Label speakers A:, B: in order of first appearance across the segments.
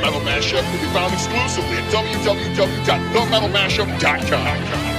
A: Metal Mashup can be found exclusively at www.themetalmashup.com.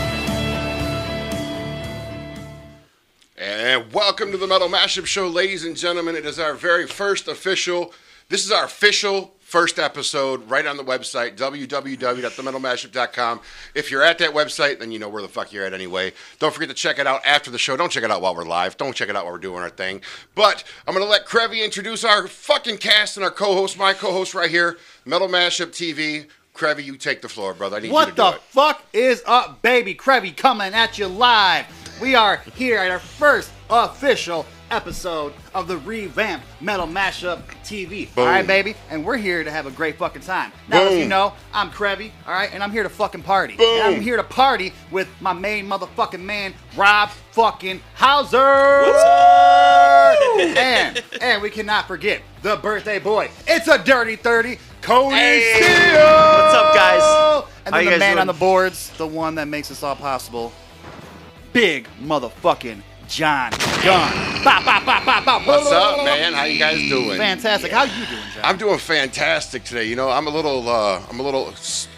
B: And welcome to the Metal Mashup Show, ladies and gentlemen. It is our very first official. This is our official first episode right on the website, www.themetalmashup.com. If you're at that website, then you know where the fuck you're at anyway. Don't forget to check it out after the show. Don't check it out while we're live. Don't check it out while we're doing our thing. But I'm going to let Krevy introduce our fucking cast and our co host, my co host right here, Metal Mashup TV. Krevy, you take the floor, brother. I need you
C: What
B: to do
C: the
B: it.
C: fuck is up, baby? Krabby coming at you live. We are here at our first official episode of the revamped Metal Mashup TV. All right, baby? And we're here to have a great fucking time. Now, as you
B: Boom.
C: know, I'm Krabby, all right? And I'm here to fucking party. And I'm here to party with my main motherfucking man, Rob fucking Hauser. and, and we cannot forget the birthday boy. It's a dirty 30, Cody
D: Hey.
C: Steele.
D: What's up, guys?
C: And
D: How
C: then
D: you
C: the
D: guys
C: man on
D: doing?
C: the boards, the one that makes this all possible, big motherfucking John Gunn. Bop, bop, bop, bop, bop.
B: What's up, man? How you guys doing?
C: Fantastic. How you doing, John?
B: I'm doing fantastic today. You know, I'm a little, uh, I'm a little,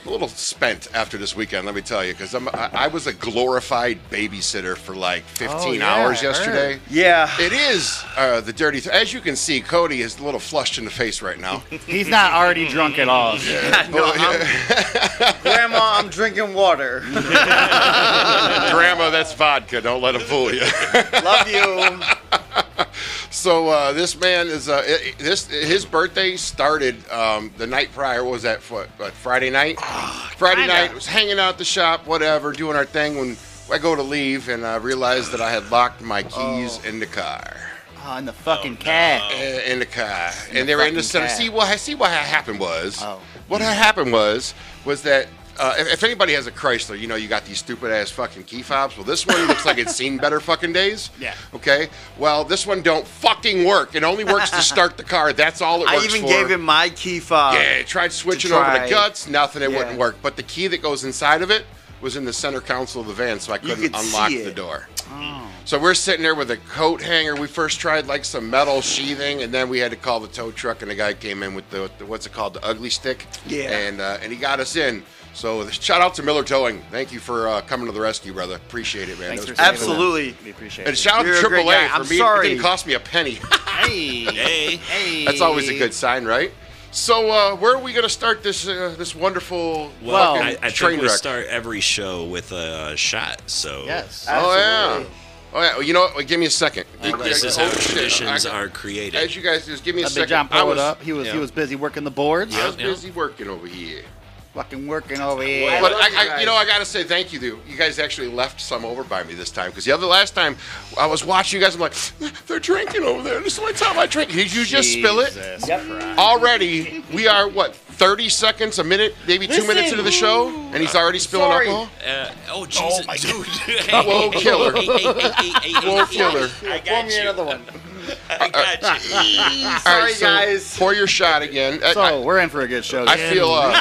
B: a little spent after this weekend. Let me tell you, because I'm, I, I was a glorified babysitter for like 15
C: Oh, yeah,
B: hours
C: I heard.
B: yesterday.
D: Yeah.
B: It is uh, the dirty. Th- As you can see, Cody is a little flushed in the face right now.
C: He's not already drunk at all.
D: no, I'm- Grandma, I'm drinking water.
B: Grandma, that's vodka. Don't let him fool you.
D: Love you.
B: So uh, this man is uh, i- i- this his birthday started um, the night prior. What was that? What, what Friday night? Friday
D: kinda.
B: night was hanging out at the shop, whatever, doing our thing. When I go to leave, and I realized that I had locked my keys in the car.
C: Oh, in the fucking cat.
B: Uh, In the car, and they were in the center.
C: fucking car.
B: See what? I See what had happened was.
C: Oh.
B: What had happened was was that. Uh, if, if anybody has a Chrysler, you know you got these stupid ass fucking key fobs. Well, this one looks like it's seen better fucking days.
C: Yeah.
B: Okay. Well, this one don't fucking work. It only works to start the car. That's all it
D: I
B: works
D: even
B: for.
D: gave him my key fob.
B: Yeah, tried switching
D: Uh, to
B: over
D: try.
B: the guts. Nothing. It
D: Yeah.
B: wouldn't work. But the key that goes inside of it was in the center console of the van, so I
D: You
B: couldn't
D: could see
B: unlock the
D: it. Oh.
B: door. So we're sitting there with a coat hanger. We first tried like some metal sheathing, and then we had to call the tow truck, and the guy came in with the, the what's it called, the ugly stick.
D: Yeah.
B: And uh, and he got us in. So shout out to Miller Towing. Thank you for uh, coming to the rescue, brother. Appreciate it, man.
C: Thanks
B: That was
C: for saving
B: cool.
D: Absolutely.
C: us. We appreciate
B: And
C: it.
B: shout out to
D: You're a great guy.
B: AAA for
D: I'm
B: me. It
D: sorry.
B: didn't cost me a penny.
C: Hey. Hey. Hey.
B: That's always a good sign, right? So uh, where are we gonna start this uh, this wonderful
C: Well,
E: Well, I,
B: fucking
E: I
B: train
E: think we
B: wreck?
E: start every show with a shot. So
C: Yes.
B: oh yeah,
D: Absolutely.
B: oh yeah. Well, you know, what? Wait, give me a second.
E: this is
B: Oh,
E: how
B: shit.
E: traditions
B: I-
E: are created.
B: As you guys, just give me a
C: That big
B: second.
C: John
B: I
C: pulled
B: was
C: up. He was he
B: yeah.
C: was busy working the boards.
B: I was
E: Yeah.
B: busy working over here.
C: Fucking working over
D: I
C: here.
B: But
D: love you
B: I, I, you
D: guys.
B: know, I gotta say thank you. To, you guys actually left some over by me this time because the other last time I was watching you guys. I'm like, they're drinking over there. This is my time I drink. Did you just spill it?
C: Jesus
D: Yep.
C: Christ.
B: Already, we are what thirty seconds, a minute, maybe two minutes into the show, and he's already spilling
D: Sorry.
B: alcohol.
E: Uh, oh Jesus, oh, my dude!
B: Whoa, killer. Whoa,
E: Whoa,
B: killer.
E: I got
D: Pour
E: you.
D: me another one.
E: I got you.
B: All
D: Sorry,
B: right, so
D: guys.
B: Pour your shot again. Uh, I-
C: So we're in for a good show.
B: I, I feel. Uh,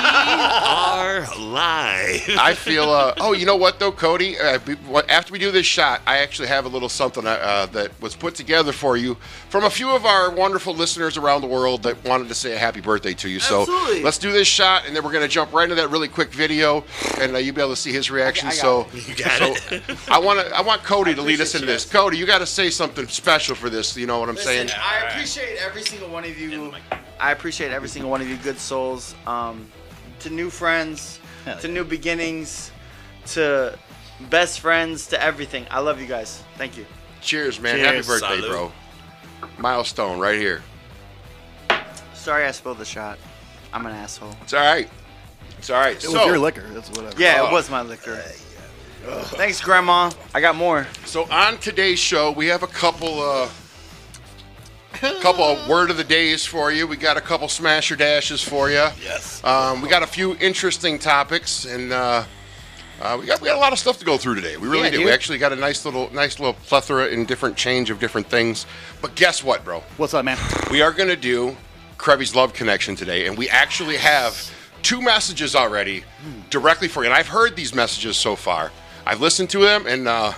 E: Are live.
B: I feel. Uh, oh, you know what though, Cody? Uh, be- what- after we do this shot, I actually have a little something uh, that was put together for you from a few of our wonderful listeners around the world that wanted to say a happy birthday to you. So
D: Absolutely.
B: let's do this shot, and then we're gonna jump right into that really quick video, and uh, you'll be able to see his reaction.
D: I got
B: so,
E: You got
B: so I want to. I want Cody to lead us
D: appreciate
B: into
D: you
B: this. Cody, you got to say something special for this. You know what I'm saying?
D: Listen, I appreciate every single one of you. I appreciate every single one of you, good souls. Um, to new friends,
C: Hell
D: to
C: yeah.
D: new beginnings, to best friends, to everything. I love you guys. Thank you.
B: Cheers, man! Happy
C: Cheers.
B: birthday,
E: Salud.
B: bro. Milestone right here.
D: Sorry I spilled the shot. I'm an asshole.
B: It's all right. It's all right.
C: It was
B: so,
C: your liquor. That's whatever.
D: Yeah,
B: Oh.
D: it was my liquor. Thanks, Grandma. I got more.
B: so on today's show, we have a couple, uh, couple of word of the days for you. We got a couple smasher dashes for you.
E: Yes.
B: Um, we got a few interesting topics, and uh, uh, we got we got a lot of stuff to go through today. We really
D: Yeah,
B: do. We
D: dude.
B: actually got a nice little nice little plethora and different change of different things. But guess what, bro?
C: What's up, man?
B: We are going to do Krevy's Love Connection today, and we actually have two messages already directly for you. And I've heard these messages so far. I've listened to them, and uh,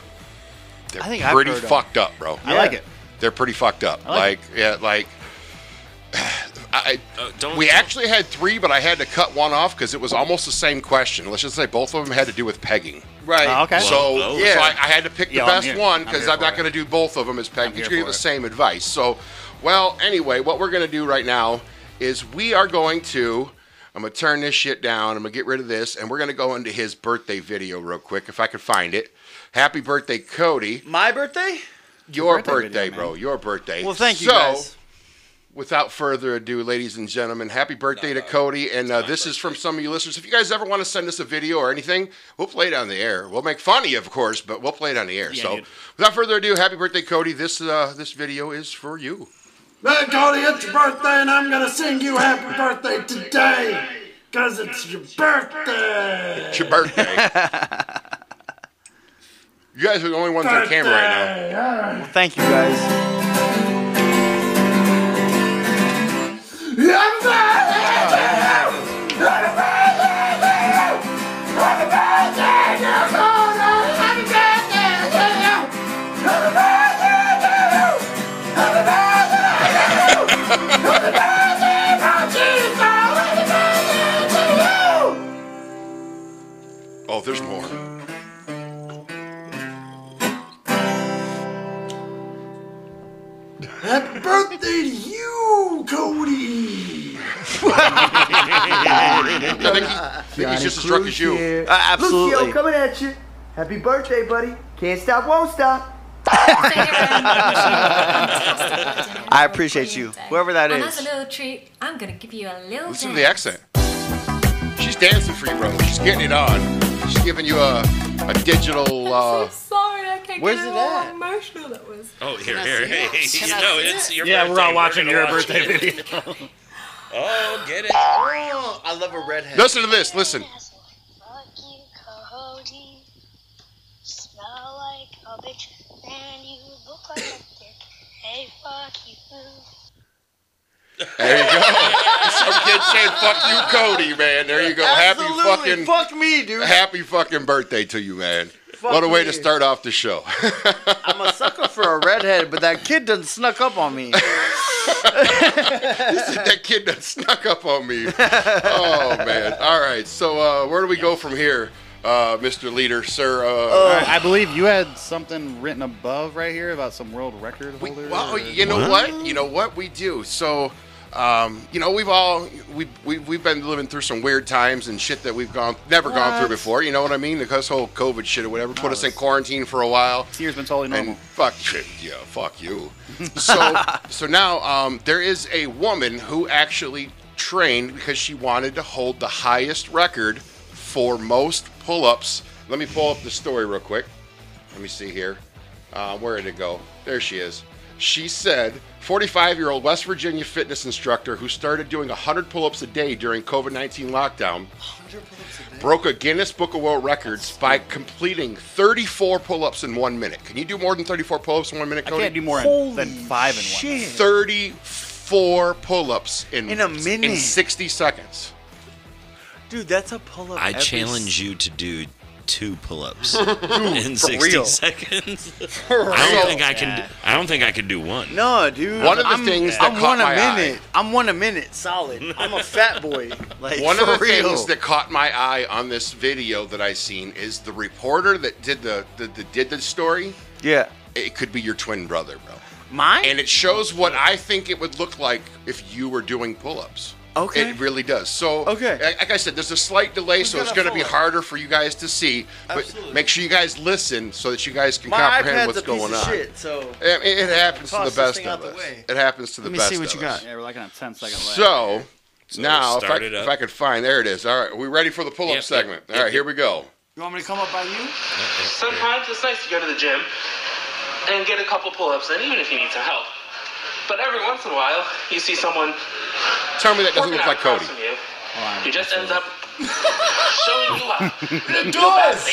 B: they're
D: I think I've
B: pretty
D: heard 'em.
B: fucked up, bro.
C: I like it.
B: They're pretty fucked up.
C: like
B: like, yeah, like. I,
E: Oh, don't-
B: we
E: don't-
B: actually had three, but I had to cut one off because it was almost the same question. Let's just say both of them had to do with pegging.
D: Right.
C: Oh, okay.
B: So,
E: Whoa, whoa.
B: yeah. so I, I had to pick the
C: Yeah, I'm
B: best
C: here.
B: one
C: I'm
B: because
C: here
B: I'm
C: for
B: not
C: it.
B: going to do both of them as Peg.
C: I'm
B: You're
C: here
B: going to get
C: for
B: the
C: it.
B: same advice. So, well, anyway, what we're going to do right now is we are going to. I'm going to turn this shit down. I'm going to get rid of this. And we're going to go into his birthday video real quick if I can find it. Happy birthday, Cody.
D: My birthday?
B: Your
C: birthday
B: birthday,
C: video, man.
B: bro. Your birthday.
D: Well, thank you
B: so,
D: guys.
B: without further ado, ladies and gentlemen, happy birthday to Cody. And uh, this is from some of you listeners. If you guys ever want to send us a video or anything, we'll play it on the air. We'll make fun of you, of course, but we'll play it on the air.
C: Yeah,
B: so,
C: dude.
B: without further ado, happy birthday, Cody. This uh, this video is for you.
F: Hey, Cody, it's your birthday, and I'm gonna sing you happy birthday today, cause it's your birthday.
B: It's your birthday. you guys are the only ones on camera right now.
D: Well, thank you guys.
B: Oh, there's more.
F: Happy birthday to you, Cody.
B: I think, he, I think he's just as drunk as you.
D: Uh, absolutely.
G: coming at you. Happy birthday, buddy. Can't stop, won't stop.
D: I appreciate you, whoever that
H: well,
D: is.
H: That's a little treat. I'm gonna give you a little.
B: Listen to
H: dance.
B: the accent. She's dancing for you, bro. She's getting it on. She's giving you a, a digital. Uh,
H: I'm so sorry, I can't
D: Where's
H: get
D: it
H: over how
D: at?
H: emotional that was.
E: Oh, here, here. Hey,
H: Can
E: you
H: I
E: know,
H: see
E: it's your
C: Yeah,
E: birthday.
C: we're all watching
E: gonna
C: your
E: watch
C: birthday
E: it.
C: video.
E: Oh, get it.
D: Oh, I love a redhead.
B: listen to this. Listen.
I: Fuck you, Cody. Smell like a bitch, and you look like a dick. Hey, fuck you.
B: There you go. Some kid saying "fuck you, Cody," man. There you go.
D: Absolutely.
B: Happy fucking
D: Fuck me, dude.
B: happy fucking birthday to you, man.
D: Fuck
B: what a way to
D: you.
B: start off the show.
D: I'm a sucker for a redhead, but that kid done snuck up on me.
B: that kid that snuck up on me. Oh man. All right. So uh, where do we go from here, uh, Mr. Leader, sir? Uh,
C: All right, I believe you had something written above right here about some world record
B: We,
C: holder.
B: well, oh,
C: or-
B: you know what? You know what we do. So, um, you know, we've all we we we've been living through some weird times and shit that we've gone never gone through
C: What?
B: before. You know what I mean? The whole COVID shit or whatever put us in
C: it's-
B: quarantine for a while.
C: this year's been totally normal.
B: And fuck you, yeah, fuck you. So so now um, there is a woman who actually trained because she wanted to hold the highest record for most pull-ups. Let me pull up the story real quick. Let me see here. Uh, where did it go? There she is. She said, 45 year old West Virginia fitness instructor who started doing 100 pull ups a day during COVID 19 lockdown broke a Guinness Book of World Records by completing 34 pull ups in one minute. Can you do more than 34 pull ups in one minute,
C: I
B: Cody?
C: can't do more than five in one.
D: shit.
B: 34 pull ups in,
D: In a
B: In
D: minute.
B: 60 seconds.
D: Dude, that's a pull up.
E: I challenge you to do two pull-ups in 60
D: real.
E: seconds. I
B: real.
E: don't think I can. I don't think I can do one.
D: No, dude.
B: One of the
D: I'm,
B: things that
D: I'm
B: caught
D: one a
B: my eye-
D: minute. I'm one a minute solid. I'm a fat boy. Like
B: One of the
D: for real.
B: things that caught my eye on this video that I seen is the reporter that did the, the, the did the story.
D: yeah.
B: It could be your twin brother, bro.
D: Mine?
B: and it shows what I think it would look like if you were doing pull-ups.
D: Okay.
B: It really does. So,
D: Okay.
B: like- like I said, there's a slight delay, so
D: got
B: it's
D: a
B: going to be
D: pull-up?
B: harder for you guys to see. But
D: Absolutely.
B: make sure you guys listen so that you guys can
D: my
B: comprehend
D: iPad's
B: what's
D: a piece
B: going
D: of
B: on.
D: shit, so
B: It, it happens to
D: Toss
B: the
D: this
B: best
D: thing
B: of
D: out the
B: us.
D: way.
B: It happens to the
D: me
B: best.
D: see what you
B: of us.
D: got.
C: Yeah, we're like on a 10 second left.
B: So. Now, if I,
E: start it up.
B: if I could find, there it is. All right, we ready for the pull-up
E: Yep, yep,
B: segment?
E: yep,
B: All right,
E: yep.
B: here we go.
D: you want me to come up by you?
J: Sometimes it's nice to go to the gym and get a couple pull-ups, and even if you need some help. But every once in a while, you see someone
B: Tell me that
J: working
B: doesn't look
J: out
B: like
J: across
B: Cody.
J: from you,
C: I
J: Oh, who just ends up showing you up.
F: Doors.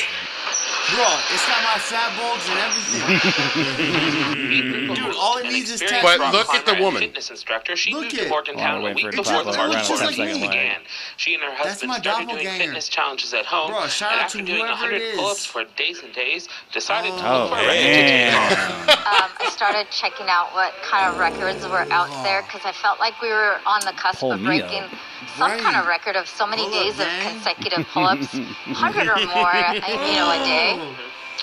D: Bro, it's got my fat bulge and everything. Dude, all it
J: An
D: needs is
J: experienced
D: text.
B: But look
J: rock
B: at the
J: climber and
B: woman.
J: Fitness instructor. She
D: Look
J: moved
D: at-
J: to
D: Hold
J: Morgantown
K: on,
J: a
K: wait for
J: week
K: the
J: before
K: top
J: the
K: of the
J: March
K: round. Hold on a
J: Olympics
K: second, Mike.
J: began. She and her husband
D: my
J: started doing
D: doppelganger.
J: fitness challenges at home,
D: Bro,
J: and
D: shout out
J: after
D: to
J: doing
D: whoever
J: 100
D: it is.
J: pull-ups for days and days, decided to
K: Oh,
J: look for a record to take on.
L: um, I started checking out what kind of records were out there because I felt like we were on the cusp
K: Pull
L: of
K: me
L: breaking some kind of record of so many days of consecutive pull-ups, hundred or more, uh, you know, a day.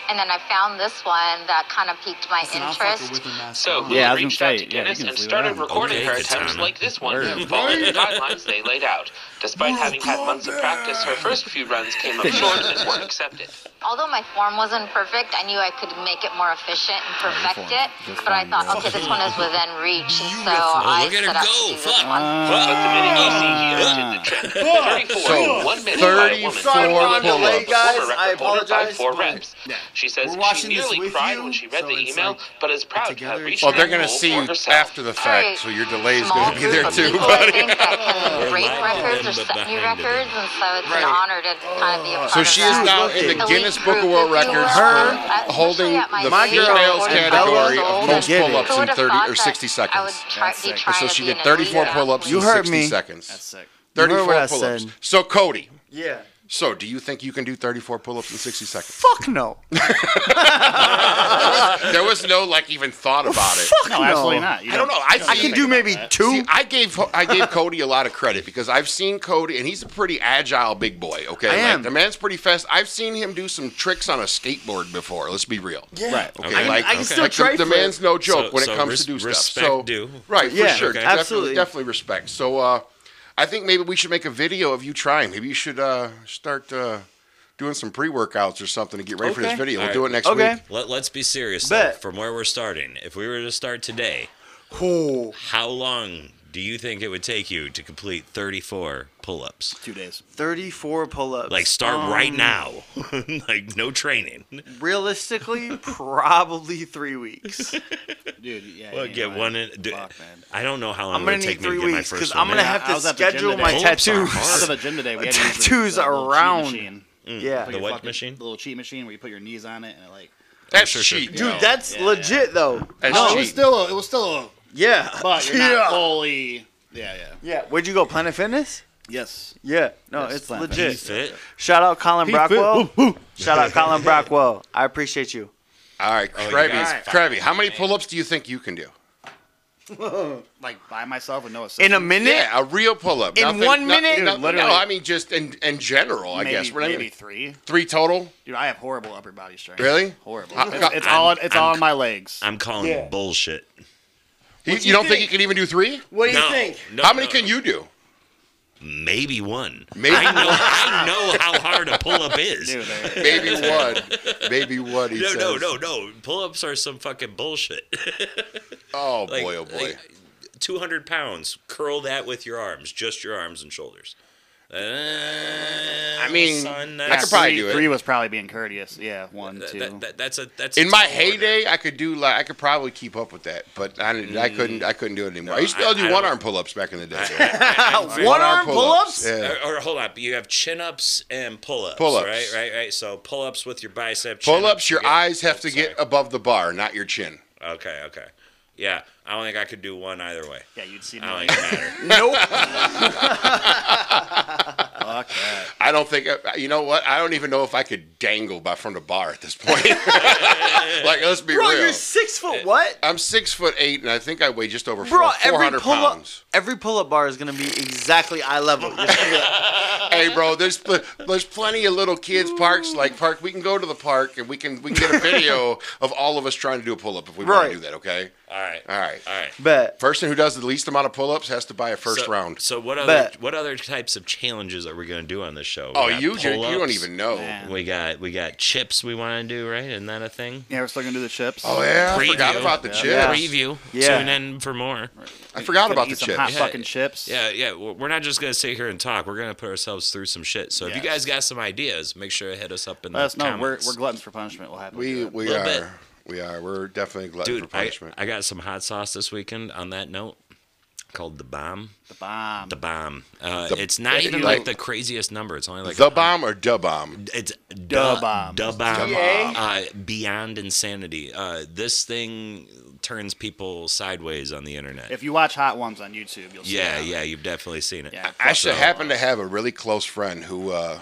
L: And then I found this one that kind of piqued my interest.
J: So Lou
K: Yeah, I was
J: reached
K: gonna
J: out
K: say,
J: to
K: yeah, you
J: Guinness
K: can
J: and
K: leave it
J: started
K: on.
J: recording
K: Okay,
J: her
K: good
J: attempts
K: timing.
J: like this one,
K: Word.
J: following the guidelines they laid out. Despite having had months of practice, her first few runs came up short and weren't accepted.
L: Although my form wasn't perfect, I knew I could make it more efficient and perfect it. But I thought, okay, this one is within reach, and so I
J: look at her
L: set out to
J: go.
L: do this one.
E: Uh,
J: But the minute you see he entered the trip, 34,
B: So,
J: one minute by a
B: 34
J: woman, followed the
B: pull-ups.
J: former
D: I
J: record holder by
D: apologize,
J: four
D: but-
J: reps. She says
D: We're watching
J: she
D: this
J: nearly
D: with
J: cried
D: you,
J: when she read
D: so
J: the
D: it's
J: email, but is proud to have reached
B: Well, they're
J: that
B: gonna
J: goal
B: see
J: for
B: you
J: herself.
B: after the fact, so your delay is
L: small
B: gonna be
L: group
B: there
L: of
B: too,
L: people, I
B: buddy.
L: think, that can break records or set new records, and so it's an honor to kind of be a part
B: So
L: of
B: she is
L: that.
B: now in the
L: elite
B: Guinness Book of
L: group,
B: World
L: if you will.
B: Records
L: Her-
B: for holding
L: my
B: the
L: age,
B: females
L: I would've
B: category
L: thought
B: of most
L: that-
B: pull-ups
L: who
B: in
L: would've
B: 30
L: thought
B: or
L: that
B: 60
L: I would
B: seconds.
L: try, be
B: And
L: trying
B: so
L: to
B: she
L: be
B: did
L: an
B: 34
L: elite
B: pull-ups
L: athlete.
B: in 60 seconds. That's
D: sick. You heard
B: 34
D: what I
B: pull-ups.
D: said.
B: So Cody.
D: Yeah.
B: So do you think you can do 34 pull-ups in 60 seconds?
D: Fuck no.
B: there was no like even thought about it.
C: No, no. absolutely not. You
B: I don't know.
C: don't-
B: I,
C: you don't
B: I can
C: think
B: do
C: about
B: maybe
C: that.
B: two. See, I gave I gave Cody a lot of credit because I've seen Cody and he's a pretty agile big boy. Okay,
D: I
B: Like,
D: am.
B: the man's pretty fast. I've seen him do some tricks on a skateboard before. Let's be real.
D: Yeah. Right.
B: Okay.
D: I can-
B: like
D: I can still
B: like,
D: try
B: the, the
D: for it.
B: man's no joke
D: So-
B: when
D: so
B: it comes
D: res-
B: to do stuff.
D: respect
B: So
D: due.
B: right.
D: Yeah,
B: for sure.
D: okay.
B: Definitely-
D: absolutely.
B: Definitely respect. So uh, I think maybe we should make a video of you trying. Maybe you should uh, start. Uh, Doing some pre-workouts or something to get ready for this video. We'll
E: All
B: do
E: right.
B: it next week.
E: Let, let's be serious, though, from where we're starting. If we were to start today,
D: Oh.
E: how long do you think it would take you to complete 34 pull ups?
C: Two days.
D: 34 pull ups.
E: Like, start
D: Um,
E: right now. like, no training.
D: Realistically, probably three weeks.
C: Dude, yeah.
E: Well, get one in. Do, I don't know how long
D: I'm
E: it
D: gonna
E: would take me to
D: need three
E: get my
D: weeks
E: first
D: because
E: one
D: I'm gonna
E: in.
D: have
C: I
D: to
C: was at the gym
D: schedule
C: today.
D: my
C: Pull-ups are
D: tattoos.
C: hard. I was at the gym today. We had to use the-
D: tattoos
C: the little cheat
D: around.
C: machine.
B: Mm,
D: Yeah.
C: Put your fucking- The little cheat machine where you put your knees on it and it like.
B: That's
D: Dude, that's legit though.
C: no, it was still a, it was still a,
D: Yeah.
C: but you're
D: yeah.
C: not fully. Yeah, yeah.
D: Yeah. Where'd you go? Planet Fitness?
C: Yes.
D: Yeah. No,
C: Yes,
D: it's
C: Planet
D: legit.
C: Fitness. He fit.
D: Shout out Colin
C: He fit.
D: Brockwell.
C: Woo, woo.
D: Shout out Colin Brockwell. I appreciate you.
B: All right,
D: Oh, you
B: Krabby,
D: guys fucking
B: Krabby, how many pull-ups do you think you can do?
C: like by myself with no assistance.
D: In a minute?
B: Yeah, a real pull-up.
C: In one
B: no-
C: minute?
B: No,
C: Dude, literally.
B: no, I mean just in, in general, I
C: maybe,
B: guess. We're not
C: maybe
B: even-
C: three.
B: Three total?
C: Dude, I have horrible upper body strength.
B: Really?
C: Horrible.
B: I-
C: It's, it's
B: I'm-
C: all it's all
E: I'm-
C: in my legs.
E: I'm calling
C: Yeah.
E: bullshit.
B: You,
C: do
B: you
C: you
B: don't think
C: think?
B: you can even do three?
D: What
E: do you No, think? no,
B: how many
E: no.
B: can you do?
E: Maybe one.
B: Maybe-
E: I know. I know how hard a pull up is.
B: Maybe one. Maybe one, he
E: no, no,
B: says.
E: no, no. Pull ups are some fucking bullshit.
B: Oh,
E: Like-
B: boy, oh, boy.
E: like, 200 pounds. Curl that with your arms, just your arms and shoulders. Uh,
B: I mean,
E: son,
B: I
E: that's-
B: could probably do it.
C: Three was probably being courteous. Yeah, one, two.
E: that, that, that's a that's a
B: in my
E: tall
B: heyday, I could do like I could probably keep up with that, but I, didn't- I couldn't. I couldn't do it anymore. I used to be able to
E: Mm. I-
B: do
E: I
B: one
E: don't-
B: arm pull-ups back in the day.
E: One-arm
B: One-arm pull-ups? Yeah.
E: Or, or hold up, you have chin ups and pull ups.
B: Pull-ups.
E: right, right, right. So pull ups with your bicep. chin
B: Pull-ups, your eyes have to get above the bar, not your chin.
E: Okay, okay. Yeah, I don't think I could do one either way.
C: Yeah, you'd see.
E: I don't think it matter.
C: Fuck that.
B: I don't think uh, you know what. I don't even know if I could dangle by from the bar at this point. like, let's be
D: Bro,
B: real.
D: you're six foot what?
B: I'm six foot eight, and I think I weigh just over
D: Bro,
B: four
D: every
B: hundred
D: pull up,
B: pounds.
D: every pull up bar is gonna be exactly eye level. You're just gonna be like,
B: Hey, bro, there's pl- there's plenty of little kids parks like park. We can go to the park and we can we can get a video of all of us trying to do a pull up if we want
D: Right.
B: to do that. Okay.
E: All right.
B: All right.
E: All right.
D: Bet.
B: Person who does the least amount of pull ups has to buy a first
E: So-
B: round.
E: So what other
B: Bet.
E: what other types of challenges are we going to do on this show? We
B: Oh,
E: got
B: you ju- you don't
E: pull-ups.
B: even know.
E: We got we got chips we want to do right, isn't that a thing?
C: Yeah, we're still gonna do the chips.
B: Oh, yeah, I forgot about the
E: Yeah.
B: chips.
E: Preview.
C: Yeah.
E: Tune in for more.
B: I forgot
C: Gonna
B: about
C: eat
B: the
C: some
B: chips.
C: hot fucking chips.
E: Yeah, yeah. We're we're not just gonna sit here and talk. We're gonna put ourselves through some shit. So if you guys got some ideas, make sure to hit us up in
C: Let us know.
E: the
C: We're,
E: comments.
C: we're gluttons for punishment. We'll have
B: We we
E: Little bit.
B: are we are we're definitely glad for
E: Dude, I,
B: punishment.
E: I got some hot sauce this weekend. On that note, called the bomb. The
C: bomb.
E: The bomb. Uh,
B: The-
E: it's not
B: Yeah,
E: even
B: you-
E: like the craziest number. It's only like
B: the bomb or da bomb?
E: It's
B: Da
E: da
B: bomb.
E: Da bomb.
B: Da bomb.
E: Uh, beyond insanity. Uh, this thing turns people sideways on the internet.
C: If you watch Hot Ones on YouTube, you'll see.
E: yeah, yeah, you've definitely seen it.
B: I actually happen to have a really close friend who uh,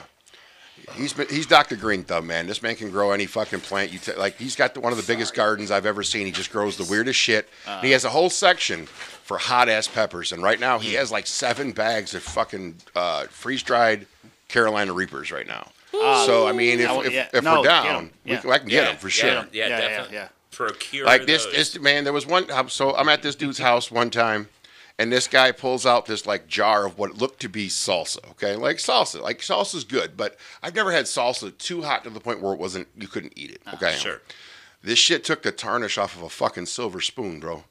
B: he's been- he's Dr. Green Thumb, man. This man can grow any fucking plant you t- like. He's got the, one of the biggest gardens I've ever seen. He just grows the weirdest shit. And
C: Uh-huh.
B: he has a whole section for hot ass peppers, and right
C: Hmm.
B: now he has like seven bags of fucking uh, freeze dried Carolina Reapers right now.
C: Oh,
B: so I mean, if,
C: yeah.
B: if,
C: Yeah.
B: if
C: No,
B: we're
C: get 'em.
B: down, we
C: Yeah.
B: can, I can get them for sure.
E: Yeah,
C: Yeah, yeah,
E: definitely.
C: yeah.
E: Procure
B: Like this,
E: those.
B: this man. There was one. So I'm at this dude's house one time, and this guy pulls out this like jar of what looked to be salsa. Okay, like salsa. Like salsa's good, but I've never had salsa too hot to the point where it wasn't. You couldn't eat it. Okay,
E: sure.
B: This shit took the tarnish off of a fucking silver spoon, bro.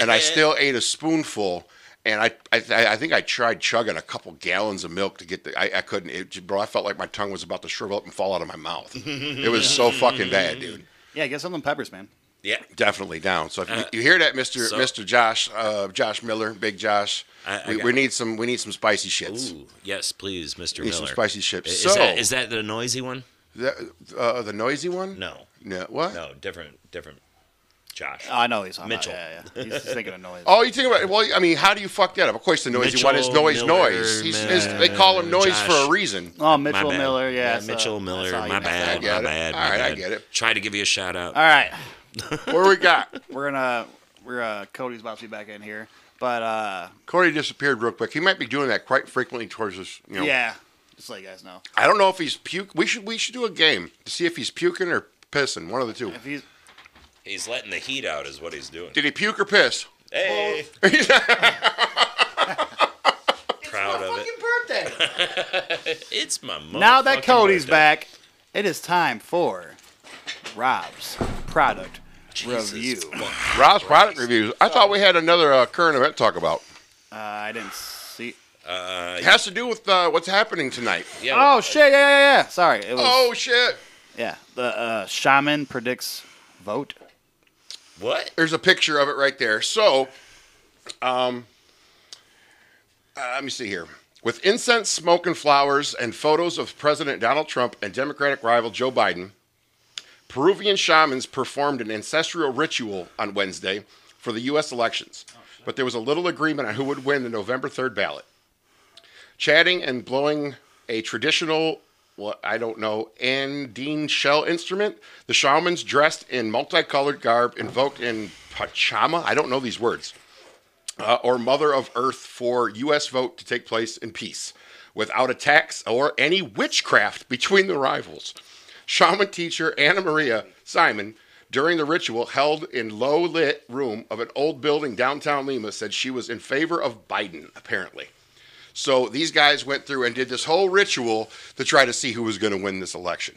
B: And I still ate a spoonful. And I, I, I think I tried chugging a couple gallons of milk to get the. I, I couldn't, it, bro. I felt like my tongue was about to shrivel up and fall out of my mouth. It was so fucking bad, dude.
C: Yeah, get some of them peppers, man.
E: Yeah,
B: definitely down. So if
C: Uh,
B: you, you hear that, Mister
C: so-
B: Mister Josh, uh, Josh Miller, Big Josh,
E: I- I
B: we,
E: got-
B: we need some we need some spicy shits.
E: Yes, please, Mr.
B: Need some
E: Miller.
B: spicy chips.
E: Is,
B: So-
E: that, is that the noisy one?
B: The, uh, the noisy one?
E: No.
B: No. What?
E: No, different, different. Josh.
C: Oh, I know he's on
E: Mitchell.
C: That. Yeah, yeah. He's just thinking of noise.
B: Oh, you think about it. Well, I mean, how do you fuck that up? Of course, the noisy one is
E: Mitchell
B: noise,
E: Miller,
B: noise. He's,
E: Miller,
B: his, they call him noise
E: Josh.
B: for a reason.
C: Oh,
E: My
C: Mitchell
E: bad.
C: Miller. Yeah, so
E: Mitchell Miller.
C: all you
E: My
C: need.
E: bad.
C: I get
E: My
C: it.
E: bad.
C: All
E: my
C: right, I
E: bad.
C: get
B: it.
E: Try to give you a shout out.
C: All right.
B: Where we got?
C: We're gonna. We're uh, Cody's about to be back in here, but uh,
B: Corey disappeared real quick. He might be doing that quite frequently towards us. You know.
C: yeah, just to let you guys know.
B: I don't know if he's puke. We should we should do a game to see if he's puking or pissing. One of the two.
C: If he's
E: He's letting the heat out, is what he's doing.
B: Did he puke or piss?
E: Hey. Proud of it. birthday. it's my mother.
C: now that Cody's back, it is time for Rob's product review.
B: Rob's product reviews. I thought we had another uh, current event to talk about.
C: Uh, I didn't see.
E: Uh,
B: It has to do with uh, what's happening tonight.
C: oh shit! Yeah, yeah, yeah. Sorry. It was,
B: Oh shit!
C: yeah. The uh, shaman predicts vote.
E: What?
B: There's a picture of it right there. So, um, uh, let me see here. With incense, smoke, and flowers, and photos of President Donald Trump and Democratic rival Joe Biden, Peruvian shamans performed an ancestral ritual on Wednesday for the U.S. elections, but there was a little agreement on who would win the November 3rd ballot. Chatting and blowing a traditional, what I don't know, Andine shell instrument, the shamans dressed in multicolored garb invoked in Pachama, I don't know these words, uh, or Mother of Earth for U.S. vote to take place in peace, without attacks or any witchcraft between the rivals. Shaman teacher Anna Maria Simon, during the ritual held in low lit room of an old building downtown Lima, said she was in favor of Biden, apparently. So these guys went through and did this whole ritual to try to see who was going to win this election.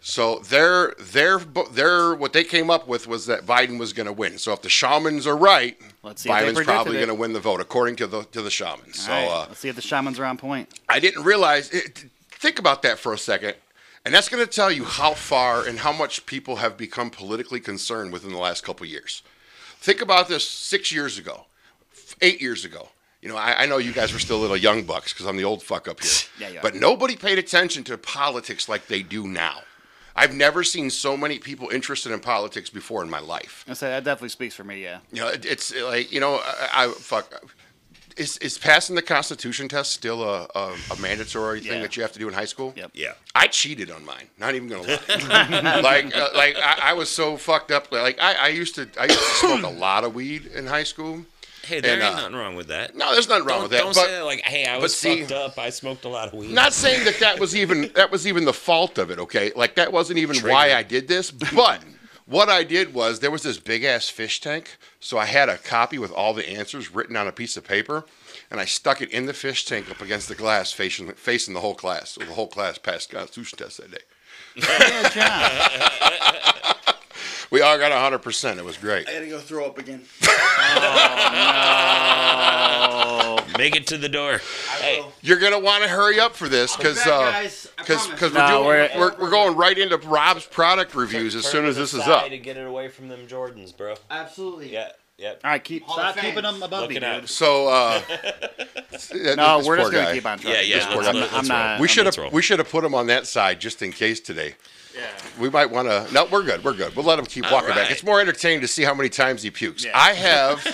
B: So their their their what they came up with was that Biden was going to win. So if the shamans are right,
C: Let's see if they
B: Biden's
C: predicted
B: probably
C: it.
B: going to win the vote according to the to the shamans. So
C: All right,
B: uh,
C: let's see if the shamans are on point.
B: I didn't realize. It, think about that for a second, and that's going to tell you how far and how much people have become politically concerned within the last couple years. Think about this six years ago, f- eight years ago. You know, I, I know you guys were still little young bucks because I'm the old fuck up here.
C: Yeah, you are.
B: But nobody paid attention to politics like they do now. I've never seen so many people interested in politics before in my life.
C: I say that definitely speaks for me. Yeah.
B: You know, it, it's uh, like you know, I, I fuck. Is is passing the Constitution test still a a, a mandatory thing
C: Yeah.
B: that you have to do in high school?
C: Yep.
E: Yeah.
B: I cheated on mine. Not even gonna lie. like uh, like I, I was so fucked up. Like I, I used to I used to smoke a lot of weed in high school.
E: Hey, there
B: And,
E: ain't
B: uh,
E: nothing wrong with that.
B: no, there's nothing wrong with
E: Don't-
B: that,
E: Don't
B: but-
E: say that like, hey, I
B: but
E: was
B: see-
E: fucked up. I smoked a lot of weed.
B: Not saying that that was even that was even the fault of it. Okay, like that wasn't even why I did this. But what I did was there was this big ass fish tank, so I had a copy with all the answers written on a piece of paper, and I stuck it in the fish tank up against the glass, facing facing the whole class. So the whole class passed the Constitution test that day. we all got hundred percent. It was great.
D: I gotta go throw up again.
E: Make it to the door. Hey,
B: You're gonna want to hurry up for this because
D: back, guys. I
B: because
D: promise.
B: because we're,
D: No,
B: doing-
D: we're-
B: we're, we're going right into Rob's product reviews as
E: turn
B: soon
E: to
B: as
E: the
B: this is
E: side
B: up.
E: To get it away from them Jordans, bro.
D: Absolutely.
E: Yeah. Yep.
C: All right, keep
E: Hall
C: stop
E: of Fame.
C: keeping them above me,
E: Looking
C: dude.
E: out.
B: So, uh,
C: no, we're just gonna keep on
B: trying.
C: track.
B: This poor
C: I'm,
B: guy.
C: not- I'm not.
B: We
C: I'm
B: should
C: not-
B: have. We should have put him on that side just in case today.
C: Yeah.
B: We might want to. No, we're good. We're good. We'll let him keep
E: All
B: walking back.
E: right.
B: It's more entertaining to see how many times he pukes.
E: Yeah.
B: I have.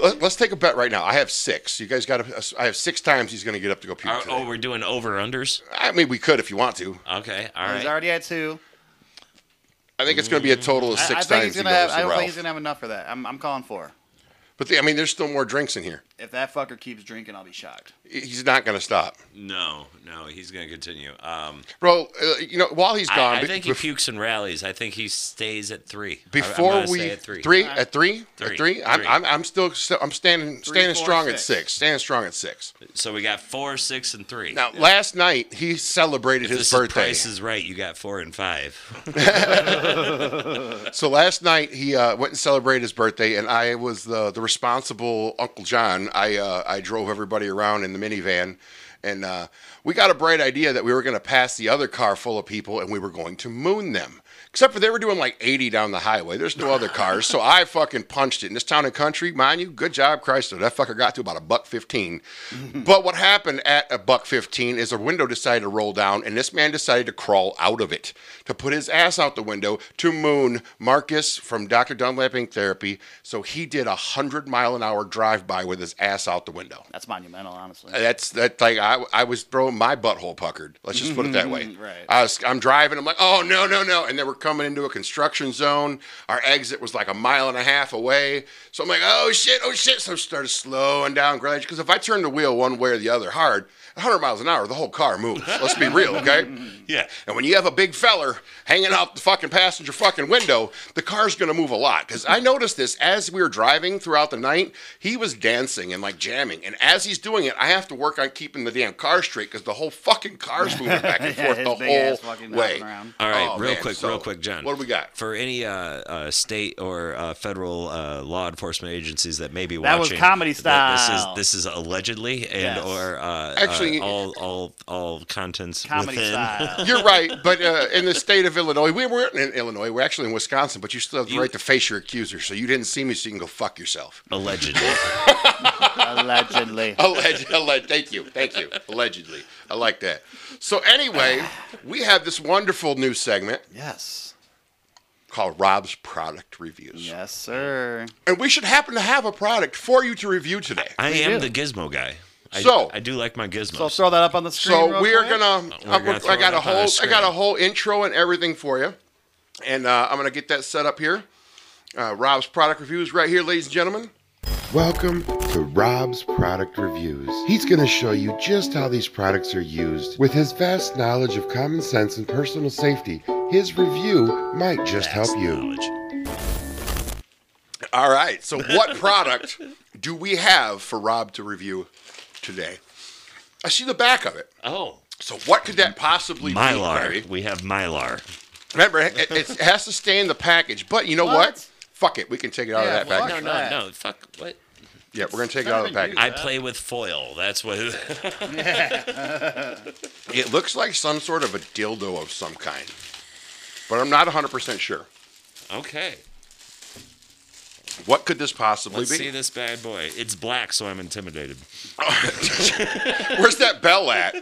B: let, us take a bet right now. I have six. You guys got. to I have six times he's going to get up to go puke.
E: Are-
B: today.
E: oh, we're doing over unders.
B: I mean, we could if you want to.
E: Okay. All
C: He's
E: right.
C: already at two.
B: I think it's going to be a total of
C: Mm. I, I
B: six
C: think
B: times.
C: he's
B: he
C: gonna have.
B: goes to
C: I don't
B: Ralph.
C: think he's gonna have enough for that. I'm, I'm calling four.
B: But the, I mean, there's still more drinks in here.
C: If that fucker keeps drinking, I'll be shocked.
B: He's not going to stop,
E: No, no, he's gonna continue. Um,
B: bro. Uh, you know, while he's
E: I-
B: gone,
E: I,
B: be-
E: think he pukes and rallies. I think he stays at three. I- I'm
B: before
E: gonna stay
B: we
E: at three.
B: at three
E: Three.
B: at three I'm,
E: Three.
B: I'm, I'm still still- I'm standing standing
E: four,
B: strong
E: six.
B: at six standing strong at six
E: So we got four, six, and three.
B: now last night he celebrated
E: If
B: his
E: this Is
B: birthday
E: price is right. You got four and five.
B: so last night he uh, went and celebrated his birthday and I was the the responsible Uncle John I uh, I drove everybody around in the minivan and uh, we got a bright idea that we were going to pass the other car full of people and we were going to moon them except for they were doing like 80 down the highway there's no other cars so I fucking punched it in this town and country mind you good job Chrysler that fucker got to about a buck 15 but what happened at a buck 15 is a window decided to roll down and this man decided to crawl out of it to put his ass out the window to moon Marcus from Dr. Dunlap Inc. Therapy. So he did a hundred mile an hour drive by with his ass out the window.
C: That's monumental, honestly.
B: That's that like I, I was throwing my butthole puckered. Let's just put it that way.
C: Right.
B: I was I'm driving. I'm like, oh no no no, and then we're coming into a construction zone. Our exit was like a mile and a half away. So I'm like, oh shit, oh shit. So I started slowing down gradually because if I turn the wheel one way or the other hard, 100 miles an hour, the whole car moves. Let's be real, okay?
E: Yeah.
B: And when you have a big feller hanging out the fucking passenger fucking window, the car's gonna move a lot. Because I noticed this as we were driving throughout the night, he was dancing and like jamming. And as he's doing it, I have to work on keeping the damn car straight because the whole fucking car's moving back and
E: Yeah,
B: forth
E: his
B: the
E: big ass
B: whole
E: fucking
B: way.
E: knocking around. All right, real quick, real quick, John.
B: Oh, What do we got?
E: For any uh, uh, state or uh, federal uh, law enforcement agencies that may be
C: That was
E: watching,
C: comedy
E: th- this is-
C: style.
E: This is allegedly and
C: Yes.
E: or uh, uh,
B: Actually-
E: all all all contents
C: Comedy
E: within.
C: style.
B: You're right, but uh, in the state of Illinois, we weren't in Illinois. We're actually in Wisconsin, but you still have the right to face your accuser. So you didn't see me, so you can go fuck yourself.
E: Allegedly.
C: Allegedly.
B: Alleged, alleged. Thank you. Thank you. Allegedly. I like that. So, anyway, we have this wonderful new segment
C: Yes.
B: called Rob's Product Reviews.
C: Yes, sir.
B: And we should happen to have a product for you to review today.
E: I
C: We do.
E: am the Gizmo guy. I,
B: So-
E: I do like my Gizmos.
C: So throw that up on the screen.
B: So
C: real
B: we are
C: quick.
B: gonna.
E: Oh, We're
B: I'm-
E: gonna
B: I
E: throw
B: got
E: it
B: a
E: up on the
B: whole. I
E: screen.
B: got a whole intro and everything for you, and uh, I'm gonna get that set up here. Uh, Rob's product reviews right here, ladies and gentlemen.
K: Welcome to Rob's Product Reviews. He's going to show you just how these products are used. With his vast knowledge of common sense and personal safety, his review might just help you.
B: All right. So, what product do we have for Rob to review today? I see the back of it.
E: Oh.
B: So, what could that possibly be? Barry?
E: Mylar. We have Mylar.
B: Remember, it, it has to stay in the package. But you know what? Fuck it. We can take it out of that
E: no,
B: package.
E: no, no. Fuck. What?
B: Yeah, we're going to take it out of the package.
E: I play with foil. That's what.
B: It looks like some sort of a dildo of some kind, but I'm not 100% sure.
E: okay.
B: What could this possibly
E: Let's
B: be?
E: see this bad boy. It's black, so I'm intimidated.
B: Where's that bell at?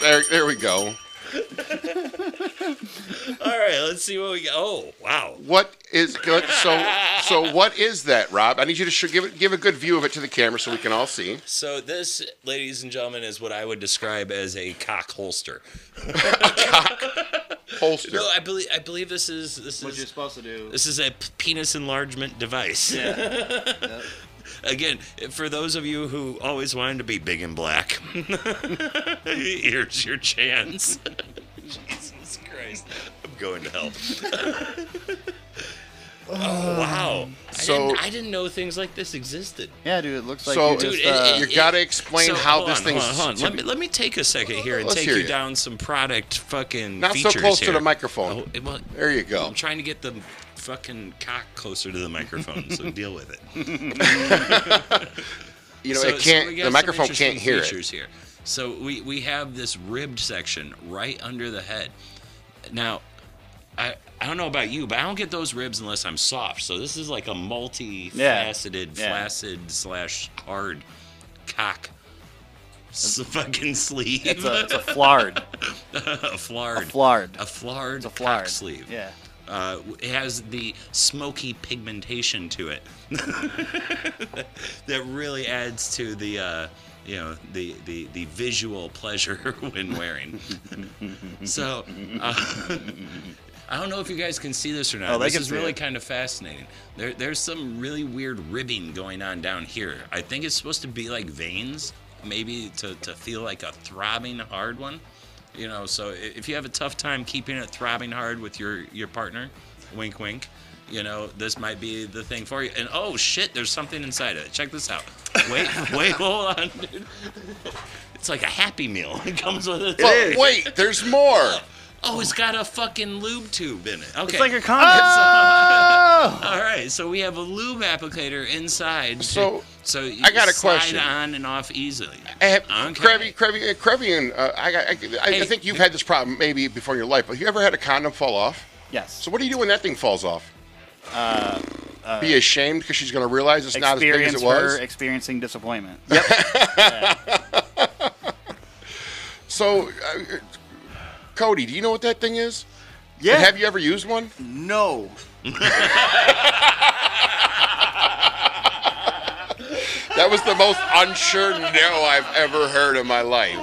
B: There, there we go.
E: All right, let's see what we got. Oh, wow.
B: What is good? So, so what is that, Rob? I need you to sh- give it, give a good view of it to the camera so we can all see.
E: So this, ladies and gentlemen, is what I would describe as a cock holster.
B: Holster.
E: No, I believe I believe this is this
C: What
E: is
C: you're supposed to do.
E: this is a p- penis enlargement device.
C: Yeah. Yep.
E: Again, for those of you who always wanted to be big and black, here's your chance. Jesus Christ, I'm going to hell. oh wow! I
B: So-
E: didn't, I didn't know things like this existed.
C: Yeah, dude. It looks like
B: So-
C: you just.
E: Dude,
C: uh,
E: it- it-
B: you gotta explain
E: so,
B: how
E: hold
B: this
E: on,
B: thing's
E: Hold on, hold on.
B: to
E: Let
B: be-
E: me let me take a second here and
B: Let's
E: take
B: hear
E: you,
B: you.
E: down some product fucking.
B: Not so
E: features
B: close to
E: here.
B: the microphone.
E: Oh, it- well,
B: There you go.
E: I'm trying to get the fucking cock closer to the microphone, so deal with it.
B: You know,
E: So-
B: it
E: so
B: can't.
E: we got
B: the
E: some
B: microphone
E: interesting
B: can't hear it.
E: features here. So we we have this ribbed section right under the head. Now, I, I don't know about you, but I don't get those ribs unless I'm soft. So this is like a multi-faceted,
D: Yeah.
E: flaccid slash hard cock. S- fucking sleeve.
D: It's a- it's a flard.
E: a flard.
D: A flard.
E: A flard. It's a
D: flard.
E: sleeve.
D: Yeah.
E: Uh, w- it has the smoky pigmentation to it that really adds to the uh, you know the, the the visual pleasure when wearing. so uh, I don't know if you guys can see this or not.
D: Oh, they
E: this
D: can
E: is
D: see
E: really
D: it.
E: kind of fascinating. There, there's some really weird ribbing going on down here. I think it's supposed to be like veins, maybe to, to feel like a throbbing hard one. You know, so i- if you have a tough time keeping it throbbing hard with your, your partner, wink, wink, you know, this might be the thing for you. And oh shit, there's something inside of it. Check this out. Wait, wait, hold on, dude. It's like a Happy Meal. It comes with a.
B: But wait, there's more.
E: Oh, it's got a fucking lube tube in it. Okay.
B: like a
E: condom.
B: condom. Oh!
E: all right, so we have a lube applicator inside. to-
B: So,
E: so you
B: I got a
E: slide
B: question.
E: on and off easily.
B: Eh,
E: Okay.
B: Krabby, Krabby, uh, Krabby, and uh, I, got- I, I, I think you've had this problem maybe before in your life. But have you ever had a condom fall off?
D: Yes.
B: So what do you do when that thing falls off?
C: Uh, uh,
B: Be ashamed because she's going to realize it's not as big as
C: experience
B: it was.
C: her experiencing disappointment.
B: So, uh, Cody, do you know what that thing is?
D: Yeah.
B: And have you ever used one?
D: No.
B: That was the most unsure no I've ever heard in my life.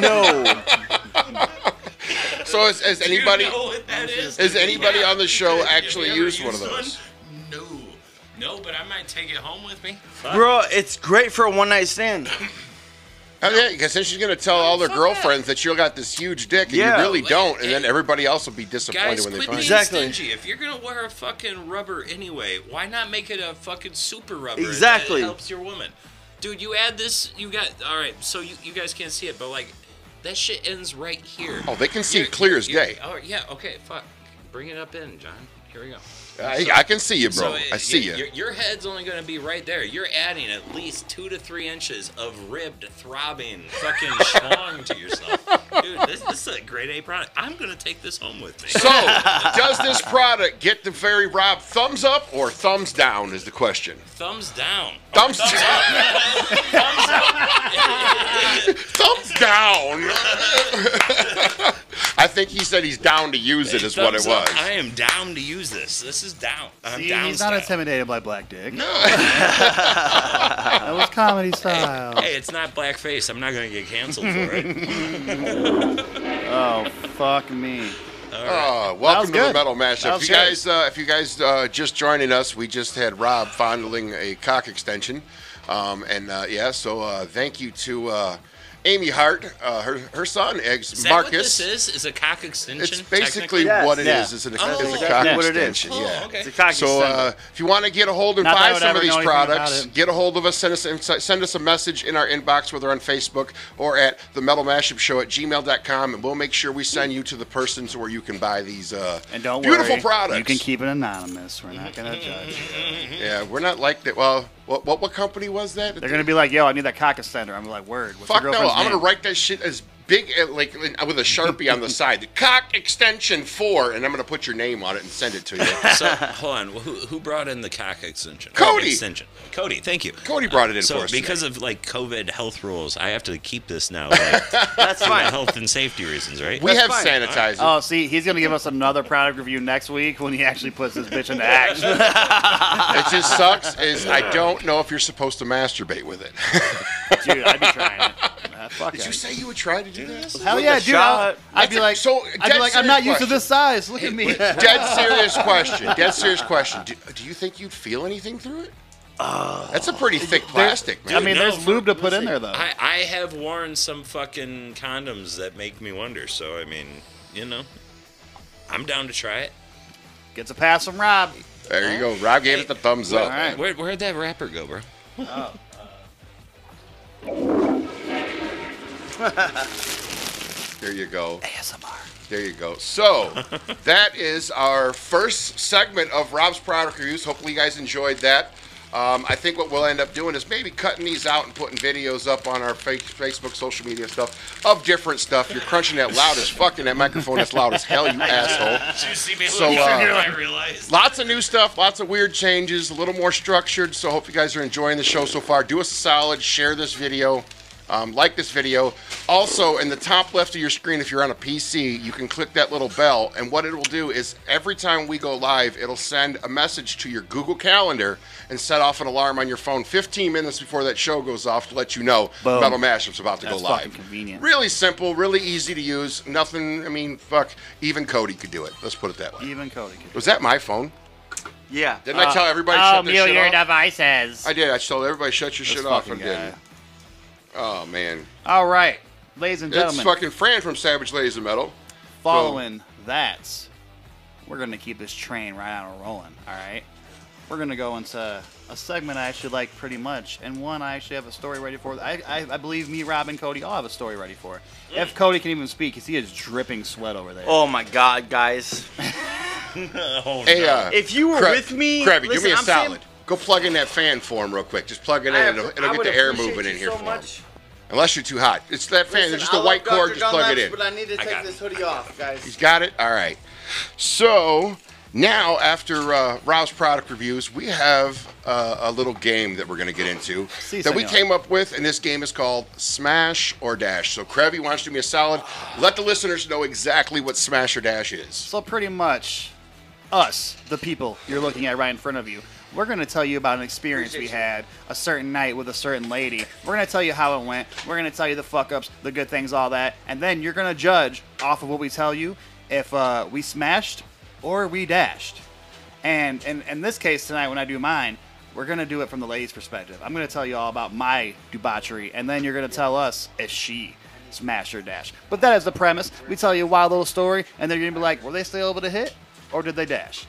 D: no.
B: So, has, has anybody
E: that is?
B: has anybody
E: Yeah.
B: on the show
E: Have you
B: actually
E: ever
B: used one of
E: used one?
B: those?
E: No. No, but I might take it home with me.
D: Bro, it's great for a one night stand.
B: Oh, yeah, because then she's gonna tell all her girlfriends that you got this huge dick and
D: Yeah.
B: you really don't, and then everybody else will be disappointed
E: Guys,
B: when they
E: quit
B: find
E: being
B: it.
E: stingy. If you're gonna wear a fucking rubber anyway, why not make it a fucking super rubber? that
D: Exactly.
E: helps your woman, dude. You add this. You got all right. So you, you guys can't see it, but like that shit ends right here.
B: Oh, they can see clear as
E: you're-
B: day.
E: Oh yeah. Okay. Fuck. Bring it up in, John. Here we go.
B: I, I can see you, bro.
E: So,
B: I
E: uh,
B: see
E: your-
B: you.
E: Your, your head's only going to be right there. You're adding at least two to three inches of ribbed, throbbing, fucking schlong to yourself. Dude, this, this is a grade A product. I'm going to take this home with me.
B: So, does this product get the very Rob thumbs up or thumbs down? Is the question.
E: Thumbs down.
B: Thumbs,
E: Thumbs up.
B: thumbs down. I think he said he's down to use it, is what it was.
E: Thumbs up. I am down to use this. This is down. I'm
C: See,
E: down.
C: he's not
E: style.
C: intimidated by black dick.
E: No.
C: that was comedy style.
E: Hey, it's not blackface. I'm not going to get canceled for it.
C: oh fuck me.
B: Oh,
C: That was
B: welcome to the
C: good.
B: Metal
C: That
B: Mashup.
C: was
B: If you
C: good.
B: guys, uh, if you guys uh, just joining us, we just had Rob fondling a cock extension, um, and uh, yeah, so uh, thank you to uh, Amy Hart, uh, her her son, eggs
E: Is that
B: Marcus.
E: what this is? Is a cock extension?
B: It's basically
E: technically?
B: what it is. It's an,
E: Oh,
B: it's a
E: okay.
B: cock
D: That's what it is.
B: extension.
E: Oh,
B: yeah.
E: okay. It's a
D: cock
B: so uh,
D: extension.
B: if you want to get a hold and
D: Not that I
B: buy
D: would
B: some of
D: ever
B: these
D: know anything about
B: products,
D: it.
B: get a hold of us. Send us insi- send us a message in our inbox, whether on Facebook or at the Metal Mashup Show at gmail.com, and we'll make sure we send you to the person to where you can buy these uh,
C: And don't
B: beautiful
C: worry,
B: products.
C: You can keep it anonymous. We're not
E: Mm-hmm.
C: gonna judge.
B: yeah, we're not like that. Well, what what, what company was that?
C: They're gonna be like, "Yo, I need that cock extender." I'm like, "Word." What's
B: Fuck
C: your
B: no!
C: girlfriend's
B: I'm
C: name?
B: gonna write that shit as big uh, like with a sharpie on the side. The cock extension four, and I'm gonna put your name on it and send it to you.
E: so hold on, who, who brought in the cock extension?
B: Cody.
E: extension. Cody, thank you.
B: Cody brought it in
E: so
B: for us
E: because of like COVID health rules, I have to keep this now. Like,
D: That's
E: for my
D: fine.
E: health and safety reasons, right?
B: We have sanitizer.
C: Oh, see, he's gonna give us another product review next week when he actually puts this bitch into action.
B: it just sucks is I don't know if you're supposed to masturbate with it.
C: dude, I'd be trying it. Uh, fuck
B: Did
C: it.
B: you say you would try to do this?
C: Hell yeah, dude! I'll- I'd
B: That's
C: be
B: a-
C: like,
B: so,
C: I'd be
B: dead
C: like, I'm not
B: serious
C: used to this size. Look at me.
B: Dead serious question. Dead serious question. Do, do you think you'd feel anything through it? That's a pretty thick plastic, man.
C: I mean,
E: no,
C: there's
E: for-
C: lube to put in there though.
E: I, I have worn some fucking condoms that make me wonder. So I mean, you know, I'm down to try it.
C: Gets a pass from Rob.
B: there you go. Rob gave it the thumbs
E: Where,
B: up.
E: where, where'd that rapper go, bro?
B: There you go. ASMR. There you go. So that is our first segment of Rob's product reviews. Hopefully, you guys enjoyed that. Um, I think what we'll end up doing is maybe cutting these out and putting videos up on our fa- Facebook, social media stuff of different stuff. You're crunching that loud as fuck in that microphone. It's loud as hell, you asshole.
E: Did you see me
B: So,
E: looking
B: uh,
E: at you? I realized.
B: Lots of new stuff, lots of weird changes, a little more structured. So, hope you guys are enjoying the show so far. Do us a solid, share this video, um, like this video. Also, in the top left of your screen, if you're on a PC, you can click that little bell. And what it will do is every time we go live, it'll send a message to your Google Calendar and set off an alarm on your phone 15 minutes before that show goes off to let you know
C: Boom.
B: Metal Mashup's about to
C: That's
B: go live.
C: fucking convenient.
B: Really simple, really easy to use. Nothing, I mean, fuck, even Cody could do it. Let's put it that way.
C: Even Cody could.
B: Was that my phone?
D: Yeah.
B: Didn't
C: Uh,
B: I tell everybody
M: oh,
B: shut their
M: mute
B: shit
M: your
B: off?
M: devices.
B: I did. I told everybody shut your
M: This
B: shit off. I
M: fucking
B: did. Oh man,
C: All right, ladies and
B: it's
C: gentlemen,
B: fucking Fran from Savage Ladies of Metal.
C: following that, we're going to keep this train right on rolling, all right? We're going to go into a segment I actually like pretty much, and one I actually have a story ready for. I, I, I believe me, Rob, and Cody all have a story ready for.
B: Mm.
C: If Cody can even speak, because he is dripping sweat over there.
D: Oh my God, guys!
E: Oh,
B: Hey, uh,
D: if you were
B: Kra-
D: with me,
B: Krabby, give
D: listen,
B: me a
D: I'm saying-
B: salad. Go plug in that fan for him real quick. Just plug it in.
D: I
B: it'll
D: app-
B: it'll
D: I
B: get
D: would
B: the air
D: appreciate
B: moving
D: you
B: in here
D: so
B: for him.
D: much.
B: Unless you're too hot. It's that fan.
D: Listen,
B: It's just a
D: I
B: white
D: love
B: cord.
D: Dr.
B: Just plug it
D: Dunlap's,
B: in.
D: But I need to take this hoodie off,
B: He's
D: guys.
B: got it. All right. So now, after uh, Rob's product reviews, we have uh, a little game that we're going to get into
C: Si,
B: that we
C: senor.
B: came up with, and this game is called Smash or Dash. So, Krevy, why don't you do me a solid? Let the listeners know exactly what Smash or Dash is.
C: So pretty much, us, the people you're looking at right in front of you, we're gonna tell you about an experience we
B: Appreciate
C: had a certain night with a certain lady. We're gonna tell you how it went. We're gonna tell you the fuck ups, the good things, all that, and then you're gonna judge off of what we tell you if uh, we smashed or we dashed. And in, in this case tonight, when I do mine, we're gonna do it from the lady's perspective. I'm gonna tell you all about my debauchery, and then you're gonna tell us if she smashed or dashed. But that is the premise. We tell you a wild little story, and then you're gonna be like, were they still able to hit, or did they dash?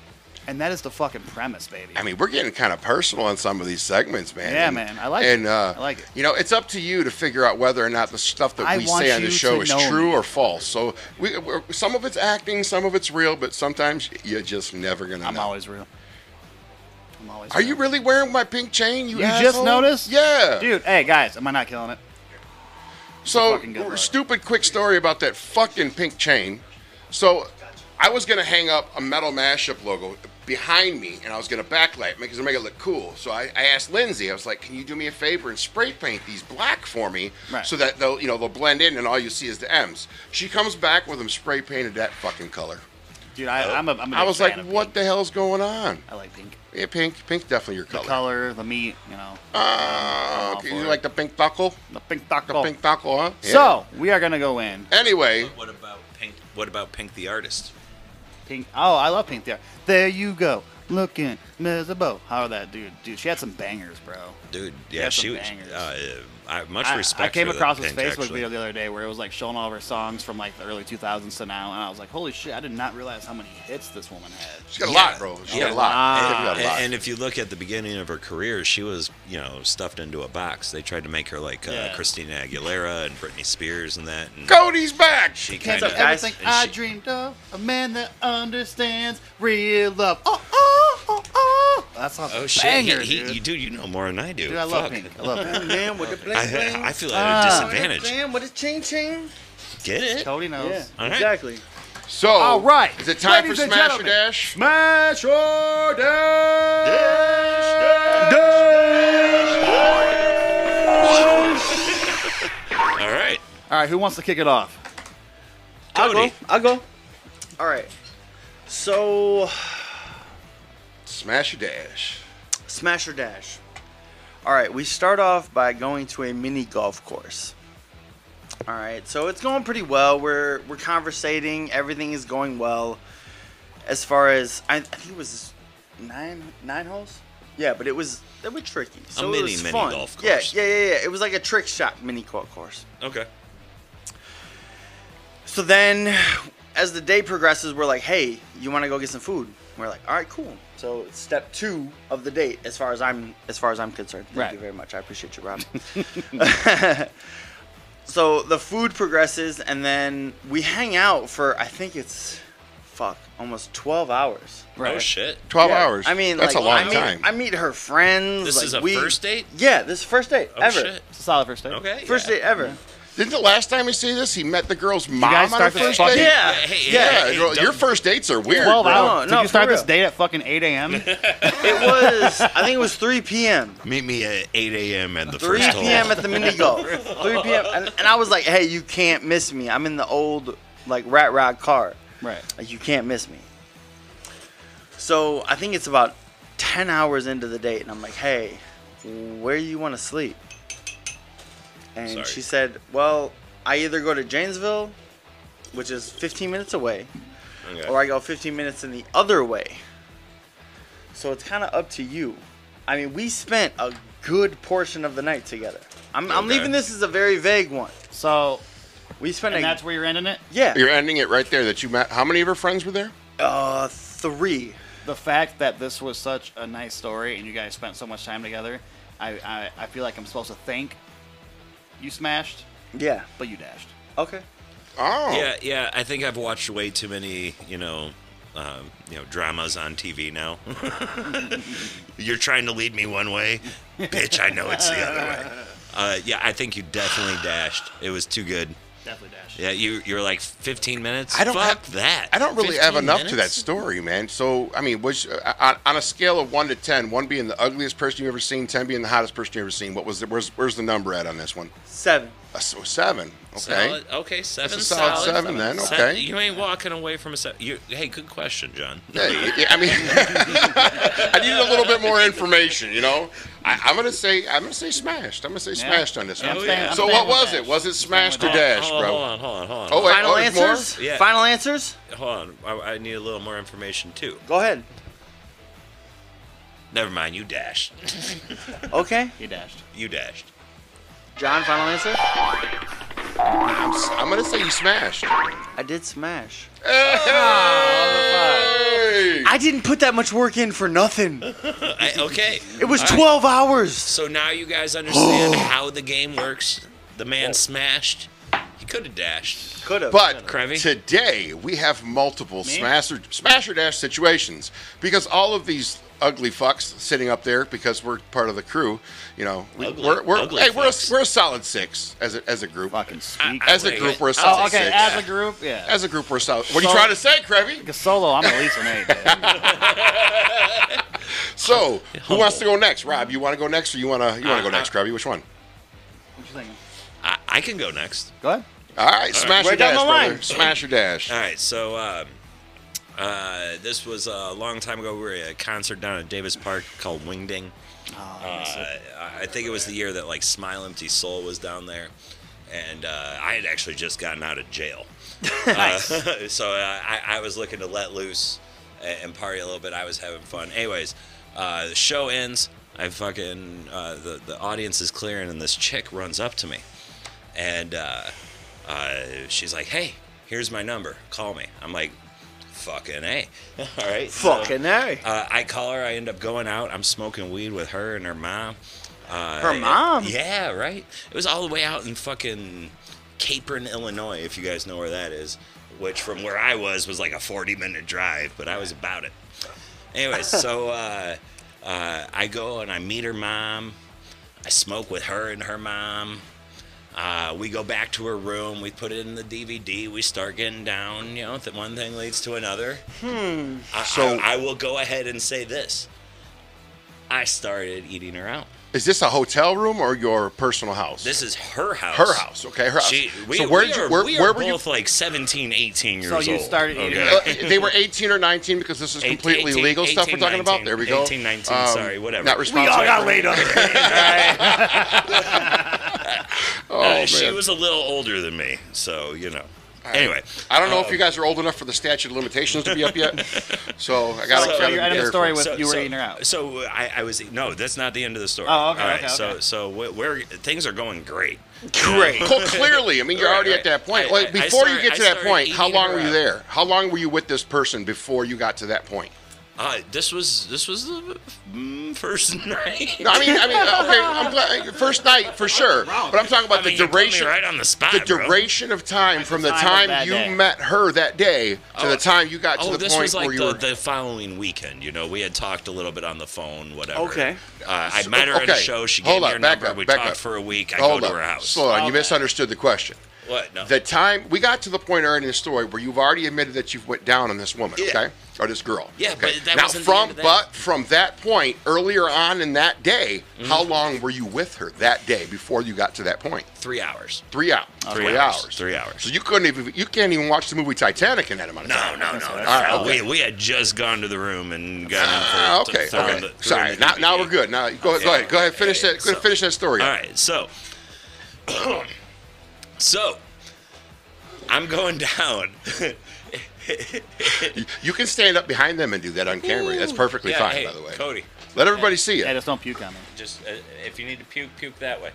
C: And that is the fucking premise, baby.
B: I mean, we're getting kind of personal on some of these segments, man.
C: Yeah,
B: And-
C: man. I like
B: and,
C: it.
B: Uh,
C: I like it.
B: You know, it's up to you to figure out whether or not the stuff that
C: I
B: we
C: want
B: say on
C: you
B: the
C: to
B: show is
C: know
B: true
C: me.
B: or false. So, we, we're, some of it's acting, some of it's real, but sometimes you're just never gonna.
C: I'm
B: know.
C: always real. I'm always.
B: Are you really wearing my pink chain? You,
C: You just
B: asshole?
C: noticed?
B: Yeah.
C: Dude, hey guys, am I not killing it?
B: So,
C: fucking good
B: stupid quick story about that fucking pink chain. So, I was going to hang up a metal mashup logo behind me and I was going to backlight because I make it look cool. So, I, I asked Lindsay, I was like, can you do me a favor and spray paint these black for me
C: Right.
B: so that they'll, you know, they'll blend in and all you see is the M's. She comes back with them spray painted that fucking color.
C: Dude, I, I'm a. I'm a
B: I
C: big
B: was
C: fan
B: like,
C: of
B: what the hell's going on?
C: I like pink.
B: Yeah, pink. Pink's definitely your
C: The
B: color.
C: color, the meat, you know.
B: Ah,
C: all
B: okay,
C: for
B: you
C: it.
B: like the pink buckle?
C: The pink buckle.
B: The pink buckle, huh? Yeah.
C: So we are gonna go in.
B: Anyway,
E: What about Pink? What about Pink the artist?
C: Pink. Oh, I love Pink. There, there you go. Looking miserable. How that dude? Dude, she had some bangers, bro.
E: Dude,
C: She
E: yeah,
C: had some
E: she was.
C: bangers.
E: Uh, I much
C: I-
E: respect.
C: I came
E: for the
C: across this
E: Pink,
C: Facebook
E: actually.
C: video the other day where it was like showing all of her songs from like the early 2000s to now, and I was like, holy shit, I did not realize how many hits this woman had.
B: She's got a lot, bro. She's got a lot. She's got a
E: And,
B: lot.
E: Uh, and if you look at the beginning of her career, she was, you know, stuffed into a box. They tried to make her like uh,
C: Yeah.
E: Christina Aguilera and Britney Spears and that. And
B: Cody's back.
E: She
C: Can't stop
E: kind of
C: everything Uh, I dreamed of. A man that understands real love. Oh, oh, oh, oh. That's not
E: Oh
C: a
E: shit!
C: banger,
E: he, he,
C: dude.
E: You, dude, you know more than I do.
C: Dude, I love
E: Fuck.
C: Pink. I love Pink.
D: Man, with the bling bling.
E: I, I feel
D: Ah.
E: at a disadvantage.
D: Damn, what is ching ching?
E: Get it?
C: Cody knows.
D: Yeah,
E: All right.
D: exactly.
B: So,
C: All right.
B: is it time
C: Ladies
B: for
C: and
B: Smash or
C: gentlemen,
B: Dash?
C: Smash or Dash!
E: All right.
C: All right, who wants to kick it off?
D: I'll go. I'll go. All right. So,
B: Smash or Dash?
D: smash or dash. All right. We start off by going to a mini golf course. All right. So it's going pretty well. We're we're conversating. Everything is going well. As far as I, I think it was nine nine holes. Yeah, but it was they were tricky. So it
E: mini,
D: was
E: mini
D: fun.
E: golf
D: Yeah,
E: course.
D: yeah, yeah, yeah. It was like a trick shot mini golf course.
E: Okay. Oh,
D: So then, as the day progresses, we're like, hey, you want to go get some food? We're like, all right, cool. So it's step two of the date, as far as I'm as far as I'm concerned. Thank
C: Right.
D: you very much. I appreciate you, Rob. so the food progresses, and then we hang out for I think it's fuck, almost 12 hours.
E: Right. Oh, shit.
B: 12 hours.
D: I mean,
B: That's
D: like,
B: a long
D: I meet,
B: time.
D: I meet her friends.
B: This
D: like,
B: is a
D: we-
B: first date?
D: Yeah, this is first date
B: Oh,
D: ever.
B: shit.
D: It's a solid first date.
E: Okay.
D: First date ever.
B: Didn't the last time we see this, he met the girl's mom on
C: guys
B: the
C: start that
B: first
C: fucking-
B: date?
C: Yeah.
B: yeah.
C: Hey,
B: yeah.
C: hey, hey,
B: well,
C: don't-
B: your first dates are weird.
C: 12
B: bro.
C: hours. Did you start this date at fucking 8 a.m.?
D: it was, I think it was 3 p.m.
E: Meet me at 8 a.m. at the
D: 3
E: first hole.
D: p.m. at the mini golf. 3 p.m. And, and I was like, hey, you can't miss me. I'm in the old, like, rat rod car.
C: Right.
D: Like, you can't miss me. So I think it's about 10 hours into the date, and I'm like, hey, where you want to sleep? And
E: Sorry.
D: she said, well, I either go to Janesville, which is 15 minutes away,
E: Okay.
D: or I go 15 minutes in the other way. So it's kind of up to you. I mean, we spent a good portion of the night together. I'm, I'm
B: Okay.
D: leaving this as a very vague one.
C: So
D: we spent.
C: And
D: a,
C: that's where you're ending it?
D: Yeah.
B: You're ending it right there. That you met. How many of her friends were there?
D: Uh, three.
C: The fact that this was such a nice story and you guys spent so much time together, I, I, I feel like I'm supposed to think you smashed,
D: Yeah.
C: but you dashed.
D: Okay.
B: Oh.
E: Yeah, yeah. I think I've watched way too many, you know, um, you know, dramas on TV now. You're trying to lead me one way, bitch. I know it's the other way. Uh, yeah, I think you definitely dashed. It was too good.
C: Definitely dashed.
E: Yeah, you you're like 15 minutes.
B: I don't
E: Fuck
B: have
E: that.
B: I don't really have
E: 15
B: enough to that
E: minutes?
B: story, man. So I mean, which uh, on, on a scale of one to ten, one being the ugliest person you've ever seen, ten being the hottest person you've ever seen, what was the, where's where's the number at on this one?
D: Seven.
B: Uh, so seven. Okay.
E: Solid. Okay, seven.
B: That's a solid seven then,
E: Se-
B: okay.
E: you ain't walking away from a seven. You, hey, good question, John.
B: Yeah, y- yeah, I mean, I needed a little bit more information. You know, I, I'm gonna say I'm gonna say smashed. I'm gonna say smashed on this
E: Yeah,
B: one.
E: I'm staying- I'm
B: so what
E: staying with
B: was it? Was it smashed or
E: Hold-
B: dashed,
E: hold on,
B: bro?
E: Oh, Hold on, hold on, hold on.
B: Oh, wait,
D: Final
B: oh, there's more?
D: answers?
E: Yeah.
D: Final answers?
E: Hold on. I, I need a little more information too.
D: Go ahead.
E: Never mind. You dashed.
D: Okay.
C: You dashed.
E: You dashed.
D: John, final answer?
B: I'm, s- I'm gonna say you smashed.
D: I did smash.
B: Hey!
D: I didn't put that much work in for nothing.
E: I- okay.
D: It was
E: All right.
D: 12 hours.
E: So now you guys understand how the game works. The man smashed. He could have dashed.
D: Could have.
B: But
E: Crevy.
B: today we have multiple smasher smasher dash situations because all of these ugly fucks sitting up there because we're part of the crew. You know, we-
E: Ugly-
B: we're, we're
E: ugly
B: hey we're a,
E: fucks.
B: we're a solid six as a, as a group.
C: Fucking
B: as a
E: wait,
B: group,
E: wait.
B: we're a
E: Oh,
B: solid
C: okay,
B: six.
C: as a group, yeah.
B: As a group, we're solid. What are
C: So-
B: you trying to say, Krevy?
C: Because solo, I'm at least an 8. dude.
B: So, who wants to go next? Rob, you want to go next, or you want to you want to
E: Uh,
B: go next, Krevy? Which one?
C: What you thinking?
E: I, I can go next.
C: Go ahead.
B: All right, smash your
D: Right down
B: dash,
D: the line.
B: brother. Smash your dash.
E: All right, so um, uh, this was a long time ago. We were at a concert down at Davis Park called Wingding. uh, I think it was the year that like Smile Empty Soul was down there, and uh, I had actually just gotten out of jail. Uh, so I, I was looking to let loose and, and party a little bit. I was having fun. Anyways, uh, the show ends. I fucking uh, the the audience is clearing, and this chick runs up to me, and uh, uh, she's like, "Hey, here's my number. Call me." I'm like, "Fucking a." All right. so-
D: Fucking A.
E: uh, I call her. I end up going out. I'm smoking weed with her and her mom. Uh,
D: Her mom?
E: yeah, right. It was all the way out in fucking Capron, Illinois, if you guys know where that is. Which, from where I was, was like a 40 minute drive, but I was about it. Anyway, so uh, uh, I go and I meet her mom. I smoke with her and her mom. Uh, we go back to her room. We put it in the DVD. We start getting down. You know, th- one thing leads to another. I,
B: So-
E: I, I will go ahead and say this. I started eating her out.
B: Is this a hotel room or your personal house?
E: This is her house.
B: Her house, okay, her house.
E: She, we,
B: So where
E: we
B: did you-
E: are,
B: where-
E: we
B: where
E: are
B: were you-
E: both like 17, 18 years
C: So
E: old.
C: you started eating
E: okay?
B: Uh, they were 18 or 19 because this is
E: Eight-
B: completely
E: 18,
B: legal stuff we're
E: 18,
B: talking about.
E: 19,
B: There we go. Um,
E: 18, 19, sorry, whatever.
B: Not
E: We
B: responsible.
C: on
B: Oh,
E: Uh,
B: man.
E: she was a little older than me, so you know. Anyway,
B: I don't know if
E: um,
B: you guys are old enough for the statute of limitations to be up yet. so I got
E: So-
B: to
E: So
C: your end of the story was you were eating her out.
E: So I, I was no, that's not the end of the story.
C: Oh, okay,
E: All right,
C: okay,
E: so
C: okay.
E: so wh- where things are going great.
D: Great.
B: Well, clearly, I mean, you're
E: Right,
B: already
E: right.
B: at that point.
E: I-
B: Like,
E: I- I
B: before you
E: started-
B: get to
E: I
B: that
E: started
B: point, how
E: eating
B: long
E: her
B: were you
E: up.
B: there? How long were you with this person before you got to that point?
E: Uh, this was this was the mm, first night.
B: No, I mean, I mean, uh, okay, I'm glad, first night for sure, but I'm talking about
E: I mean,
B: the
E: you put me
B: duration,
E: right on the spot, bro.
B: duration of time from the
E: time of
B: time
E: that
B: you
E: day.
B: met her that day to the time you got to
E: oh,
B: the
E: this
B: point
E: was like
B: where you
E: the,
B: were.
E: the following weekend. You know, we had talked a little bit on the phone, whatever.
B: Okay.
E: Uh, I
B: So-
E: met her at a
B: okay.
E: show. She
B: Hold
E: gave
B: on,
E: me her
B: back
E: number.
B: up,
E: we
B: back
E: talked
B: up.
E: for a week. I
B: Hold
E: go
B: on,
E: to her house.
B: Slow down, you misunderstood the question.
E: What? No.
B: The time we got to the point earlier in the story where you've already admitted that you've went down on this woman,
E: Yeah.
B: okay, or this girl.
E: Yeah,
B: okay?
E: but that
B: now
E: wasn't the
B: from
E: end of that.
B: but from that point earlier on in that day,
E: Mm-hmm.
B: how long were you with her that day before you got to that point?
E: Three hours.
B: Three hours.
E: Three hours. Three hours.
B: So you couldn't even you can't even watch the movie Titanic in that amount of
E: No,
B: time.
E: no, no. Uh,
B: All right, okay.
E: we, we had just gone to the room and got
B: Ah,
E: in for
B: okay,
E: for
B: okay.
E: the- for
B: Sorry.
E: the
B: Now, now we're good. Now go, go
E: Yeah,
B: ahead. Go ahead. Finish
E: yeah,
B: that. Go ahead,
E: so-
B: finish that story.
E: All right, so, so I'm going down.
B: You, you can stand up behind them and do that on camera. That's perfectly
E: Yeah,
B: fine,
E: hey,
B: by the way.
E: Cody.
B: Let everybody see it.
C: Yeah, just don't puke on me.
E: Just uh, if you need to puke, puke that way.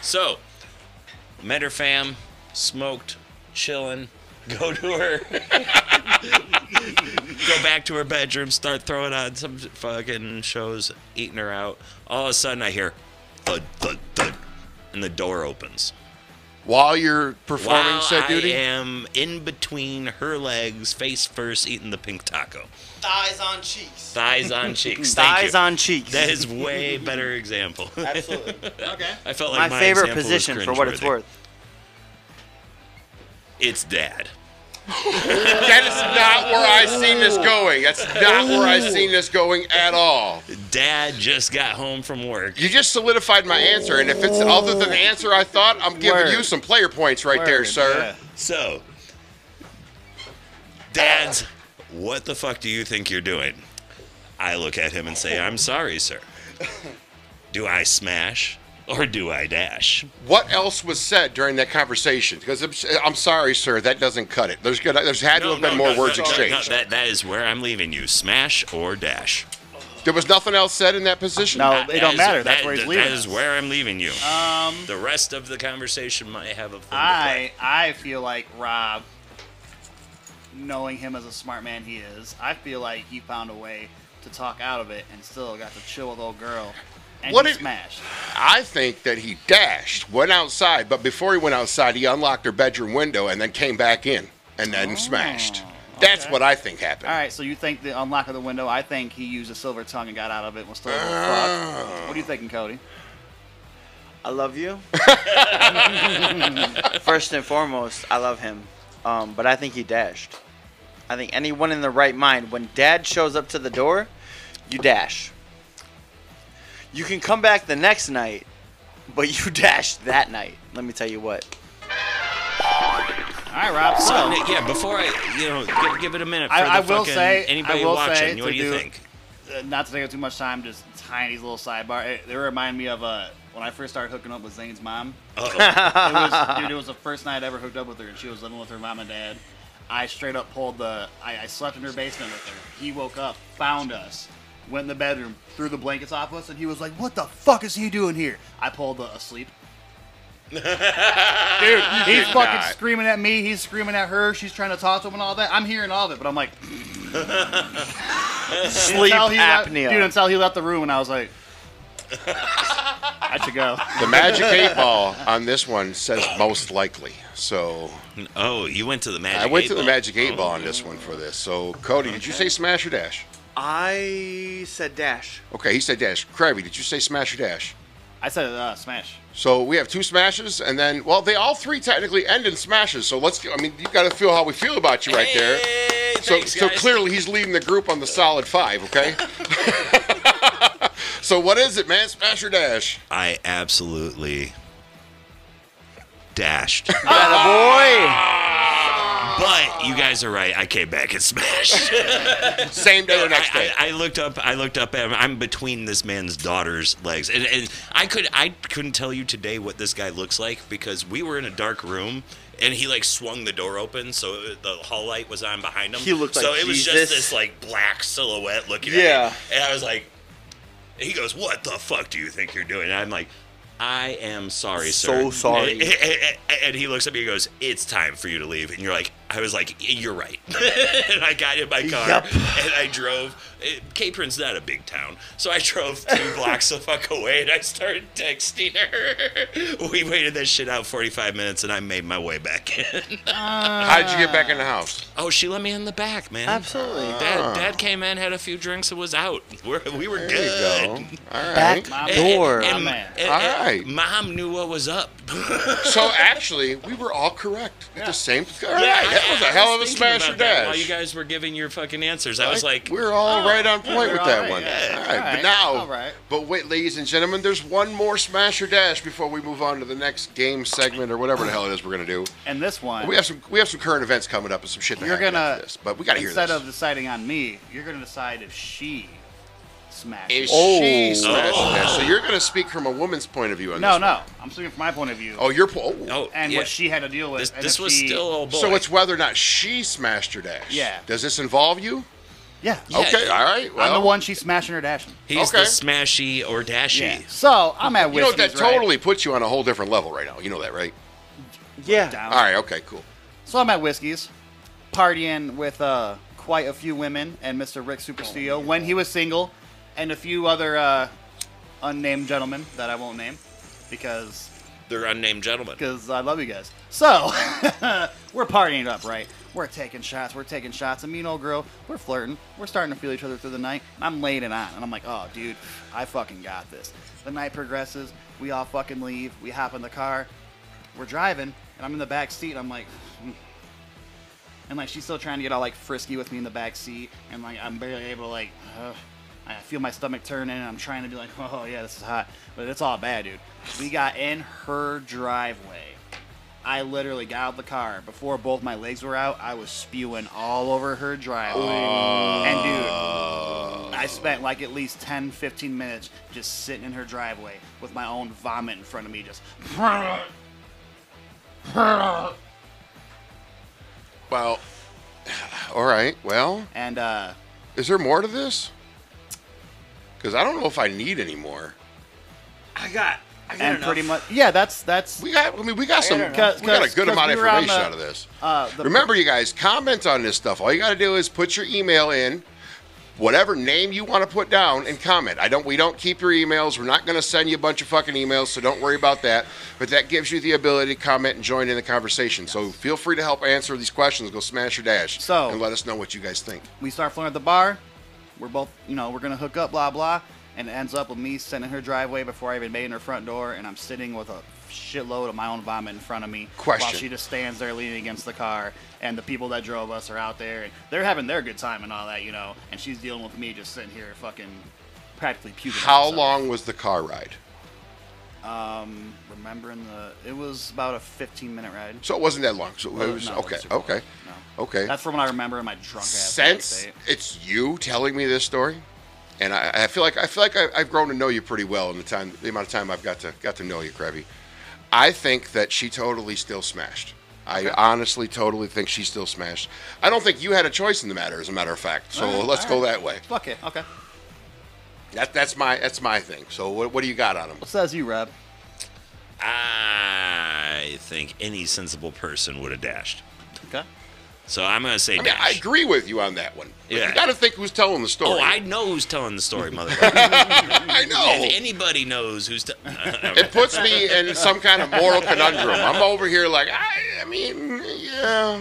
E: So, met her fam, smoked, chilling. Go to her. go back to her bedroom. Start throwing on some fucking shows, eating her out. All of a sudden, I hear thud thud thud, and the door opens.
B: While you're performing
E: While
B: said duty.
E: I am in between her legs, face first, eating the pink taco.
D: Thighs on cheeks.
E: Thighs on cheeks. Thank
D: Thighs
E: you.
D: on cheeks.
E: That is way better example.
D: Absolutely.
E: okay. I felt
D: my,
E: like my,
D: favorite
E: example was
D: position for what it's
E: cringeworthy.
D: worth.
E: It's dad.
B: that is not where I seen this going. That's not where I seen this going at all.
E: Dad just got home from work.
B: You just solidified my answer, and if it's other than the answer I thought, I'm giving
E: Word.
B: you some player points right there,
E: Word,
B: sir.
E: yeah. So, Dad's, what the fuck do you think you're doing? I look at him and say, I'm sorry, sir. Do I smash or do I dash?
B: What else was said during that conversation? Because I'm, I'm sorry, sir, that doesn't cut it. There's gonna, there's had to have been more words
E: no, no,
B: exchanged.
E: that, that is where I'm leaving you. Smash or dash.
B: There was nothing else said in that position.
E: That- that is- that- That is where I'm leaving you.
C: Um,
E: the rest of the conversation might have a fun
C: I I feel like Rob, knowing him as a smart man he is, I feel like he found a way to talk out of it and still got to chill with old girl and
B: What
C: he
B: if-
C: smashed.
B: I think that he dashed, went outside, but before he went outside, he unlocked her bedroom window and then came back in and
E: Oh.
B: then smashed. That's what I think happened.
C: All right, so you think the unlock of the window? I think he used a silver tongue and got out of it and was still. able to fuck. What are you thinking, Cody?
D: I love you. First and foremost, I love him. Um, but I think he dashed. I think anyone in the right mind, when dad shows up to the door, you dash. You can come back the next night, but you dashed that night. Let me tell you what.
C: All right, Rob.
E: So,
C: So
E: Nick, yeah, before I, you know, give, give it a minute for
C: I,
E: the
C: I will
E: fucking
C: say,
E: anybody
C: I will
E: watching.
C: say
E: what
C: to
E: do you think?
C: uh, Not to take up too much time, just tiny little sidebar. It, they remind me of uh, when I first started hooking up with Zane's mom.
E: Uh-oh.
C: It was, dude, it was the first night I ever hooked up with her, and she was living with her mom and dad. I straight up pulled the. I, I slept in her basement with her. He woke up, found us, went in the bedroom, threw the blankets off us, and he was like, "What the fuck is he doing here?" I pulled the asleep. Dude, he's
B: did
C: fucking
B: not.
C: screaming at me. He's screaming at her. She's trying to talk to him and all that. I'm hearing all of it, but I'm like,
D: Sleep
C: until he left-
D: apnea.
C: dude, until he left the room, and I was like, I should go.
B: The magic eight ball on this one says most likely. So
E: Oh, you went to the magic.
B: I went
E: eight
B: to the
E: ball. Oh.
B: magic eight ball on this one for this. So Cody, did you say smash or dash?
D: I said dash.
B: Okay, he said dash. Krabby, did you say smash or dash?
C: I said uh, smash.
B: So we have two smashes, and then well, they all three technically end in smashes. So let's. I mean, you got to feel how we feel about you right there. so
E: thanks,
B: so
E: guys.
B: clearly he's leading the group on the solid five. Okay. so what is it, man? Smash or dash?
E: I absolutely dashed. But you guys are right. I came back and smashed.
B: Same day or next
E: day. I, I looked up. I looked up. I'm, I'm between this man's daughter's legs, and, and I could. I couldn't tell you today what this guy looks like because we were in a dark room, and he like swung the door open, so it- the hall light was on behind him.
D: He looked
E: so
D: like
E: it was
D: Jesus.
E: just this like black silhouette looking. at
D: Yeah.
E: me. and I was like, he goes, "What the fuck do you think you're doing?" And I'm like. I am sorry,
D: So
E: sir.
D: sorry.
E: And, and- and he looks at me and goes, "It's time for you to leave." And you're like, I was like, "You're right," and I got in my car
D: Yup.
E: and I drove. It, Capron's not a big town, so I drove two blocks the fuck away and I started texting her. We waited that shit out 45 minutes, and I made my way back in.
B: How did you get back in the house?
E: Oh, she let me in the back, man.
D: Absolutely.
E: Dad, Dad came in, had a few drinks, and was out. We're, we were
B: There you
E: good.
B: go. Oh, All right.
D: Back door.
E: And,
C: man.
E: and-
B: All
E: and
B: right.
E: Mom knew what was up.
B: So actually, we were all correct. At the same. All right,
E: Yeah,
B: that
E: I-
B: was a
E: I
B: hell of a
E: was thinking
B: smash or
E: about that While you
B: dash.
E: guys were giving your fucking answers, I was like,
B: we're all right on point
C: we're
B: with
C: all
B: that
C: right,
B: one.
E: yeah.
B: All right,
C: All
B: but
C: right,
B: now,
C: all right.
B: but wait, ladies and gentlemen, there's one more smash or dash before we move on to the next game segment or whatever the hell it is we're gonna do.
C: And this one,
B: We have some we have some current events coming up and some shit. that
C: you're
B: happened
C: gonna
B: after this, but we gotta hear
C: instead
B: this.
C: of deciding on me, you're gonna decide if she
B: Is
C: smashes.
D: Oh.
B: she smash
E: Oh.
B: or dash? So you're gonna speak from a woman's point of view on
C: No,
B: this.
C: no, I'm speaking from my point of view
B: Oh, your po- oh.
E: oh,
C: and
E: yeah.
C: what she had to deal with.
E: This,
C: and
E: this
C: if
E: was
C: she-
E: still old boy.
B: So it's whether or not she smashed or dash.
C: Yeah.
B: Does this involve you?
C: yeah.
E: Yeah,
B: okay. All right. Oh, Well,
C: I'm the one she's smashing or dashing.
E: he's the
B: okay.
E: smashy or dashy.
C: Yeah. So I'm at
B: You know
C: Whiskey's,
B: that
C: right?
B: totally puts you on a whole different level right now. You know that, right?
D: Yeah.
C: Down.
B: All right. Okay. Cool.
C: So I'm at Whiskey's, partying with uh, quite a few women and Mr. Rick Supersteel when he was single, and a few other uh, unnamed gentlemen that I won't name because
E: They're unnamed gentlemen.
C: because I love you guys. So we're partying it up, right? We're taking shots, we're taking shots. And me and old girl, we're flirting, we're starting to feel each other through the night. I'm laying it on, and I'm like, oh, dude, I fucking got this. The night progresses, we all fucking leave, we hop in the car, we're driving, and I'm in the back seat, and I'm like, "Mm." and like she's still trying to get all like frisky with me in the back seat, and like I'm barely able to like, ugh. I feel my stomach turning, and I'm trying to be like, oh yeah, this is hot, but it's all bad, dude. We got in her driveway. I literally got out of the car before both my legs were out. I was spewing all over her driveway, and dude, I spent like at least 10, 15 minutes just sitting in her driveway with my own vomit in front of me, just.
B: Well. All right. Well,
C: And uh,
B: is there more to this? Because I don't know if I need any more.
D: I got. I got
C: and
D: enough.
C: pretty much, yeah, that's that's.
B: We got. I mean, we got some. We
C: Cause-
B: got a
C: cause-
B: good
C: cause
B: amount of
C: we were on
B: information
C: the-
B: out of this.
C: Uh, the,
B: Remember, you guys, comment on this stuff. All you got to do is put your email in, whatever name you want to put down, and comment. I don't. We don't keep your emails. We're not going to send you a bunch of fucking emails, so don't worry about that. But that gives you the ability to comment and join in the conversation. So feel free to help answer these questions. Go smash your dash.
C: So-
B: and let us know what you guys think.
C: we start flirting at the bar. We're both, you know, we're gonna hook up, blah blah, and it ends up with me sitting in her driveway before I even made in her front door, and I'm sitting with a shitload of my own vomit in front of me while
B: Question.
C: she just stands there leaning against the car, and the people that drove us are out there, and they're having their good time and all that, you know, and she's dealing with me just sitting here fucking practically puking.
B: How
C: myself.
B: long was the car ride?
C: Um, remembering the, it was about a 15 minute ride.
B: So it wasn't that long. So it was
C: No,
B: okay.
C: that's your
B: Okay.
C: No.
B: Okay.
C: That's from what I remember in my drunk ass.
B: since
C: state.
B: it's you telling me this story, and I, I feel like I feel like I, I've grown to know you pretty well in the time, the amount of time I've got to got to know you, Krabby. I think that she totally still smashed. I honestly totally think she still smashed. I don't think you had a choice in the matter, as a matter of fact. So
C: All right,
B: let's
C: all
B: go
C: right.
B: that way.
C: Fuck it. Okay.
B: That, that's my that's my thing. So what, what do you got on him?
C: What says you, Rob?
E: I think any sensible person would have dashed.
C: Okay.
E: So I'm gonna say
B: I mean,
E: dash.
B: I agree with you on that one. But
E: Yeah.
B: You got to think who's telling the story.
E: Oh, I know who's telling the story, motherfucker.
B: I know.
E: if anybody knows who's telling,
B: it puts me in some kind of moral conundrum. I'm over here like I, I mean, yeah.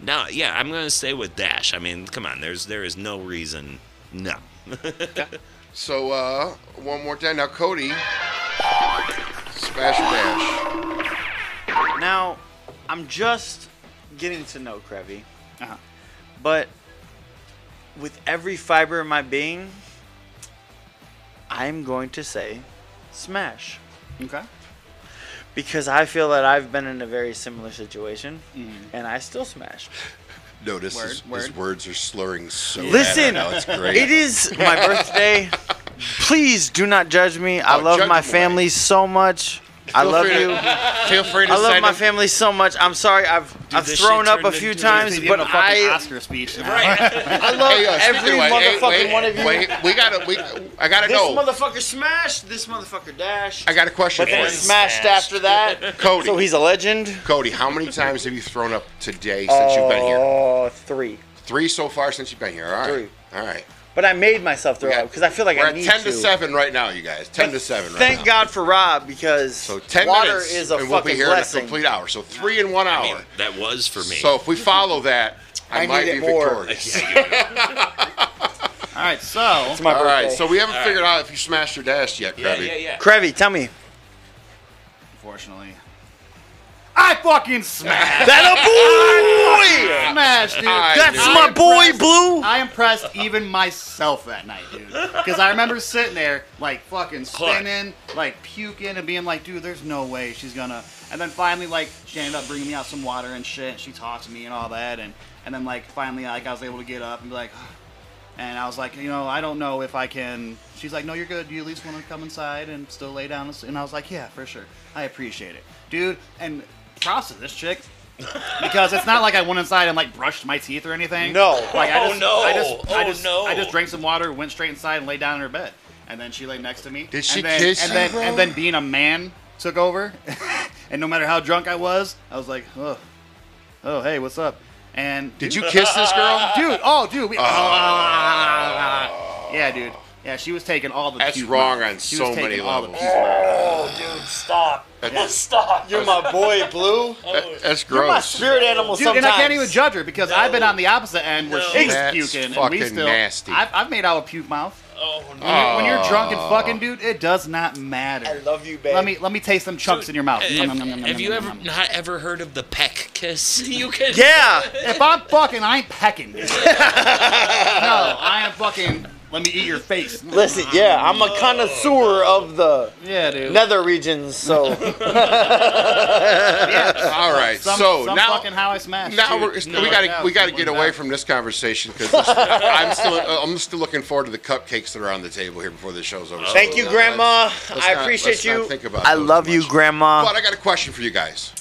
E: no, yeah, I'm gonna stay with dash. I mean, come on, there's there is no reason, no.
B: So uh, one more time now, Cody. Smash or dash.
D: Now, I'm just getting to know Krevy,
C: Uh-huh.
D: but with every fiber of my being, I'm going to say smash
C: Okay.
D: because I feel that I've been in a very similar situation
B: Mm.
D: and I still smash.
B: Notice
C: Word,
B: his,
C: word.
B: his words are slurring so. bad
D: Listen,
B: right now. it's great.
D: it is my birthday. Please do not judge me. I
B: Oh,
D: love
B: judge
D: my
B: away.
D: family so much. I
B: Feel
D: love
B: free to-
D: you.
B: Feel free to
D: I love
B: send
D: my
B: him-
D: family so much. I'm sorry. I've
E: do
D: I've
E: this
D: thrown
E: shit
D: up a
E: turn
D: few
E: into-
D: times, but I
E: Right.
D: I love
B: Hey, uh,
D: every
B: speaking of
D: motherfucking
B: what, hey, wait,
D: one of you.
B: Wait, we gotta. We, I gotta
D: this
B: know.
D: motherfucker smashed. This motherfucker dashed.
B: I got a question
D: But
B: for
D: then
B: you.
D: smashed after that.
B: Cody.
D: So he's a legend.
B: Cody, how many times have you thrown up today since you've been here?
D: Oh, three.
B: Three so far since you've been here. All right.
D: Three.
B: All right.
D: But I made myself throw
B: We got-
D: up because I feel like
B: We're
D: I
B: at
D: need
B: ten to
D: to.
B: seven right now, you guys. Ten to seven right
D: Thank
B: now.
D: God for Rob because
B: 10
D: water
B: minutes,
D: is a
B: and
D: fucking
B: we'll be here
D: blessing.
B: in a complete hour. So three in one hour.
E: that was for me.
B: So if we follow that, I,
D: I
B: might
D: need
B: be
D: it more.
B: victorious.
C: All right, so
D: It's my
B: All
D: birthday.
B: right, so we haven't figured out if you smashed your dash yet, Krabby.
D: Krevy, tell me.
C: Unfortunately, I fucking smashed.
D: That a boy!
C: I smashed, dude.
B: I
D: That's
B: knew
D: my
B: it.
D: boy, Blue.
C: I impressed even myself that night, dude. Because I remember sitting there, like, fucking spinning, like, puking, and being like, dude, there's no way she's gonna. And then finally, like, she ended up bringing me out some water and shit, and she talked to me and all that. And, and then, like, finally, like, I was able to get up and be like, and I was like, you know, I don't know if I can. She's like, no, you're good. Do you at least want to come inside and still lay down? And I was like, yeah, for sure. I appreciate it, dude. And props to this chick. because it's not like I went inside and like brushed my teeth or anything.
D: No.
C: like I
E: Oh,
C: just,
E: no.
C: I just, I
E: Oh,
C: just,
E: no.
C: I just drank some water, went straight inside, and laid down in her bed. And then she lay next to me.
B: Did she
C: and then,
B: kiss
C: and
B: you,
C: Then,
B: bro?
C: And then being a man took over. and no matter how drunk I was, I was like, oh, oh, hey, what's up? And
B: Did you Ah. kiss this girl?
C: dude. Oh, ah, dude. We, yeah, dude. Yeah, she was taking all the.
B: That's
C: puke
B: wrong
C: money.
B: on
C: She
B: so
C: was taking
B: many
C: all the
B: levels.
C: puke money.
D: Oh, dude, stop. Stop. You're my boy, Blue.
B: That- that's
C: You're my
B: gross.
D: Spirit animal
C: Dude,
D: sometimes.
C: and I can't even judge her because I've been on the opposite end where
E: No.
C: she's
B: That's
C: puking and we
B: fucking
C: still.
B: nasty. Ah.
C: I've, I've made out a puke mouth.
E: Oh, no.
C: When, you're, when you're drunk and fucking, dude, it does not matter.
D: I love you, babe.
C: let me let me taste some chunks in your mouth. Nom, nom, nom,
E: Have,
C: nom,
E: have
C: nom,
E: you
C: nom,
E: ever
C: nom.
E: not ever heard of the peck kiss? You can.
D: Yeah.
C: If I'm fucking, I ain't pecking. dude. no, I am fucking. Let me eat your face.
D: Listen, yeah, I'm a connoisseur of the
C: Yeah, dude.
D: nether regions, so
B: All right,
C: Some,
B: so
C: some
B: now.
C: fucking how I smash.
B: Now
C: dude.
B: we're,
C: No,
B: we gotta
C: no,
B: we gotta
C: no,
B: get
C: no.
B: away from this conversation because I'm still I'm still looking forward to the cupcakes that are on the table here before the show's over. So
D: thank you,
B: Oh, let's-
D: Grandma.
B: let's
D: I
B: not-
D: appreciate
B: let's not
D: you.
B: think about
D: I
B: those
D: love
B: too
D: you,
B: much.
D: Grandma.
B: But I got a question for you guys.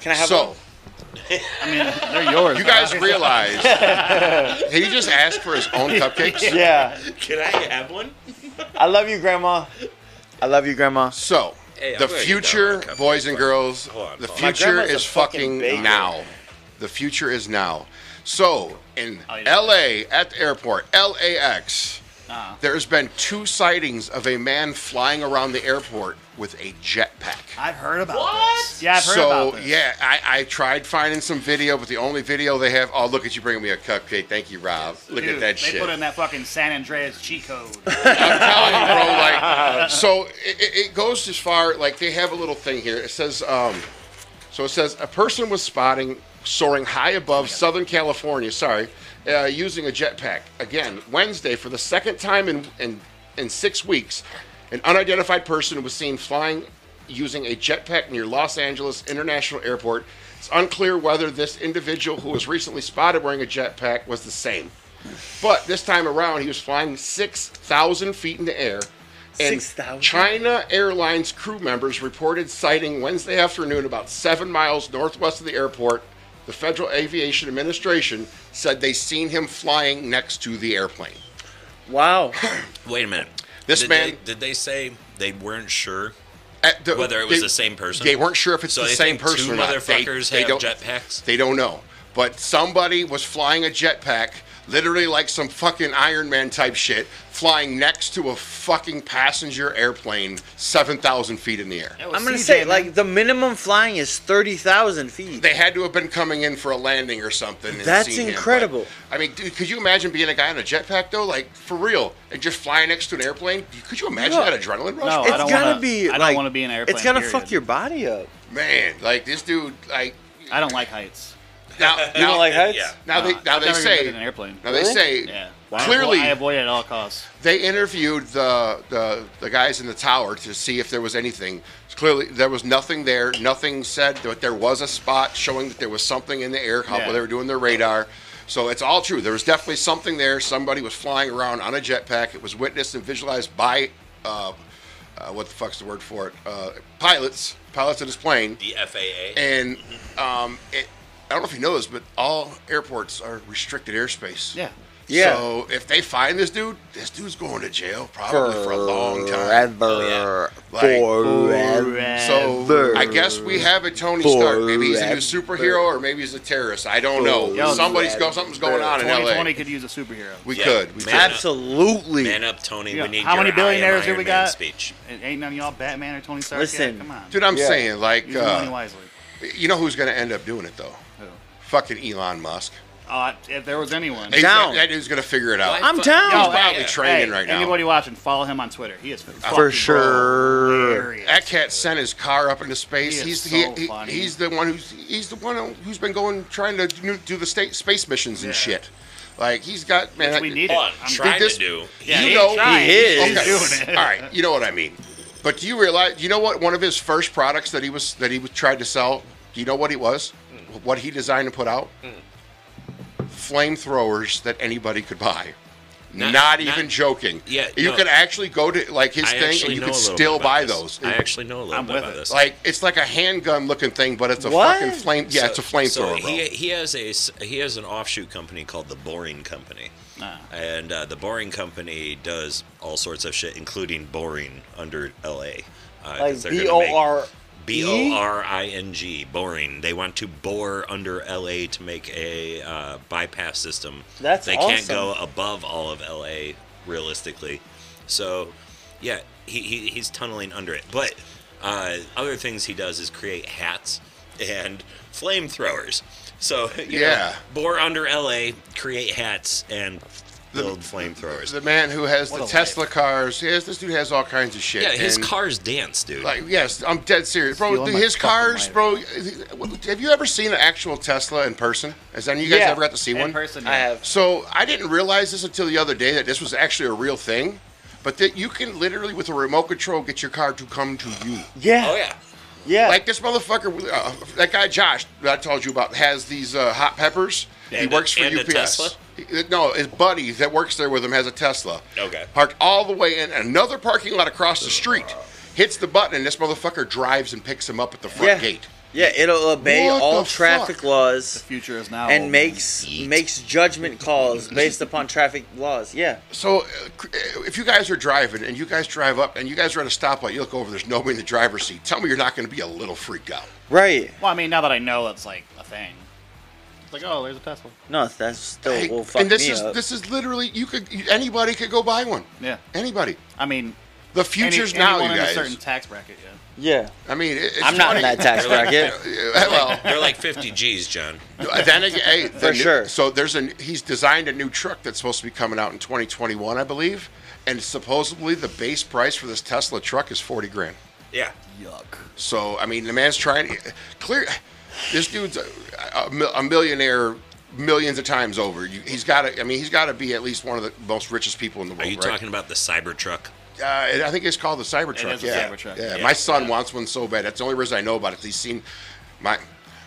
D: Can I have
B: so
C: I mean, they're yours.
B: you guys realize he just asked for his own cupcakes.
D: one? Yeah.
E: Can I have one?
D: I love you, Grandma. I love you, Grandma.
B: So
E: Hey, I'm
B: the
E: gonna get
B: future,
E: down on a
B: boys and girls,
E: Hold on,
B: the
E: hold
D: on. My
B: future
D: grandma's a
B: is
D: fucking
B: fucking
D: baker.
B: now. The future is now. So in L.A. at the airport, LAX, there has been two sightings of a man flying around the airport with a jetpack.
C: I've heard about what? this. Yeah, I've heard
B: So
C: about this.
B: yeah, I, I tried finding some video, but the only video they have. Oh, look at you bringing me a cupcake. Thank you, Rob. Look
C: Dude,
B: at that
C: they
B: shit.
C: put in that fucking San Andreas cheat code.
B: I'm telling you, bro. Like, so it, it- it goes as far. Like, they have a little thing here. It says, um, so it says a person was spotting soaring high above Southern California. Sorry, uh, using a jetpack again Wednesday for the second time in in in six weeks. An unidentified person was seen flying using a jetpack near Los Angeles International Airport. It's unclear whether this individual who was recently spotted wearing a jetpack was the same. But this time around, he was flying 6,000 feet in the air. And
D: 6,000?
B: China Airlines crew members reported sighting Wednesday afternoon about seven miles northwest of the airport. The Federal Aviation Administration said they seen him flying next to the airplane.
D: Wow.
E: Wait a minute.
B: This
E: did
B: man-
E: They, did they say they weren't sure?
B: At the-
E: Whether it was
B: they-
E: the same person?
B: They weren't sure if it's
E: So
B: the
E: they
B: same
E: think
B: person
E: two
B: or not. They-
E: motherfuckers
B: they
E: have
B: don't-
E: jetpacks?
B: They don't know. But somebody was flying a jetpack, literally like some fucking Iron Man type shit, flying next to a fucking passenger airplane 7,000 feet in the air.
D: I'm gonna say like the minimum flying is thirty thousand feet.
B: They had to have been coming in for a landing or something. And
D: That's
B: seen him, but-
D: incredible.
B: I mean, dude, could you imagine being a guy on a jetpack, though? Like, for real, and just flying next to an airplane? Could you imagine
D: Yeah.
B: that adrenaline rush? bro?
C: No, I
D: it's
C: don't
D: gotta
C: wanna,
D: be.
C: I don't
D: like,
C: want to be in an airplane.
D: It's gotta
C: period.
D: fuck your body up.
B: Man, like, this dude, like.
C: I don't like heights.
B: Now,
D: You
B: now-
D: don't like heights?
E: Yeah.
B: Now they,
C: No,
B: now
C: I've
B: they
C: never even been
B: say
C: in an airplane.
B: Now they
D: Really?
B: say
C: Yeah.
B: clearly
C: I avoid it at all costs.
B: they interviewed the, the the guys in the tower to see if there was anything. Clearly, there was nothing there. Nothing said, but there was a spot showing that there was something in the air. How
C: Yeah.
B: they were doing their radar. So it's all true. There was definitely something there. Somebody was flying around on a jetpack. It was witnessed and visualized by, uh, uh, what the fuck's the word for it? Uh, pilots, pilots of this plane
E: The FAA.
B: and um, it, I don't know if you know this, but all airports are restricted airspace.
C: Yeah.
D: Yeah.
B: So if they find this dude, this dude's going to jail probably for, a long time.
D: Forever.
B: Like,
D: Forever.
B: So I guess we have a Tony Stark. Maybe he's a new
C: Forever.
B: superhero, or maybe he's a terrorist. I don't know.
C: Yo,
B: Somebody's go, something's going on in L.A.
C: 2020 could use a superhero.
B: We could. We could.
D: Absolutely.
E: Man up, Tony.
C: You know,
E: we need
C: how
E: your
C: many billionaires
E: I am
C: do we
E: Iron Man
C: got?
E: Speech.
C: It ain't none of y'all Batman or Tony Stark.
B: Listen,
C: yet. come on,
B: dude, I'm saying like,
C: Use your money
B: uh,
C: wisely.
B: you know who's going to end up doing it though?
C: Who?
B: Fucking Elon Musk.
C: Uh, if there was anyone,
B: He's- That dude's going to figure it out.
C: I'm
B: down. He's
C: Yo,
B: probably
C: hey,
B: training
C: hey,
B: right now.
C: Anybody watching, follow him on Twitter. He is fucking
B: For
D: sure.
B: That cat sent his car up into space.
C: He
B: he's
C: is so
B: he, he-
C: funny.
B: he's the one who's he's the one who's been going trying to do, do the state space missions and shit. Like he's got man.
C: Which we
B: I-
C: needed. Hold on,
B: Did
C: trying to
B: this-
C: do. Yeah,
B: you
C: he
B: know
C: tried. He is. He's doing it.
B: All right, you know what I mean. But do you realize? You know what? One of his first products that he was that he was tried to sell. Do you know what he was?
E: Mm.
B: What he designed and put out? Flamethrowers that anybody could buy. Not,
E: Not- not-
B: even joking.
E: Yeah,
B: You
E: no.
B: could actually go to like his
E: I
B: thing
E: actually
B: and you
E: know
B: could
E: a little
B: still
E: bit about
B: buy
E: this.
B: those.
E: I actually know a little bit about this.
B: Like it's like a handgun looking thing, but it's a
E: What?
B: fucking flame. Yeah, it's a flamethrower,
E: So
B: bro.
E: he, he has a s- he has an offshoot company called the Boring Company, and uh, the Boring Company does all sorts of shit, including boring under L.A. Uh, 'cause they're gonna make-
D: E?
E: B O R E. I N G, boring. They want to bore under LA to make a uh, bypass system.
D: That's
E: they can't
D: awesome.
E: go above all of LA realistically. So, yeah, he, he he's tunneling under it. But uh, other things he does is create hats and flamethrowers. So you know,
B: Yeah.
E: bore under LA, create hats and build flamethrowers.
B: the man who has
E: What
B: the
E: a
B: Tesla cars. Yes, this dude has all kinds of shit.
E: yeah, his
B: and-
E: cars dance, dude.
B: Like yes, I'm dead serious, bro.
E: Stealing my
B: His
E: fucking
B: cars, bro. Have you ever seen an actual Tesla in person? Has any of you guys
D: Yeah,
B: ever got to see
D: in
B: one? Oh,
D: person, yeah. I have.
B: So I didn't realize this until the other day that this was actually a real thing. But that you can literally, with a remote control, get your car to come to you.
D: Yeah.
E: Oh yeah.
D: Yeah.
B: Like this motherfucker, uh, that guy Josh that I told you about has these uh, hot peppers. he
E: And a-
B: works for
E: and a
B: UPS.
E: Tesla?
B: He- No, his buddy that works there with him has a Tesla.
E: Okay.
B: Parked all the way in another parking lot across the street. Hits the button and this motherfucker drives and picks him up at the front
D: Yeah.
B: gate.
D: Yeah, it'll obey
B: What
D: all
B: the Oh,
D: traffic laws. The
C: future is now.
D: And makes makes judgment calls based upon traffic laws. Yeah.
B: So, uh, cr- uh, if you guys are driving and you guys drive up and you guys are at a stoplight, you look over, there's nobody in the driver's seat. Tell me you're not going to be a little freaked out.
D: Right.
C: Well, I mean, now that I know, it's like a thing. It's like, oh, there's a Tesla.
D: No, that's still
B: Hey,
D: will fuck
B: and this
D: me
B: is
D: up.
B: this is literally you could anybody could go buy one.
C: Yeah.
B: Anybody.
C: I mean,
B: The future's
C: any,
B: now,
C: anyone
B: you
C: in
B: guys.
C: a certain tax bracket, yeah.
D: yeah.
B: I mean, it- it's
D: I'm not in
B: funny.
D: that tax bracket.
B: Yeah, well,
E: They're like 50 G's, John.
B: then again, hey, the
D: For
B: new-
D: sure.
B: So there's a he's designed a new truck that's supposed to be coming out in 2021, I believe, and supposedly the base price for this Tesla truck is 40 grand.
E: Yeah.
C: Yuck.
B: So I mean, the man's trying clear. This dude's a, a, mil- a millionaire millions of times over. You, he's got to. I mean, he's got to be at least one of the most richest people in the
E: Are
B: world.
E: you
B: right?
E: talking about the Cybertruck?
B: Uh, and I think it's called the Cybertruck.
C: is a
B: yeah.
C: Cybertruck.
B: yeah,
E: Yeah.
B: my son wants one so bad. That's the only reason I know about it. He's seen my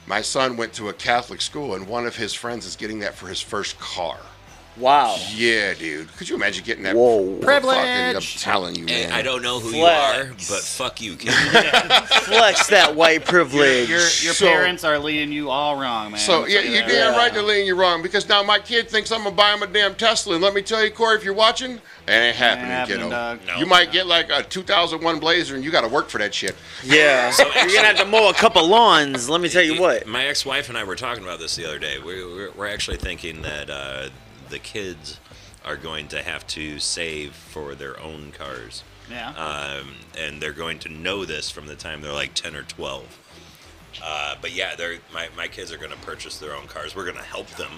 B: my son went to a Catholic school, and one of his friends is getting that for his first car.
D: Wow.
B: Yeah, dude. Could you imagine getting that?
D: Whoa.
B: Fucking- I'm
C: Privilege.
B: telling you,
E: Hey,
B: man.
E: I don't know who you are, but fuck you, kid.
D: Flex that white privilege.
C: Your your
B: So-
C: parents are leading you all wrong, man.
B: So
C: I'll
B: yeah,
C: tell you
B: you're
C: that.
B: damn right to lean you wrong because now my kid thinks I'm gonna buy him a damn Tesla. And let me tell you, Corey, if you're watching, it ain't happening,
C: happening,
B: kiddo.
C: dog.
E: No,
B: you might get like a 2001 Blazer, and you got to work for that shit.
D: Yeah. You're gonna have to mow a couple lawns. Let me tell you what.
E: My ex-wife and I were talking about this the other day. We, we're, we're actually thinking that uh, the kids are going to have to save for their own cars,
C: Yeah.
E: um, and they're going to know this from the time they're like ten or twelve. Uh, but yeah, they're, my my kids are going to purchase their own cars. We're going to help them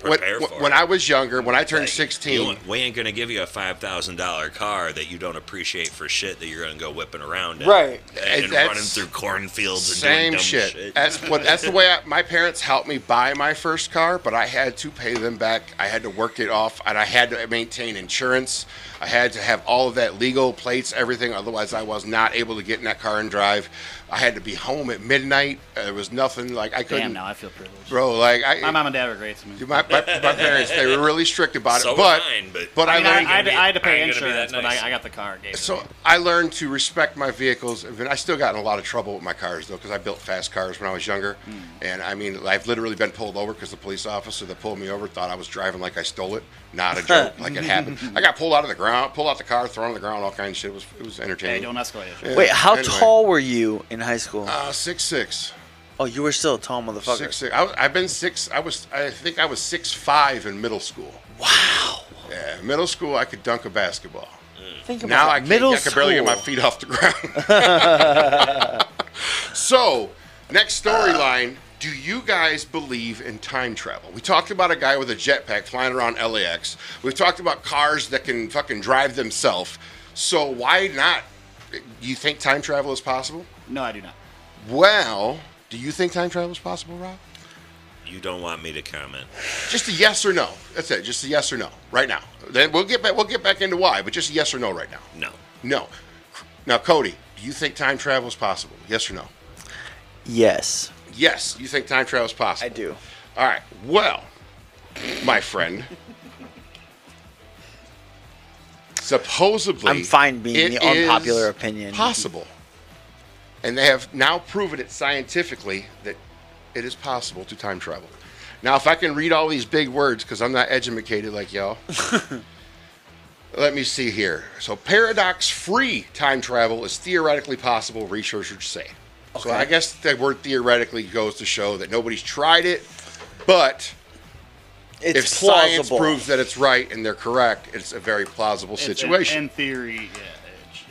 B: When,
E: prepare for
B: when
E: it.
B: I was younger, when I turned
E: Like,
B: 16,
E: you- we ain't going to give you a five thousand dollar car that you don't appreciate for shit that you're going to go whipping around, in
D: Right.
E: And, and
B: That's
E: running through cornfields and doing
B: Same
E: dumb
B: shit.
E: shit.
B: That's what. That's the way I, my parents helped me buy my first car, but I had to pay them back. I had to work it off, and I had to maintain insurance. I had to have all of that legal plates, everything. Otherwise, I was not able to get in that car and drive. I had to be home at midnight. There was nothing like I couldn't.
C: Damn, now I feel privileged.
B: Bro, like I,
C: My mom and dad were great to me.
B: my, my, my parents, they were really strict about it.
C: So were
B: but,
C: mine,
B: but
C: I
B: I,
C: mean, I-
B: learned
C: I had to- I had to pay I ain't gonna be that insurance, but nice. I- I got the car, gave it
B: So I learned to respect my vehicles. I mean, I still got in a lot of trouble with my cars though, because I built fast cars when I was younger, and I mean, I've literally been pulled over because the police officer that pulled me over thought I was driving like I stole it. Not a joke, like it happened. I got pulled out of the ground, pulled out the car, thrown on the ground, all kinds of shit. It was it was entertaining.
C: don't escalate it.
D: Wait, how
B: Anyway.
D: tall were you in high school?
B: Uh, six six.
D: Oh, you were still a tall motherfucker.
B: Six, six. I, was- I've been six. I was. I think I was six five in middle school. Wow. Yeah, middle school I could dunk a basketball.
D: Think about
B: now
D: it.
B: I can't,
D: middle
B: I can barely get my
D: school.
B: feet off the ground. so, next storyline. Do you guys believe in time travel? We talked about a guy with a jetpack flying around LAX. We've talked about cars that can fucking drive themselves. So why not? Do you think time travel is possible?
C: No, I do not.
B: Well, do you think time travel is possible, Rob?
E: You don't want me to comment.
B: Just a yes or no. That's it. Just a yes or no right now. Then we'll get back. We'll get back into why, but just a yes or no right now.
E: No.
B: No. Now, Cody, do you think time travel is possible? Yes or no?
D: Yes.
B: Yes, you think time travel is possible. I
D: do.
B: All right. Well, my friend. Supposedly,
D: I'm fine being
B: it
D: the unpopular
B: is
D: opinion.
B: Possible, and they have now proven it scientifically that it is possible to time travel. Now, if I can read all these big words because I'm not educated like y'all, let me see here. So, paradox-free time travel is theoretically possible. Researchers say. So, I guess the word theoretically goes to show that nobody's tried it, but
D: It's
B: if science
D: plausible.
B: proves that it's right and they're correct, it's a very plausible
C: It's- in-
B: situation.
C: In, theory, yeah.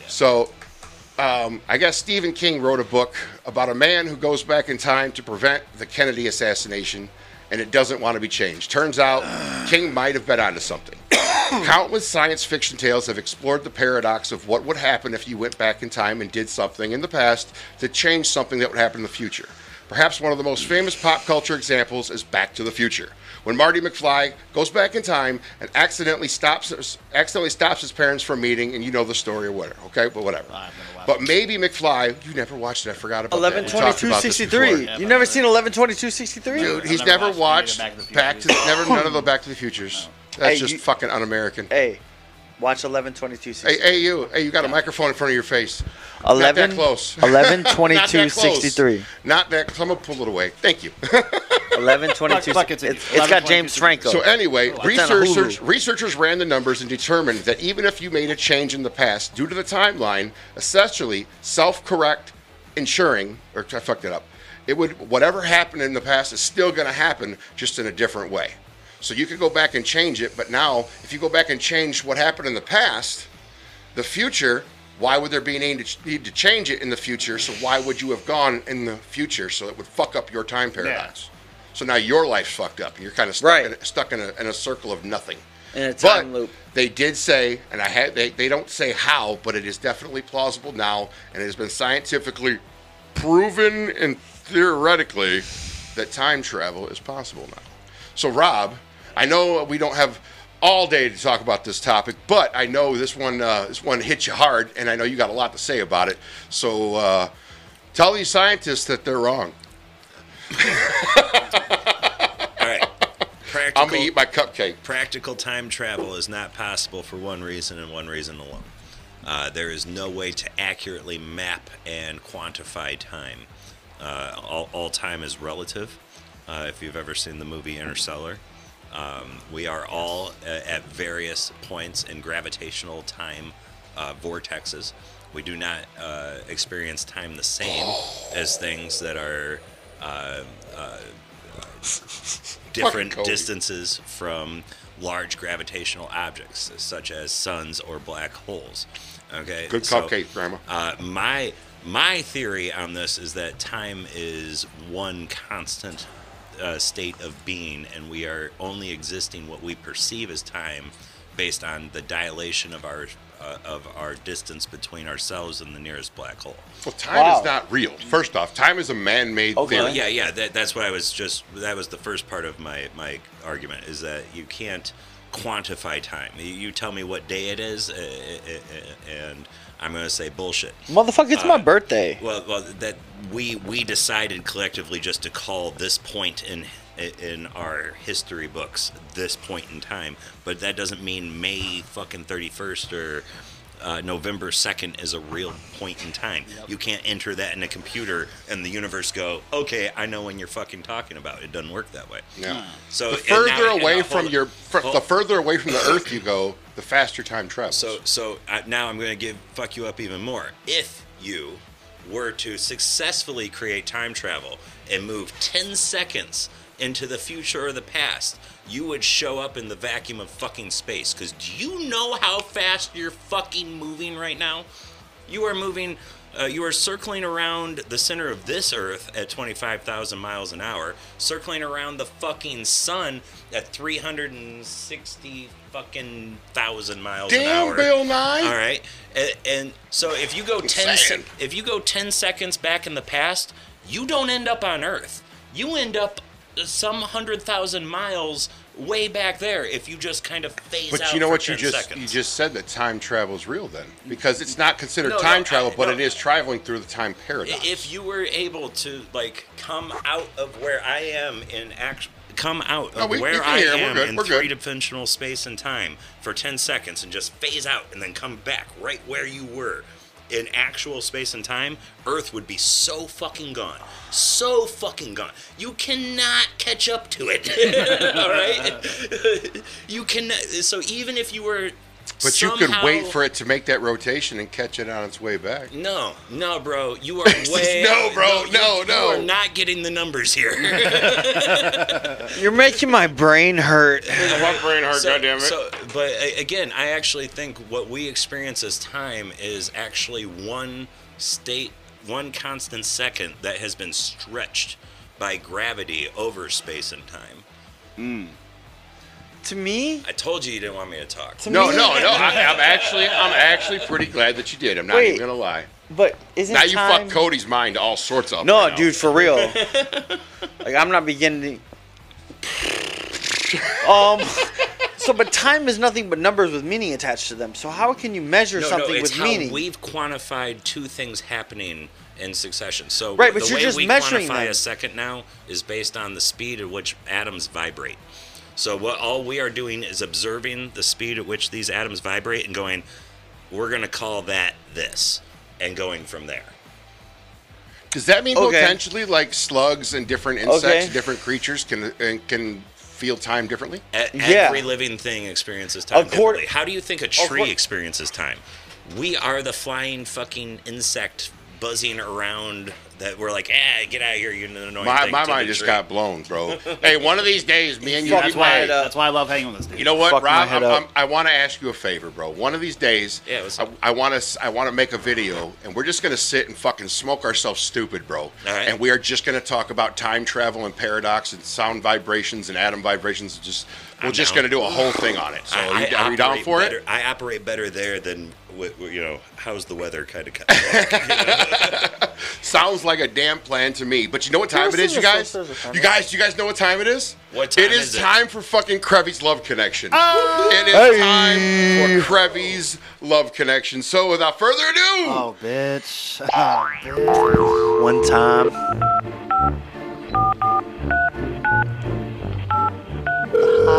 B: So, um, I guess Stephen King wrote a book about a man who goes back in time to prevent the Kennedy assassination, and it doesn't want to be changed. Turns out, King might have been onto something. Countless science fiction tales have explored the paradox of what would happen if you went back in time and did something in the past to change something that would happen in the future. Perhaps one of the most famous pop culture examples is Back to the Future, when Marty McFly goes back in time and accidentally stops accidentally stops his parents from meeting, and you know the story or whatever. Okay, but whatever. But maybe McFly, you never watched it. I forgot about
D: Eleven
B: that. We
D: twenty
B: talked
D: two
B: about this
D: sixty three.
B: before.
D: You never seen eleven twenty two sixty three?
B: Dude, he's never, watched, Back to the, never none of the Back to the Futures. That's
D: Hey,
B: just
D: you-
B: fucking un-American.
D: Hey, watch eleven twenty two sixty
B: Hey,
D: three.
B: hey, you. Hey, you got a microphone in front of your face. Not
D: 11
B: that close.
D: 11,
B: Not that
D: 22,
B: close.
D: 63.
B: Not that. I'm gonna pull it away. Thank you.
D: 11 22
B: Fuck, fuck,
D: it's,
B: it's-
D: it's got James Franco.
B: So anyway,
D: It's on
B: researchers
D: Hulu.
B: researchers ran the numbers and determined that even if you made a change in the past due to the timeline, essentially self-correct, ensuring or I fucked it up. It would whatever happened in the past is still going to happen, just in a different way. So you could go back and change it, but now if you go back and change what happened in the past, the future. Why would there be any need to change it in the future? So why would you have gone in the future? So it would fuck up your time paradox. So now your life's fucked up. You're kind of stuck, in, stuck in, a, in a circle of nothing.
D: In a
B: time loop. They did say, and I had they, they don't say how, but it is definitely plausible now, and it has been scientifically proven and theoretically that time travel is possible now. So Rob, I know we don't have all day to talk about this topic, but I know this one uh, this one hit you hard, and I know you got a lot to say about it. So uh, tell these scientists that they're wrong.
E: All right. Practical,
B: I'm gonna eat my cupcake.
E: Practical time travel is not possible for one reason and one reason alone. Uh, there is no way to accurately map and quantify time. Uh, all, all time is relative. Uh, if you've ever seen the movie Interstellar, um, we are all uh, at various points in gravitational time uh, vortexes. We do not uh, experience time the same as things that are uh, uh, different
B: Cody.
E: distances from large gravitational objects, such as suns or black holes. Okay.
B: Good cupcake, Grandma.
E: Uh, my my theory on this is that time is one constant uh, state of being, and we are only existing what we perceive as time based on the dilation of our uh, uh, of our distance between ourselves and the nearest black hole.
B: Well, time is not real. First off, time is a man-made
E: Well,
B: theory.
E: yeah, yeah. That, that's what I was just. That was the first part of my my argument is that you can't quantify time. You, you tell me what day it is, uh, uh, uh, and I'm gonna say bullshit.
D: Motherfucker, it's
B: uh,
D: my birthday.
E: Well, well, that we we decided collectively just to call this point in in our history books this point in time, but that doesn't mean May fucking thirty first or. Uh, November 2nd is a real point in time. You can't enter that in a computer and the universe go, okay, I know when you're fucking talking about. It doesn't work that way.
B: Yeah.
E: So
B: the
E: and now-
B: further
E: and now
B: away
E: hold
B: from
E: on.
B: your, fr-
E: Hold-
B: the further away from the Earth you go, the faster time travels.
E: so so I, now I'm going to give fuck you up even more. If you were to successfully create time travel and move 10 seconds into the future or the past, you would show up in the vacuum of fucking space. Because do you know how fast you're fucking moving right now? You are moving. Uh, you are circling around the center of this Earth at 25,000 miles an hour, circling around the fucking sun at 360 fucking thousand miles an
B: Damn,
E: hour.
B: Bill Nye.
E: All right, and, and so if you go
B: I'm
E: 10
B: saying.
E: se- if you go 10 seconds back in the past, you don't end up on Earth. You end up some hundred thousand miles way back there if you just kind of phase out.
B: But you know
E: for
B: what? You
E: 10
B: just
E: seconds.
B: you just said that time travel is real then, because it's not considered
E: No, no,
B: time
E: I-
B: travel, but
E: no.
B: it is traveling through the time paradox.
E: If you were able to like come out of where I am in act, come out of
B: No, we- we
E: where
B: can
E: I
B: hear. We're
E: am
B: good.
E: in
B: We're good.
E: three-dimensional space and time for ten seconds, and just phase out, and then come back right where you were in actual space and time, Earth would be so fucking gone, so fucking gone. You cannot catch up to it. All right, you can. So even if you were,
B: but you could wait
E: somehow-
B: for it to make that rotation and catch it on its way back.
E: no, no, bro. You are way.
B: No, bro, no,
E: you,
B: no.
E: You are not getting the numbers here.
D: You're making my brain hurt.
E: So- So, but a- again, I actually think what we experience as time is actually one state, one constant second that has been stretched by gravity over space and time.
D: To me,
E: I told you you didn't want me to talk.
B: No, no, no. I, I'm actually I'm actually pretty glad that you did. I'm not
D: Wait.
B: even gonna lie.
D: but isn't
B: now you
D: time...
B: fucked Cody's mind all sorts up.
D: No,
B: right now.
D: dude, for real. like I'm not beginning. To... Um. So, but time is nothing but numbers with meaning attached to them. So, how can you measure
E: no,
D: something
E: no, it's
D: with
E: how
D: meaning?
E: We've quantified two things happening in succession. So
D: Right, but
E: the
D: you're
E: way
D: just
E: we
D: measuring
E: quantify
D: them.
E: a second now is based on the speed at which atoms vibrate. So what all we are doing is observing the speed at which these atoms vibrate and going, we're going to call that this, and going from there.
B: Does that mean
E: Okay.
B: potentially like slugs and different insects,
E: Okay.
B: and different creatures can and can feel time differently?
E: E-
B: Yeah.
E: Every living thing experiences time
B: Accord-
E: differently. How do you think a
B: Accord-
E: tree experiences time? We are the flying fucking insect buzzing around that we're like, ah, get out of here, you annoying
B: My,
E: thing
B: my
E: to the
B: mind just
E: tree."
B: got blown, bro. hey, one of these days, me and you.
C: That's
B: can
C: why,
B: play-
C: that's why I love hanging with this dude.
B: uh, You know what,
C: Fuck my
B: Rob?
C: head
B: I'm,
C: up.
B: I'm, I want to ask you a favor, bro. One of these days, I want to I want to make a video, and we're just gonna sit and fucking smoke ourselves stupid, bro. And we are just gonna talk about time travel and paradox and sound vibrations and atom vibrations. Just we're
E: I'm
B: just
E: down.
B: gonna do a whole thing on it. So
E: I-
B: you,
E: I
B: are you down
E: operate
B: for
E: better,
B: it?
E: I operate better there than wi- wi- you know. How's the weather kind of? cut-
B: Sounds like a damn plan to me. But you know what time it
E: Yes,
B: is, you
E: yes,
B: guys?
E: yes, yes, yes.
B: You guys, you guys know what time it is?
E: What time
B: It is,
E: is it?
B: time for fucking Krevy's Love Connection.
C: Oh!
B: It is time for Krevy's Love Connection. So without further ado,
C: Oh, bitch. Oh, bitch.
D: One time.
C: Oh,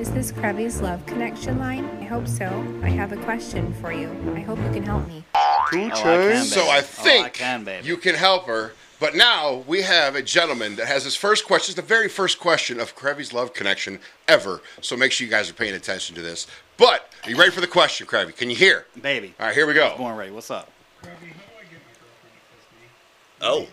N: Is this Krabby's Love Connection line? I hope so. I have a question for you. I hope you can help me.
C: I can, baby.
B: so I
C: Oh, I
B: think you can help her. But now we have a gentleman that has his first question, the very first question of Krevy's love connection ever. So make sure you guys are paying attention to this. But are you ready for the question, Krabby? Can you hear?
C: Baby.
B: All right, here we go.
C: Born ready. What's up?
E: oh,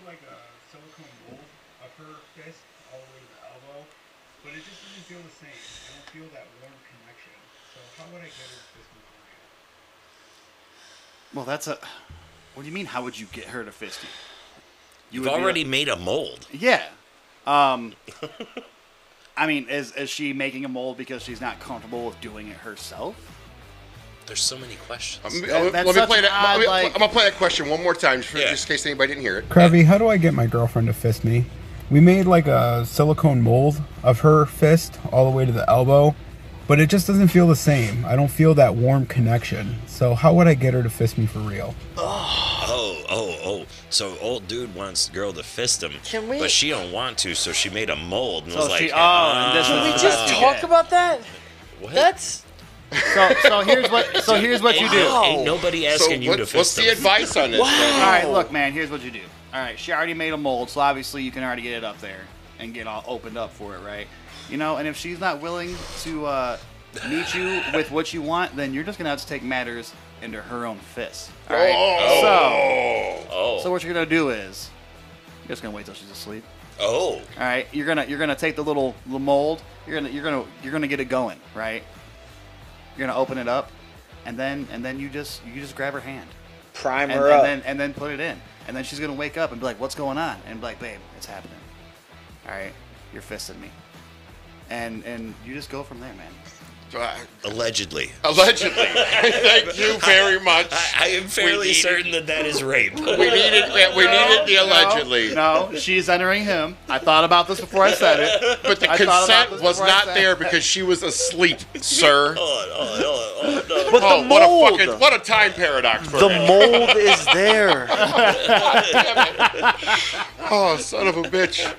C: Well, that's a. What do you mean? How would you get her to fist you?
E: you have
C: would be
E: already
C: like-
E: made a mold.
C: Yeah. Um. I mean, is is she making a mold because she's not comfortable with doing it herself?
E: There's so many questions.
B: I'm, I'm- let me play that. I'm, I'm gonna play that question one more time, just, for, just in case anybody didn't hear it.
O: Krabby, how do I get my girlfriend to fist me? We made like a silicone mold of her fist all the way to the elbow, but it just doesn't feel the same. I don't feel that warm connection. So how would I get her to fist me for real?
M: Oh, oh, oh. So old dude wants the girl to fist him.
P: Can we-
M: But she don't want to, so she made a mold and
D: So
M: was like,
D: she- oh, and
M: "Ah."
D: this is
P: Can we just talk about that? That's
C: So, so here's what so here's what you do.
M: Ain't nobody asking you to fist
B: what's the
M: them.
B: advice on this?
C: All right, look, man. Here's what you do. All right, she already made a mold, so obviously you can already get it up there and get all opened up for it, right? You know, and if she's not willing to uh, meet you with what you want, then you're just gonna have to take matters into her own fists. All right.
M: Oh.
C: So,
M: Oh.
C: so what you're gonna do is you're just gonna wait till she's asleep.
M: Oh.
C: All right, you're gonna you're gonna take the little the mold. You're gonna you're gonna you're gonna get it going, right? You're gonna open it up, and then and then you just you just grab her hand,
D: prime
C: and,
D: her
C: and
D: up.
C: then and then put it in, and then she's gonna wake up and be like, "What's going on?" And be like, "Babe, it's happening. All right, you're fisting me," and and you just go from there, man.
M: Allegedly.
B: Allegedly. Thank you very much.
M: I, I am fairly certain that that is rape. we
B: needed that. We needed the allegedly.
C: No, she's entering him. I thought about this before I said it,
B: But the
C: I thought about
B: consent
C: this
B: was
C: before I
B: not
C: said
B: there
C: it.
B: because she was asleep, sir.
C: Oh,
D: But
B: Oh,
D: the
B: what
D: mold,
B: a fucking what a time paradox. For
D: the
B: me.
D: mold is there.
B: Oh, son of a bitch.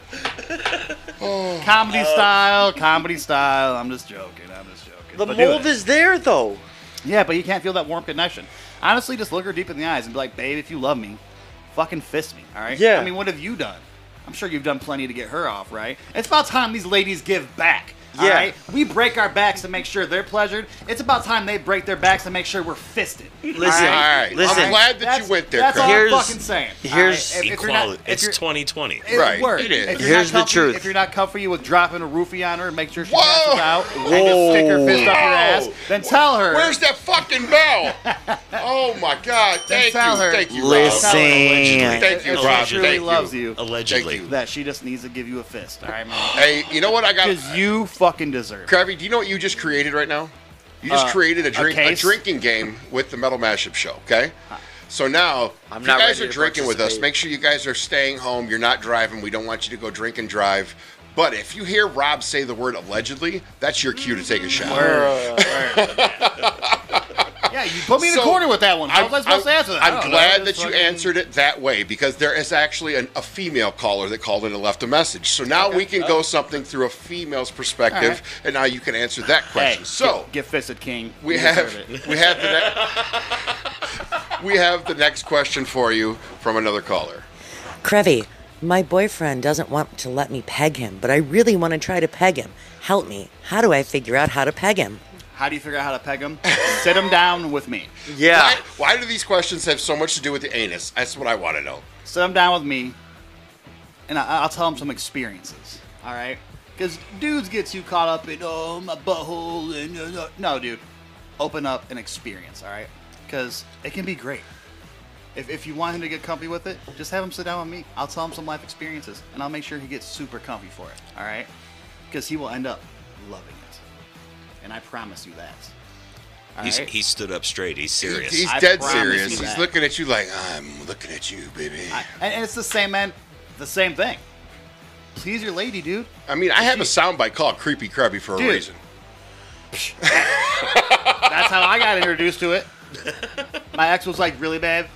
B: Oh.
D: Uh,
C: Comedy style, comedy style. I'm just joking. I'm just joking.
D: The
C: But do
D: mold
C: it.
D: is there though.
C: Yeah, but you can't feel that warm connection. Honestly, just look her deep in the eyes and be like, babe, if you love me, fucking fist me, all right?
D: Yeah.
C: I mean, what have you done? I'm sure you've done plenty to get her off, right? It's about time these ladies give back. All
D: Yeah.
C: right? We break our backs to make sure they're pleasured. It's about time they break their backs to make sure we're fisted.
D: Listen,
C: all right?
B: right. listen. I'm glad that you
C: That's-
B: went there,
C: That's all
B: Chris.
C: I'm
B: Here's-
C: fucking saying. all
D: here's-
C: right? If- if you're not-
M: Equality.
C: if
M: It's
C: you're-
M: 2020.
C: it
B: Right,
C: worked.
B: it is.
C: If you're not
D: Here's the
C: comfy-
D: truth.
C: If you're not comfy, you with dropping a roofie on her, make sure she passes out, and just
D: Whoa.
C: stick her fist up your ass.
B: Whoa.
C: Then tell her.
B: Where's that fucking bell? Oh my God! Thank you,
C: tell her-
B: thank you,
D: Listen.
B: Rob.
D: Thank
B: Thank you, Rob.
C: She
B: Thank
C: really
B: you.
C: loves you.
M: Allegedly.
C: That she just needs to give you a fist. All right, man.
B: Hey, you know what I got?
C: Because you fucking deserve it.
B: Krabby, do you know what you just created right now? You just
C: Uh,
B: created a
C: a
B: drink, a,
C: case? Uh,
B: drinking game with the Metal Mashup Show. Okay. So now,
D: I'm
B: if you
D: not
B: guys
D: ready
B: are
D: to
B: drinking with us,
D: participate.
B: make sure you guys are staying home. You're not driving. We don't want you to go drink and drive. But if you hear Rob say the word allegedly, that's your cue to take a shot.
C: Yeah, you put me in the
B: So,
C: corner with that one. How
B: I'm,
C: was I supposed to
B: I'm-
C: answer that? I
B: I'm
C: don't know.
B: glad
C: Just
B: that you
C: fucking-
B: answered it that way because there is actually an, a female caller that called in and left a message. So now we can
C: Uh,
B: go something through a female's perspective,
C: Alright.
B: and now you can answer that
C: Hey,
B: question. so
C: get, get fisted, King.
B: we
C: You
B: have
C: deserve it.
B: we have the ne- we have the next question for you from another caller.
P: Krevy. My boyfriend doesn't want to let me peg him, but I really want to try to peg him. Help me. How do I figure out how to peg him?
C: How do you figure out how to peg him? Sit him down with me.
D: Yeah.
B: Why, why do these questions have so much to do with the anus? That's what I want to know.
C: sit him down with me, and I, I'll tell him some experiences. All right, because dudes get too caught up in oh my butthole and uh, no, no, dude, open up an experience. All right, because it can be great. If, if you want him to get comfy with it, just have him sit down with me. I'll tell him some life experiences, and I'll make sure he gets super comfy for it. All right, because he will end up loving it, and I promise you that. All
M: He's,
C: right?
M: he stood up straight. He's serious.
B: He's
C: I
B: dead
C: promise
B: serious.
C: you
B: He's
C: that.
B: looking at you like I'm looking at you, baby. I,
C: and, and it's the same man, the same thing. Please your lady, dude.
B: mean, I have a soundbite called "Creepy Crabby" for a
C: Dude.
B: reason.
C: That's how I got introduced to it. My ex was like, "Really, babe?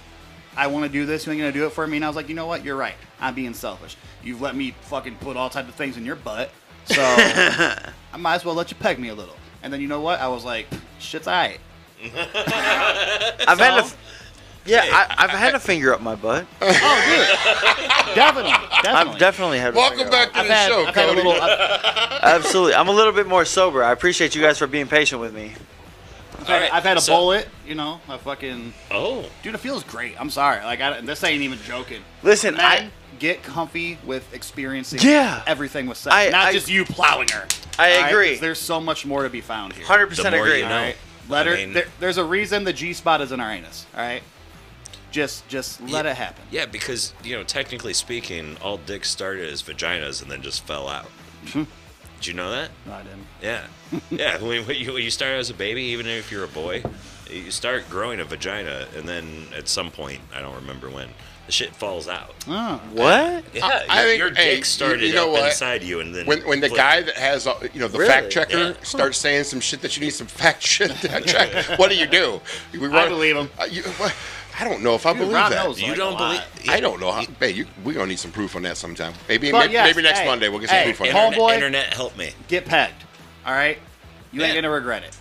C: I want to do this. You ain't gonna do it for me." And I was like, "You know what? You're right. I'm being selfish. You've let me fucking put all types of things in your butt, so I might as well let you peg me a little." And then you know what? I was like, "Shit's alright."
D: I've had a,
C: So?
D: yeah, I, I've had a finger up my butt.
C: Definitely, definitely.
D: I've definitely had. a
B: Welcome
D: finger
B: back to
C: I've
B: the
C: had,
B: show,
C: I've had a
B: Cody.
C: little. I've,
D: Up. Absolutely, I'm a little bit more sober. I appreciate you guys for being patient with me.
C: I've had,
E: Alright,
C: I've had a
E: so-
C: bullet. You know, I fucking
E: Oh.
C: dude. It feels great. I'm sorry. Like, I, don't- this ain't even joking.
D: Listen, I,
C: Men, get comfy with experiencing
D: Yeah.
C: everything with sex,
D: I-
C: not
D: I-
C: just you plowing her.
D: I
C: All right?
D: agree.
C: 'Cause There's so much more to be found here.
D: hundred percent
M: The more you
D: agree.
M: know.
C: All right, let
M: I
C: her.
M: mean-
C: there, there's a reason the G spot is in our anus. All right, just just let it happen.
M: Yeah, because you know, technically speaking, all dicks started as vaginas and then just fell out.
C: Hmm.
M: Did you know that?
C: No, I didn't.
M: Yeah, yeah. When, when you, when you start out as a baby, even if you're a boy,
E: you start growing a vagina, and then at some point, I don't remember when, the shit falls out.
C: Oh.
E: What? Yeah,
B: I- I
E: your-
B: think-
E: your
B: hey,
E: dick started
B: you know
E: up
B: what?
E: inside you, and then
B: when, when the
E: flipped.
B: guy that has uh, you know the
E: Really?
B: fact checker
E: Yeah.
B: starts saying some shit that you need some fact shit to check, what do you do? We
C: I believe him.
B: Uh, you, what? I don't know if I
C: Dude,
B: believe
C: Rob
B: that.
C: knows, You like, don't a lot.
B: I don't know. How, hey, you, we're gonna need some proof on that sometime. Maybe
C: But
B: maybe,
C: yes,
B: maybe next
C: hey,
B: Monday we'll get some
C: hey,
B: proof on that.
C: internet- homeboy-
E: internet help me.
C: Get pegged. All right? You ain't going to regret it.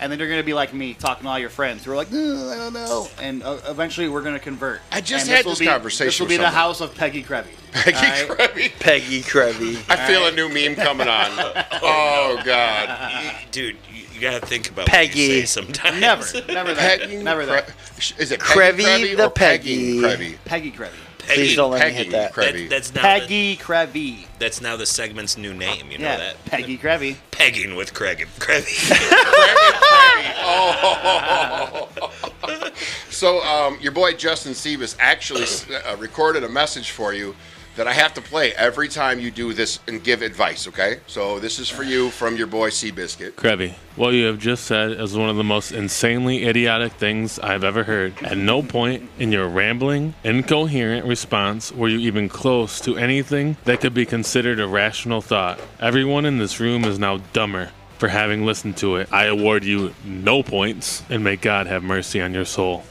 C: And then you're going to be like me talking to all your friends who are like, "Ugh, I don't know. And uh, eventually we're going to convert.
B: I just
C: And
B: had
C: will
B: this
C: be-
B: conversation
C: This will
B: with
C: be the
B: someone.
C: house of Peggy Krevy.
B: Peggy Krevy.
D: Peggy Krevy.
B: I feel a new meme coming on. oh God,
E: dude, you, you gotta think about
B: Peggy.
E: What you say sometimes.
C: Never. Never that.
B: Peggy
C: Never that.
B: Kre- is it
D: Krevy
B: Peggy Krevy
D: the
B: or Peggy
D: Peggy.
B: Krevy?
C: Peggy Krevy.
E: Peggy,
D: Please don't let me
E: Peggy
D: hit that.
E: Krevy. that's now
C: Peggy Krevy.
E: The, that's now the segment's new name. You know
C: yeah,
E: that.
C: Peggy Krevy.
E: Pegging with Craig Krevy.
B: Oh. so um, your boy Justin Sivas actually s- uh, recorded a message for you that I have to play every time you do this and give advice. Okay, so this is for you from your boy Seabiscuit.
N: Krabby, what you have just said is one of the most insanely idiotic things I've ever heard. At no point in your rambling, incoherent response were you even close to anything that could be considered a rational thought. Everyone in this room is now dumber for having listened to it. I award you no points, and may God have mercy on your soul.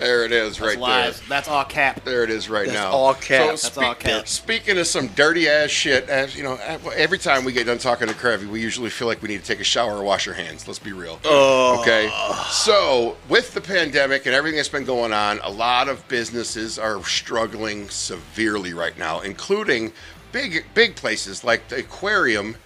B: There it is, right
C: Lies.
B: there.
C: That's all cap.
B: There it is right
C: That's
B: now.
C: all cap.
B: So
C: That's all cap.
B: Speaking of some dirty ass shit, as you know, every time we get done talking to Krabby, we usually feel like we need to take a shower or wash our hands. Let's be real.
D: Oh.
B: Okay.
C: Uh.
B: So with the pandemic and everything that's been going on, a lot of businesses are struggling severely right now, including big big places like the aquarium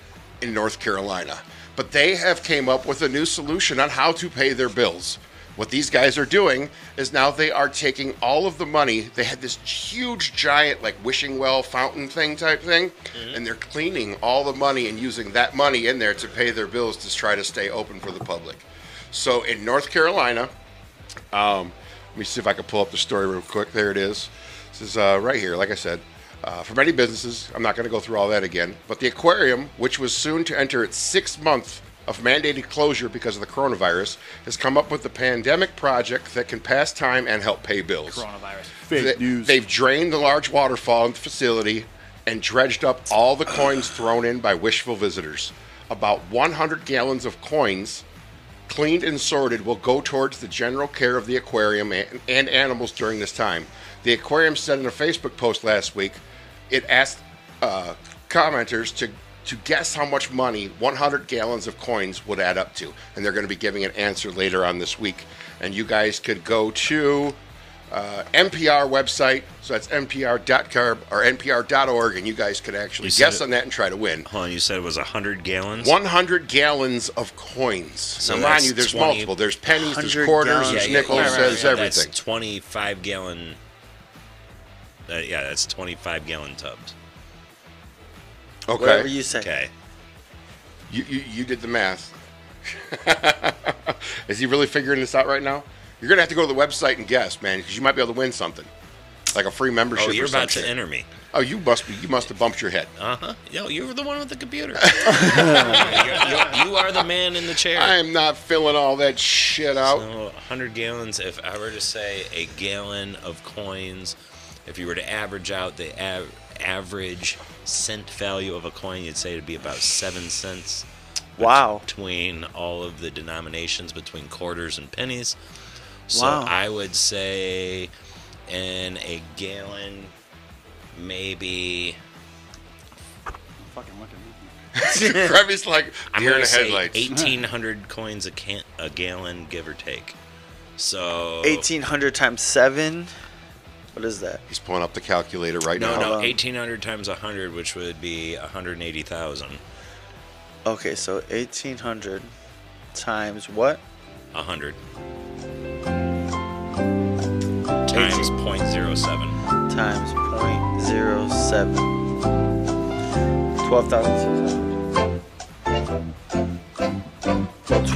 B: in North Carolina. But they have came up with a new solution on how to pay their bills. What these guys are doing is now they are taking all of the money. They had this huge giant like wishing well fountain thing type thing and they're cleaning all the money and using that money in there to pay their bills to try to stay open for the public. So in North Carolina, um, let me see if I can pull up the story real quick. There it is. This is uh, right here. Like I said, uh, for many businesses, I'm not going to go through all that again. But the aquarium, which was soon to enter its sixth month of mandated closure because of the coronavirus, has come up with the pandemic project that can pass time and help pay bills.
C: Coronavirus.
B: They- They've drained the large waterfall in the facility and dredged up all the coins thrown in by wishful visitors. About 100 gallons of coins, cleaned and sorted, will go towards the general care of the aquarium and, and animals during this time. The aquarium said in a Facebook post last week, it asked uh, commenters to to guess how much money 100 gallons of coins would add up to, and they're going to be giving an answer later on this week. And you guys could go to uh, NPR website. So that's npr.com or npr.org, and you guys could actually
E: You said
B: guess
E: it-
B: on that and try to win.
E: Hold on, you said it was hundred gallons.
B: 100 gallons of coins. So mind
E: that's
B: you, there's
E: 20
B: multiple. There's pennies, there's quarters, there's nickels, there's everything.
E: That's twenty-five gallon. Uh, yeah, that's twenty-five gallon tubs.
B: Okay.
D: Whatever you say.
E: Okay.
B: You, you, you did the math. Is he really figuring this out right now? You're going to have to go to the website and guess, man, because you might be able to win something. Like a free membership.
E: Oh, you're
B: or some
E: about to
B: shit.
E: enter me.
B: Oh, you must be. You must have bumped your head.
E: Uh huh. Yo, you were the one with the computer. You're- you're- you are the man in the chair.
B: I am not filling all that shit out.
E: So 100 gallons, if I were to say a gallon of coins, if you were to average out the av- average cent value of a coin, you'd say it'd be about 7 cents.
D: Wow.
E: Between all of the denominations, between quarters and pennies. So
D: Wow.
E: I would say in a gallon, maybe.
C: Fucking look at me.
B: Krevy's like
E: I'm
B: deer in
E: gonna
B: the
E: say
B: headlights.
E: 1,800 coins a, can- a gallon, give or take. So
D: 1800 times 7. What is that?
B: He's pulling up the calculator right
E: no,
B: now.
E: no, 1,800 times 100, which would be 180,000.
D: Okay, so 1800 times what?
E: 100 times 0.07.
D: Times 0.07. 12,600.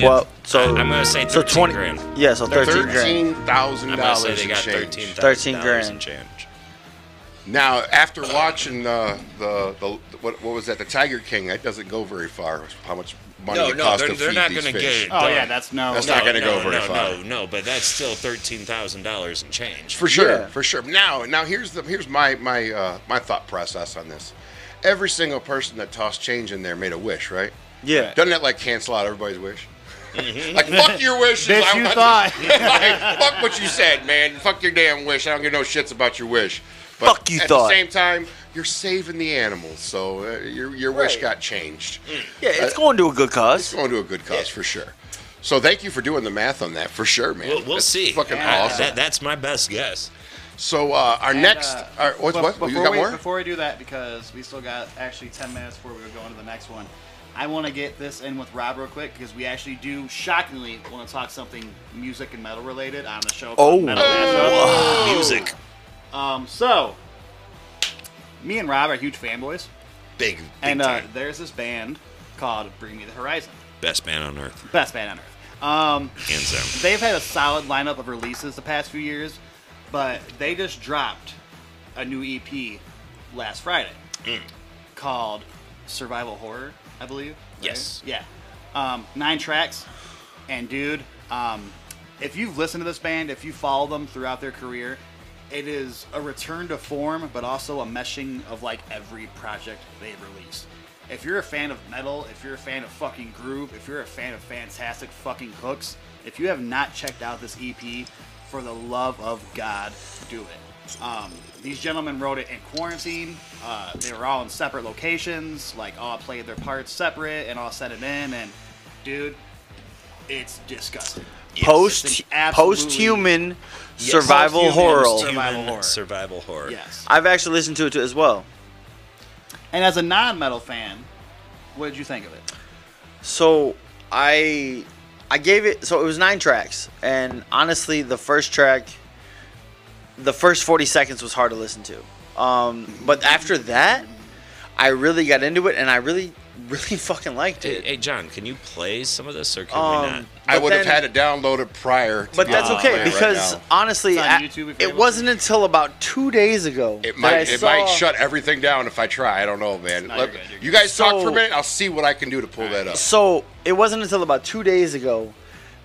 D: 12. So
E: I- I'm gonna say 13 grand.
D: Yeah, so 13 grand.
B: Thirteen thousand
E: I'm gonna
B: dollars.
E: say they got
B: change.
E: 13,000
D: 13
E: dollars
D: grand.
E: in change.
B: Now, after watching uh, the the what, what was that? The Tiger King. That doesn't go very far. How much money
Q: No,
B: it
Q: no,
B: costs
Q: they're,
B: to
Q: they're
B: feed
Q: not
B: these
Q: going to
B: fish.
Q: get it.
C: Oh,
Q: done.
B: That's not going to go very
Q: no,
B: far.
Q: No, no, but that's still thirteen thousand dollars and change
B: For sure, for sure. Now, now here's the here's my my uh, my thought process on this. Every single person that tossed change in there made a wish, right?
D: Yeah.
B: Doesn't that like cancel out everybody's wish?
Q: Mm-hmm.
B: like fuck your wishes.
C: Bitch,
B: I
C: you
B: want-
C: thought.
B: Like, fuck what you said, man. Fuck your damn wish. I don't give no shits about your wish. But
D: Fuck you
B: at
D: thought.
B: the same time, you're saving the animals, so uh, your your wish got changed.
Q: Mm.
D: Yeah, it's going to a good cause.
B: It's going to a good cause for sure. So thank you for doing the math on that for sure, man.
Q: We'll, we'll
B: That's
Q: see.
B: Fucking
Q: Uh,
B: awesome.
Q: that- that's my best guess.
B: So uh, our
C: And,
B: next,
C: uh,
B: our, what,
C: bef-
B: what?
C: Before
B: You got
C: we,
B: more?
C: Before we do that, because we still got actually 10 minutes before we go into the next one, I want to get this in with Rob real quick because we actually do shockingly want to talk something music and metal related on the show. called
D: Oh.
C: Metal
D: Oh.
C: Mashup.
D: Music.
C: Um, so, me and Rob are huge fanboys.
E: Big, big
C: And uh,
E: time.
C: there's this band called Bring Me the Horizon.
E: Best man on earth.
C: Best band on earth. Um,
E: Hands down.
C: They've had a solid lineup of releases the past few years, but they just dropped a new EP last Friday called Survival Horror, I believe. right?
E: Yes.
C: Yeah. Um, nine tracks. And dude, um, if you've listened to this band, if you follow them throughout their career, it is a return to form, but also a meshing of like every project they've released. If you're a fan of metal, if you're a fan of fucking groove, if you're a fan of fantastic fucking hooks, if you have not checked out this EP, for the love of God, do it. Um, these gentlemen wrote it in quarantine. Uh, they were all in separate locations, like all played their parts separate and all set it in. And dude, it's disgusting. It's
D: Post
C: an absolutely-
D: post human survival
C: Post-human
D: horror.
C: survival horror.
E: Survival horror.
C: Yes.
D: I've actually listened to it as well.
C: And as a non-metal fan, what did you think of it?
D: So I I gave it so it was nine tracks and honestly the first track the first 40 seconds was hard to listen to. Um, but after that I really got into it and I really really fucking liked
E: Hey,
D: it.
E: hey, John, can you play some of this or can we
D: Um,
E: not?
B: I
D: but
B: would have
D: then-
B: had it downloaded prior. To
D: But
B: get
D: that's
B: it
D: okay
B: right
D: because
B: now.
D: honestly
C: It's on
D: I-
C: YouTube if you're
D: it wasn't until about 2 days ago
B: it
D: that
B: might
D: I
B: it
D: saw-
B: might shut everything down if I try. I don't know, man.
C: No,
B: Let-
C: you're good, you're
B: you guys talk
D: So-
B: for a minute. I'll see what I can do to pull that up.
D: So it wasn't until about two days ago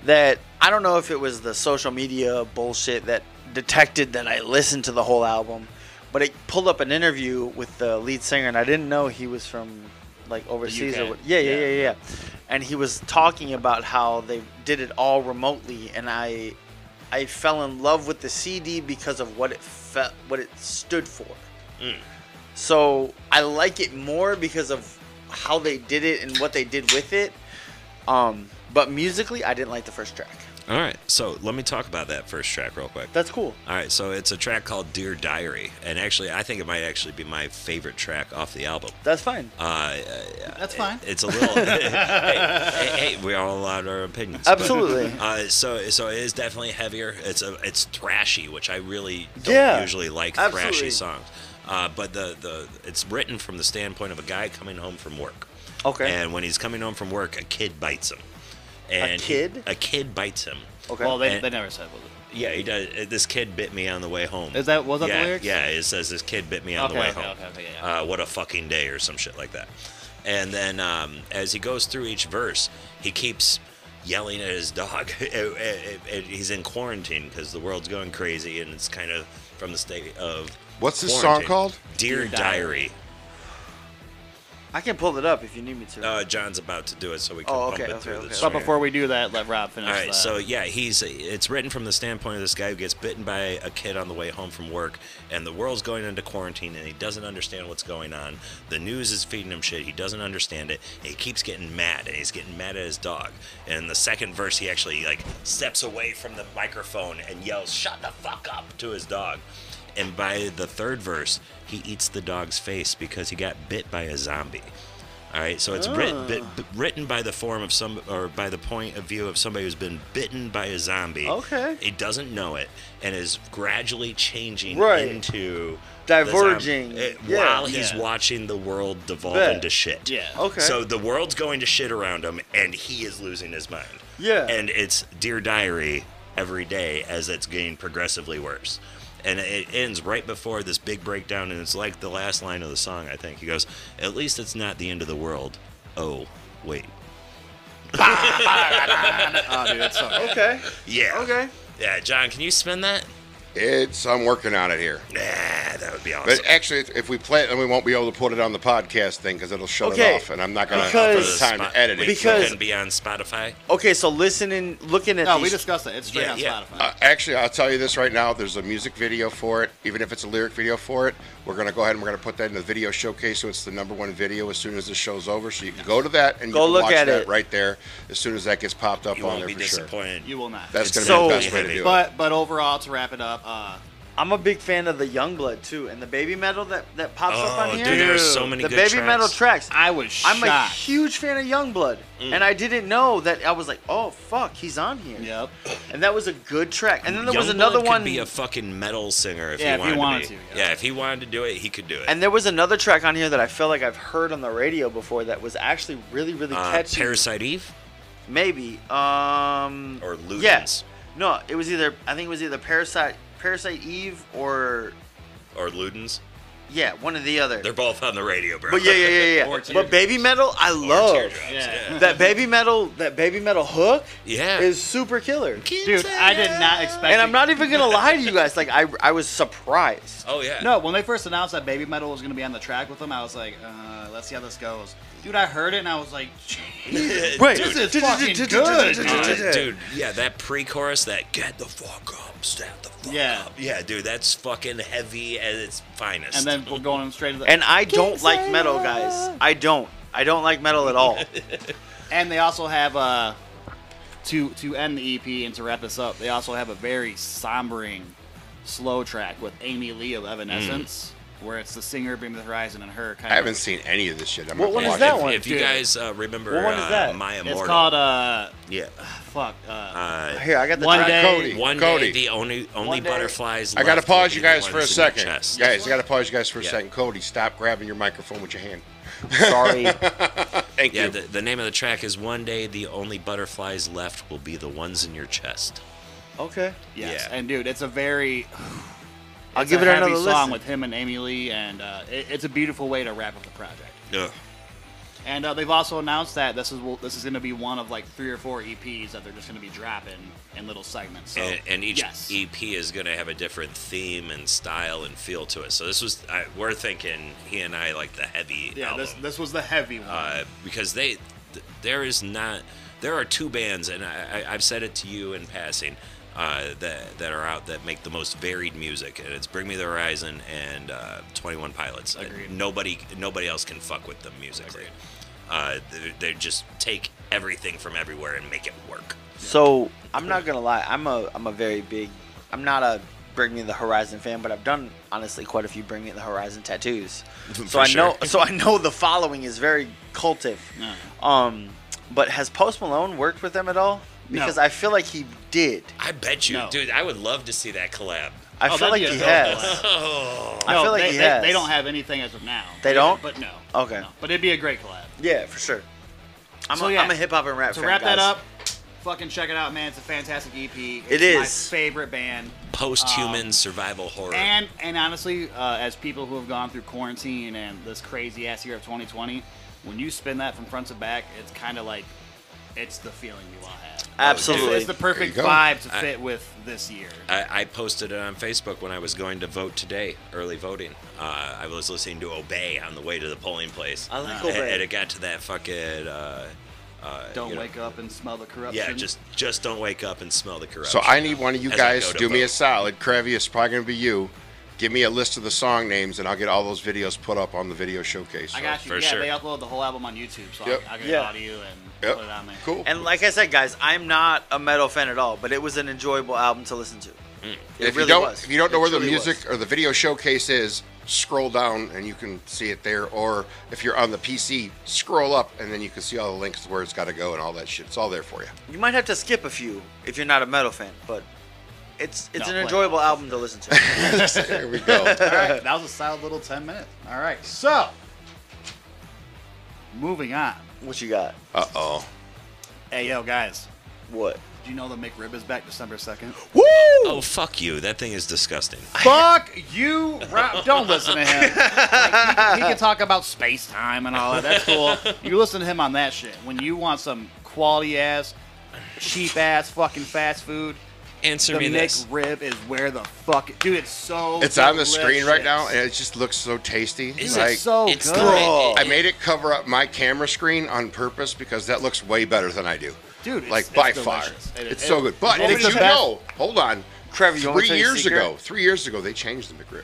D: that I don't know if it was the social media bullshit that detected that I listened to the whole album, but it pulled up an interview with the lead singer, and I didn't know he was from like overseas or
C: UK.
D: what. Yeah, yeah,
C: Yeah.
D: yeah, yeah. And he was talking about how they did it all remotely, and I, I fell in love with the CD because of what it felt, what it stood for. So I like it more because of how they did it and what they did with it. Um, but musically, I didn't like the first track.
E: All right, so let me talk about that first track real quick.
D: That's cool.
E: All right, so it's a track called Dear Diary, and actually, I think it might actually be my favorite track off the album.
D: That's fine.
E: Uh,
C: That's fine.
E: it's a little. hey, hey, hey, we're all allowed our opinions. but,
D: Absolutely.
E: uh, so, so it is definitely heavier. It's a, it's thrashy, which I really don't
D: Yeah,
E: usually like
D: absolutely.
E: thrashy songs. Uh, but the, the it's written from the standpoint of a guy coming home from work.
D: Okay.
E: And when he's coming home from work, a kid bites him. And he-
D: kid?
E: a kid bites him.
D: Okay.
C: Well, they,
E: And-
C: they never said. What it
E: Yeah, he does. uh, This kid bit me on the way home.
C: Is that- was that the
E: yeah,
C: lyrics?
E: Yeah, it says this kid bit me on the
C: Okay,
E: way
C: okay,
E: home.
C: okay, okay, yeah,
E: Uh, what a fucking day, or some shit like that. And then um, as he goes through each verse, he keeps yelling at his dog. It- it- it- he's in quarantine because the world's going crazy, and it's kind of from the state of.
B: What's this song
E: quarantine.
B: called?
E: Dear,
D: Dear
E: Diary.
D: Diary. I can pull it up if you need me to.
E: Uh, John's about to do it, so we can
D: Oh,
E: bump
D: okay,
E: it
D: okay,
E: through
D: okay.
E: this.
C: But
E: one.
C: before we do that, let Rob finish.
E: All right,
C: that.
E: so yeah, he's it's written from the standpoint of this guy who gets bitten by a kid on the way home from work, and the world's going into quarantine, and he doesn't understand what's going on. The news is feeding him shit. He doesn't understand it. And he keeps getting mad, and he's getting mad at his dog. And in the second verse, he actually like steps away from the microphone and yells, "Shut the fuck up!" to his dog. And by the third verse, he eats the dog's face because he got bit by a zombie. All right, so it's
D: Ah.
E: writ- bit, b- written by the form of some, or by the point of view of somebody who's been bitten by a zombie.
D: Okay.
E: He doesn't know it, and is gradually changing
D: Right.
E: into the zombie-
D: Diverging.
E: eh,
D: Yeah.
E: while he's
D: Yeah.
E: watching the world devolve
D: Bet.
E: into shit.
C: Yeah.
D: Okay.
E: So the world's going to shit around him, and he is losing his mind.
D: Yeah.
E: And it's dear diary every day as it's getting progressively worse. and it ends right before this big breakdown, and it's like the last line of the song. I think he goes, "At least it's not the end of the world." Oh, wait.
D: oh,
E: dude, it's so good.
D: Okay.
E: Yeah.
D: Okay.
E: Yeah, John, can you spin that?
B: It's I'm working on it here.
E: Nah, that would be awesome.
B: But actually, if- if we play it, then we won't be able to put it on the podcast thing because it'll shut
D: Okay.
B: it off, and I'm not going to have
D: Because-
B: the time to edit it.
D: Because-
E: Can be on Spotify.
D: Okay, so listening, looking at
B: No,
D: these,
B: we
C: discussed it. It's
E: straight Yeah, on yeah. Spotify.
B: Uh, actually, I'll tell you this right now. There's a music video for it. Even if it's a lyric video for it, we're going to go ahead and we're going to put that in the video showcase. So it's the number one video as soon as the show's over. So you can go to that and
D: Go
B: you can
D: look
B: watch
D: at
B: that
D: it.
B: right there as soon as that gets popped up
E: You
B: on
E: won't
B: there
E: be
B: for
E: disappointed.
B: sure.
C: You will not.
B: That's going to
D: So-
B: be the best way to do it.
C: But but overall, to wrap it up, uh,
D: I'm a big fan of the Youngblood too, and the baby metal that, that pops up
E: Oh,
D: on here.
E: dude, there are so many
D: the
E: good
D: baby
E: tracks.
D: metal tracks.
C: I was
D: I'm a
C: shocked.
D: huge fan of Youngblood,
E: Mm.
D: and I didn't know that. I was like, oh fuck, he's on here.
C: Yep.
D: And that was a good track. And then there was
E: Youngblood
D: another
E: could
D: one.
E: be a fucking metal singer if he
D: Yeah, if
E: wanted,
D: he wanted
E: to. Be.
D: to,
E: yeah. if he wanted to do it, he could do it.
D: and there was another track on here that I felt like I've heard on the radio before that was actually really really
E: Uh,
D: catchy.
E: Parasite Eve
D: Maybe. Um.
E: or Ludens.
D: Yes. No, it was either I think it was either Parasite Parasite Eve or
E: Or Ludens.
D: yeah, one or the other.
E: They're both on the radio, bro.
D: But yeah, yeah, yeah, yeah. but baby metal, I love that baby metal. That baby metal hook,
E: Yeah.
D: is super killer.
C: dude, I did not expect.
D: And I'm
C: it.
D: not even gonna lie to you guys. Like I, I was surprised.
E: Oh yeah.
C: No, when they first announced that Baby Metal was going to be on the track with them, I was like, uh, let's see how this goes. Dude, I heard it and I was like, Jesus,
E: Right.
C: this is
E: Dude.
C: fucking good.
E: Uh,
C: dude.
E: dude, yeah, that pre-chorus, that get the fuck up, stand the fuck
C: Yeah.
E: up. Yeah, dude, that's fucking heavy at its finest.
C: And then we're going straight to the.
D: And I don't like metal, guys. I don't. I don't like metal at all.
C: And they also have uh, to to end the EP and to wrap this up. They also have a very sombering, slow track with Amy Lee of Evanescence, where it's the singer of Bring Me the Horizon and her. Kind
B: I
C: of
B: haven't seen any of this shit. I'm
C: What
B: gonna
C: one
B: have
C: is
B: to watch
C: that
B: it.
C: one?
E: if you
C: Dude.
E: guys uh, remember
C: What one is
E: uh,
C: that?
E: My
C: It's
E: Immortal,
C: called, uh,
E: yeah,
C: fuck. Uh,
E: uh,
D: Here, I got the
C: One
D: track.
C: day-
B: Cody,
E: one
B: Cody.
E: day the only only
D: One day-
E: butterflies.
B: I gotta
E: left
B: pause
E: will
B: you
E: be the
B: guys
E: ones
B: for a
E: in your
B: second,
E: chest.
B: guys. I gotta pause you guys for a
E: Yeah.
B: second. Cody, stop grabbing your microphone with your hand.
D: Sorry.
B: Thank
E: yeah,
B: you.
E: The, the name of the track is "One Day the Only Butterflies Left Will Be the Ones in Your Chest."
D: Okay.
C: yes.
E: Yeah.
C: And dude, it's a very.
D: I'll
C: it's
D: give
C: a
D: it
C: heavy
D: another
C: song
D: listen.
C: with him and Amy Lee, and uh, it, it's a beautiful way to wrap up the project.
E: Ugh.
C: And uh, they've also announced that this is this is going to be one of like three or four EPs that they're just going to be dropping in little segments. So,
E: and, and each E
C: yes,
E: EP is going to have a different theme and style and feel to it. So this was I, we're thinking he and I like the heavy
C: yeah,
E: album
C: this this was the heavy one.
E: uh, because they th- there is not there are two bands and I, I, I've said it to you in passing uh, that that are out that make the most varied music and it's Bring Me the Horizon and uh, Twenty One Pilots. And
C: Agreed.
E: Nobody nobody else can fuck with them musically. Uh, they, they just take everything from everywhere and make it work.
D: So I'm not gonna lie, I'm a I'm a very big I'm not a Bring Me the Horizon fan, but I've done honestly quite a few Bring Me the Horizon tattoos. So
E: For
D: I know
E: sure.
D: so I know the following is very cultive.
C: Yeah.
D: Um but has Post Malone worked with them at all? Because I feel like he did.
E: I bet you,
C: No.
E: dude. I would love to see that collab.
D: I
C: Oh, that'd
D: feel like
C: be a
D: he
C: dope
D: has.
C: collab.
E: Oh,
D: I feel like
C: they,
D: he
C: they,
D: has.
C: they don't have anything as of now.
D: They don't?
C: But no.
D: Okay.
C: No. But it'd be a great collab.
D: Yeah, for sure. I'm,
C: So,
D: a,
C: yeah.
D: am a hip hop and rap
C: to
D: fan,
C: wrap that
D: guys.
C: up, fucking check it out, man. It's a fantastic EP. It's
D: It
C: my
D: is.
C: favorite band.
E: post-human survival horror.
C: And and honestly, uh, as people who have gone through quarantine and this crazy ass year of 2020, when you spin that from front to back, it's kind of like it's the feeling we all have.
D: Absolutely.
C: it's, it's the perfect
B: There you go.
C: vibe to
E: I-
C: fit with this year.
E: I, I posted it on Facebook when I was going to vote today, early voting. Uh, I was listening to Obey on the way to the polling place.
D: I like
E: And-
D: Obey.
E: And it got to that fucking. Uh, uh,
C: Don't
E: you know,
C: wake up and smell the corruption.
E: Yeah, just just don't wake up and smell the corruption.
B: So I need one of you
E: As I
B: guys
E: go
B: to do
E: vote.
B: me a solid. Krevy, it's probably gonna be you. Give me a list of the song names, and I'll get all those videos put up on the video showcase.
C: I got you.
E: for
C: yeah,
E: sure.
C: they upload the whole album on YouTube, so
B: Yep.
C: I, I can
D: Yeah.
C: audio and
B: Yep.
C: put it on there.
B: Cool.
D: And like I said, guys, I'm not a metal fan at all, but it was an enjoyable album to listen to. It
B: if
D: really
B: you don't,
D: was.
B: if you don't know
D: It
B: where the
D: truly was.
B: music or the video showcase is, scroll down and you can see it there. Or if you're on the PC, scroll up and then you can see all the links to where it's got to go and all that shit. It's all there for you.
D: You might have to skip a few if you're not a metal fan, but it's
C: No,
D: it's an
C: play
D: enjoyable album to listen to.
B: there we go.
C: All right, that was a solid little 10 minutes. All right, so moving on.
D: what you got?
B: Uh oh.
C: Hey, yo, guys,
D: What?
C: do you know that McRib is back December 2nd?
D: Woo!
E: Oh, fuck you. That thing is disgusting.
C: Fuck you, Rob. Don't listen to him. Like, he, he can talk about space time and all that. That's cool. You listen to him on that shit. When you want some quality ass, cheap ass, fucking fast food,
E: answer
C: the
E: me
C: Nick
E: this.
C: Rib is where the fuck, dude. It's so.
B: It's on the screen right
C: delicious.
B: now, and it just looks so tasty.
C: Is it so It's good?
B: Bro,
C: the-
B: I made it cover up my camera screen on purpose because that looks way better than I do.
C: Dude, it's-
B: like
C: it's
B: by far,
C: delicious. It-
B: it's
C: it-
B: so good. But
C: What
B: did
C: was the
B: you
C: best-
B: know? Hold on,
D: Trevor, you wanna
B: three
D: tell your
B: years
D: secret?
B: ago, three years ago, they changed the McRib.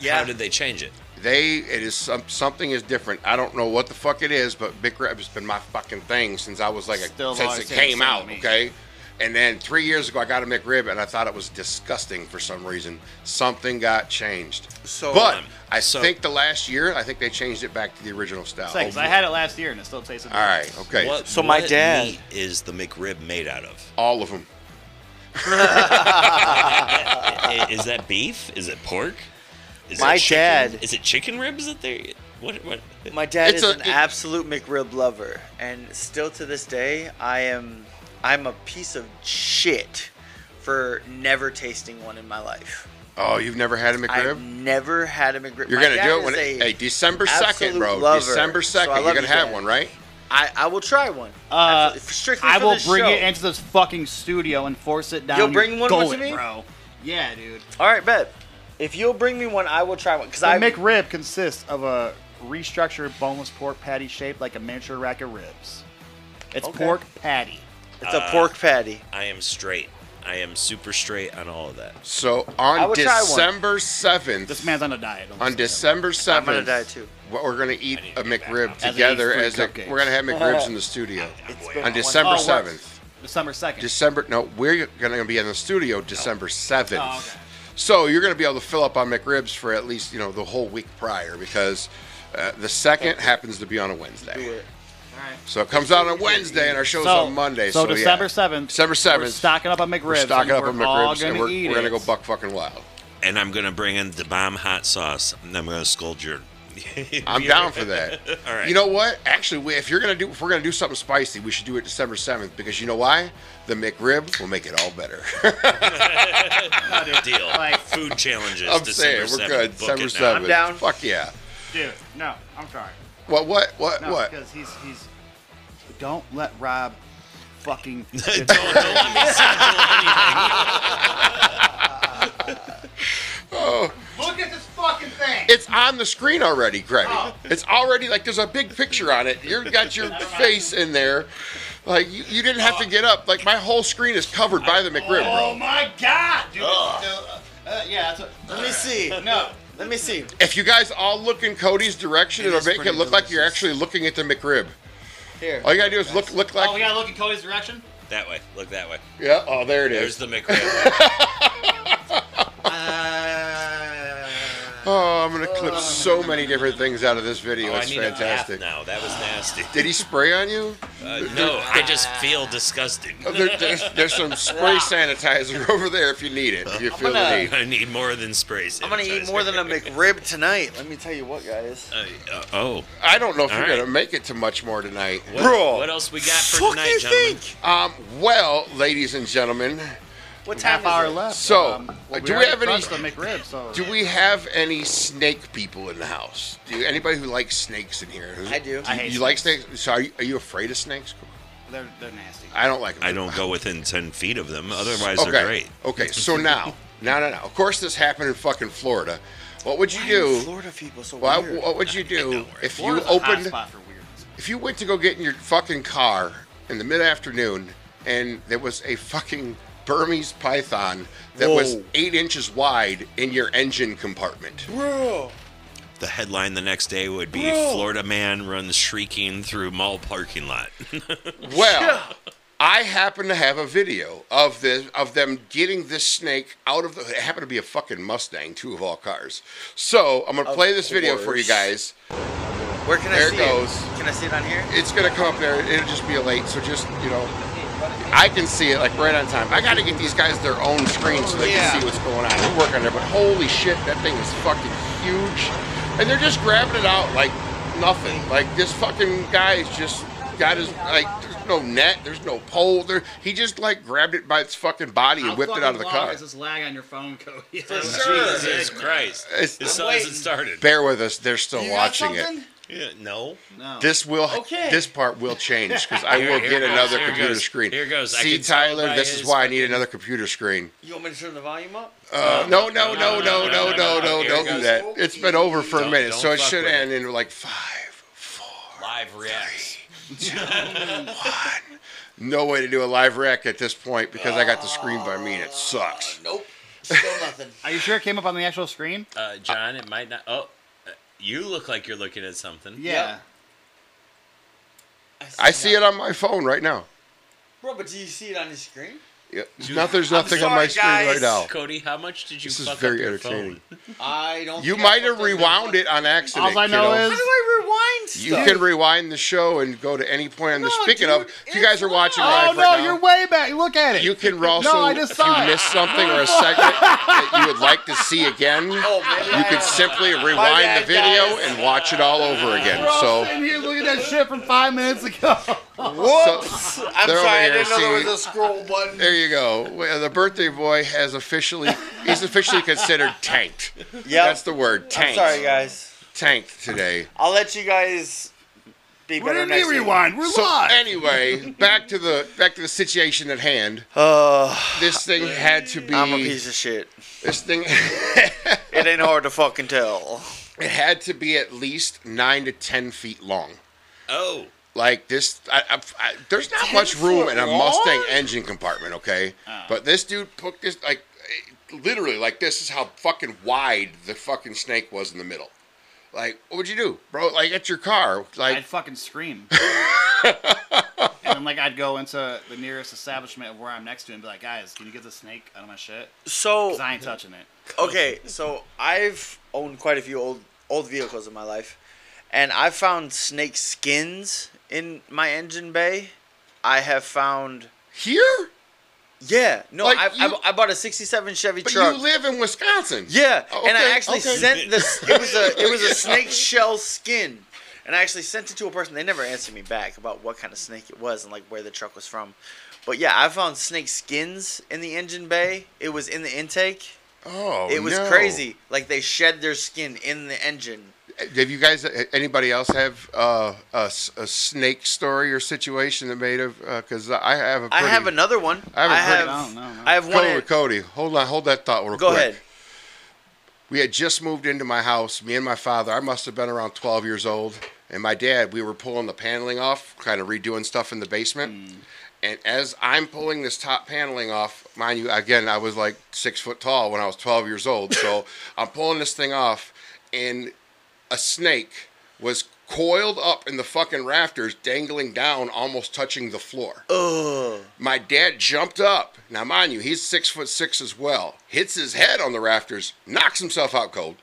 E: Yeah. How did they change it?
B: They it is some, something is different. I don't know what the fuck it is, but Big Reb has been my fucking thing since I was like a,
C: Still
B: since
C: always
B: it
C: tastes the
B: came
C: same
B: out.
C: to me.
B: Okay, and then three years ago I got a McRib and I thought it was disgusting for some reason. Something got changed.
D: So,
B: but
D: um,
B: I
D: so-
B: think the last year I think they changed it back to the original style.
C: It's like, 'cause I had it last year and it still tasted.
B: Oh, All right, okay.
M: What-
D: So my
M: what
D: dad-
M: meat is the McRib made out of?
B: All of them.
M: is that beef? Is it pork? Is
D: My
M: it chicken?
D: dad-
M: Is it chicken ribs that they? What? What?
D: My dad
M: It's
D: is
M: a-
D: an
M: it-
D: absolute McRib lover, and still to this day, I am I'm a piece of shit for never tasting one in my life.
B: Oh, you've never had a McRib?
D: I've never had a McRib.
B: You're
D: My
B: gonna
D: dad
B: do it
D: is
B: when
D: a
B: hey December
D: absolute
B: second, bro.
D: lover,
B: December
D: so I
B: second, you're
D: love
B: gonna
D: your
B: have
D: dad.
B: one, right?
D: I, I will try one.
C: Uh,
D: Absolutely. Strictly
C: I
D: for
C: will
D: this
C: bring
D: show.
C: it into this fucking studio and force it down.
D: You'll
C: your
D: bring one over
C: gullet,
D: to me,
C: bro. Yeah, dude.
D: All right, bet. If you'll bring me one, I will try one. Because
C: The
D: I
C: McRib consists of a restructured boneless pork patty shaped like a miniature rack of ribs. It's
D: Okay.
C: pork patty.
D: It's a pork patty.
M: I am straight. I am super straight on all of that.
B: So
D: I
B: on
D: would try one.
B: December seventh,
C: This man's on a diet.
B: on December 7th,
D: I'm gonna die too.
B: What we're gonna eat a McRib
C: As it
B: together
C: eats
B: as
C: three
B: a,
C: cupcakes.
B: we're gonna have McRibs in the studio
C: been
B: on
C: one-
B: December
C: Oh, it works.
B: seventh.
C: December second.
B: December no, we're gonna be in the studio December seventh.
C: Oh, okay.
B: So you're gonna be able to fill up on McRibs for at least you know the whole week prior because uh, the second happens to be on a Wednesday. So it comes out on a Wednesday and our show's on Monday. So,
C: So,
B: yeah.
C: December seventh.
B: December
C: We're
B: 7th.
C: stocking up on McRibs.
B: We're stocking
C: and
B: up on
C: we're all
B: McRibs and
C: gonna
B: we're,
C: eat
B: we're gonna
C: it.
B: go buck fucking wild.
M: And I'm gonna bring in the bomb hot sauce, and I'm gonna scold your.
B: I'm down for that.
M: All right.
B: You know what? Actually, we- if you're gonna do, if we're gonna do something spicy, we should do it December seventh because you know why? The McRib will make it all better.
M: deal.
C: Like-
M: Food challenges.
B: I'm
M: December
B: saying we're
M: 7th.
B: good.
M: Book
B: December
M: it now.
B: seventh. Fuck yeah.
C: Dude, no, I'm sorry.
B: What? What? What?
C: No,
B: what?
C: because he's he's. Don't let Rob, fucking.
B: Oh,
C: Look at this fucking thing.
B: it's on the screen already, Greg.
C: Oh.
B: It's already like there's a big picture on it. You've got your face in there. Like you, you didn't have to get up. Like my whole screen is covered by the McRib,
C: Oh
B: bro.
C: my god, dude. Uh, uh, yeah. That's a,
D: Let me see.
C: No.
D: Let me see.
B: If you guys all look in Cody's direction,
D: It
B: it'll
D: is
B: make it
D: pretty
B: look like you're actually looking at the McRib.
D: Here.
B: All you gotta do is look, look
C: oh, we
B: like.
C: gotta look in Cody's direction.
M: That way. Look that way.
B: Yeah. Oh, there it
M: There's
B: is.
M: the McRib.
B: Oh, I'm gonna clip so many different things out of this video.
M: Oh, I
B: it's
M: need a bath
B: fantastic.
M: now. That was nasty.
B: Did he spray on you?
M: Uh, no, I just feel disgusted.
B: Oh, there- there's, there's some spray sanitizer over there if you need it. If you feel the need.
M: I need more than spray sanitizer.
D: I'm gonna eat more than a McRib tonight. Let me tell you what, guys.
M: Uh, uh, oh.
B: I don't know if
M: All
B: you're
M: right.
B: gonna make it to much more tonight,
M: What,
B: bro.
M: what else we got for
D: Fuck
M: tonight,
D: you
M: gentlemen?
B: Um, well, ladies and gentlemen,
D: What time
C: Half hour
D: is it?
C: left.
B: So,
C: um, well,
B: uh, do we
C: already
B: have any-
C: crushed The McRib, so.
B: do we have any snake people in the house? Do you, anybody who likes snakes in here? Who's-
D: I do.
B: You,
D: I hate
B: you like snakes? So are you, are you afraid of snakes?
C: They're, they're nasty.
B: I don't like them.
M: I don't go within 10 feet of them. Otherwise,
B: okay.
M: they're great.
B: Okay. So now, now, now, now. Of course, this happened in fucking Florida. What would you
D: Why are
B: do?
D: Florida people so
B: Why,
D: weird?
B: what would you do if you
C: Florida's a hot
B: opened?
C: spot for weirdos.
B: If you went to go get in your fucking car in the mid afternoon and there was a fucking Burmese python that was
D: Whoa.
B: eight inches wide in your engine compartment.
D: Bro,
M: The headline the next day would be
D: Bro.
M: Florida man runs shrieking through mall parking lot.
B: Well, I happen to have a video of this of them getting this snake out of the. It happened to be a fucking Mustang, two of all cars. So I'm gonna
D: Of
B: play this video for you
D: course.
B: guys.
D: where can I
B: There it
D: see
B: goes.
D: Can I see it on here?
B: It's gonna come up there. It'll just be a late. So just you know, I can see it like right on time. I gotta get these guys their own screen so they
D: Yeah.
B: can see what's going on. They're working there, but holy shit, that thing is fucking huge, and they're just grabbing it out like nothing. Like this fucking guy's just got his like no net. There's no pole. There. He just like grabbed it by its fucking body and
C: How
B: whipped it
C: fucking
B: out of the
C: long
B: car.
C: Is this lag on your phone, Cody?
E: Jesus Christ.
B: It's-
E: It still hasn't started.
B: Bear with us. They're still
E: You got
B: watching it.
E: something? Yeah, no. No.
B: This will.
E: Okay.
B: This part will change because I
E: Here-
B: will
E: here
B: get
E: goes,
B: another
E: here
B: computer
E: goes,
B: screen.
E: here goes. I
B: See,
E: can tell
B: Tyler,
E: by
B: this is
E: his
B: why I need another computer screen.
D: You want me to turn the volume up?
B: Uh, no, no, no, no, no, no, no,
E: Here
B: don't
E: it
B: do
E: goes.
B: that. It's been over for a
E: Don't-
B: minute,
E: don't
B: so it
E: fuck
B: should
E: with
B: end in like five.
E: Live reacts.
B: No way to do a live rec at this point because I got the screen by me and it sucks.
D: Nope.
C: Are you sure it came up on the actual screen?
E: Uh, John, it might not. Oh, uh, you look like you're looking at something.
C: Yeah.
B: I see it on my phone right now.
D: Bro, but do you see it on your screen?
B: Yeah,
E: Dude,
B: not- there's
E: I'm
B: nothing on my
E: sorry,
B: screen right
E: guys.
B: now.
E: Cody, how much did you
B: This is
E: fuck
B: very
E: up your
B: entertaining.
E: phone?
D: I don't.
B: You
D: think
B: might
D: I
B: have rewound it on accident.
C: All I know
B: kiddo.
C: is- How do
D: I rewind
B: You can rewind the show and go to any point on the.
C: No,
B: Speaking of, if you guys are watching
C: Oh
B: live
C: no,
B: right now,
C: you're way back. Look at it.
B: you can
C: No,
B: also,
C: I just
B: if
C: saw
B: you
C: it.
B: miss something or a segment that you would like to see again,
C: Oh,
B: you can simply rewind the video and watch it all over again.
C: We're all
B: So.
C: sitting here looking at shit from five minutes ago.
B: Whoops.
D: I'm
B: They're
D: sorry,
B: over
D: I
B: here,
D: didn't know there
B: see-
D: was a scroll button.
B: There you go. Well, The birthday boy has officially he's officially considered tanked. Yeah, that's the word.
D: I'm
B: Tanked.
D: sorry, guys.
B: Tanked today.
D: I'll let you guys be better next week.
B: so anyway, back to the back to the situation at hand.
C: Uh,
B: this thing had to be.
D: I'm a piece of shit.
B: This thing.
D: it ain't hard to fucking tell.
B: It had to be at least nine to ten feet long.
E: Oh.
B: Like this, I, I, I, there's not much room in a
E: long?
B: Mustang engine compartment, okay?
D: Oh.
B: But this dude put this like it- literally like this is how fucking wide the fucking snake was in the middle. Like, what would you do, bro? Like at your car, like
C: I'd fucking scream. and then like I'd go into the nearest establishment of where I'm next to and be like, guys, can you get the snake out of my shit?
D: So
C: 'Cause I ain't touching it.
D: Okay, so I've owned quite a few old old vehicles in my life, and I've found snake skins in my engine bay. I have found
B: here.
D: Yeah, no,
B: Like,
D: I,
B: you-
D: I, I bought a '67 Chevy
B: But
D: truck.
B: you live in Wisconsin.
D: Yeah,
B: Oh,
D: and I
B: okay,
D: actually
B: okay.
D: sent this. It was a it was
B: Yeah.
D: a snake shell skin, and I actually sent it to a person. They never answered me back about what kind of snake it was and like where the truck was from. But yeah, I found snake skins in the engine bay. It was in the intake.
B: Oh,
D: it was
B: no.
D: crazy. Like they shed their skin in the engine.
B: Have you guys? Anybody else have uh, a, s- a snake story or situation that made of? Because I have a. Pretty,
D: I have another one.
B: I have a pretty-
D: have. I have one.
B: Cody,
D: at-
B: Cody, hold on, hold that thought real
D: Go
B: quick.
D: ahead.
B: We had just moved into my house. Me and my father. I must have been around 12 years old. And my dad. We were pulling the paneling off, kind of redoing stuff in the basement.
D: Hmm.
B: And as I'm pulling this top paneling off, mind you, again, I was like six foot tall when I was 12 years old. So I'm pulling this thing off, and a snake was coiled up in the fucking rafters, dangling down, almost touching the floor.
D: Ugh.
B: My dad jumped up. Now, mind you, he's six foot six as well. Hits his head on the rafters, knocks himself out cold.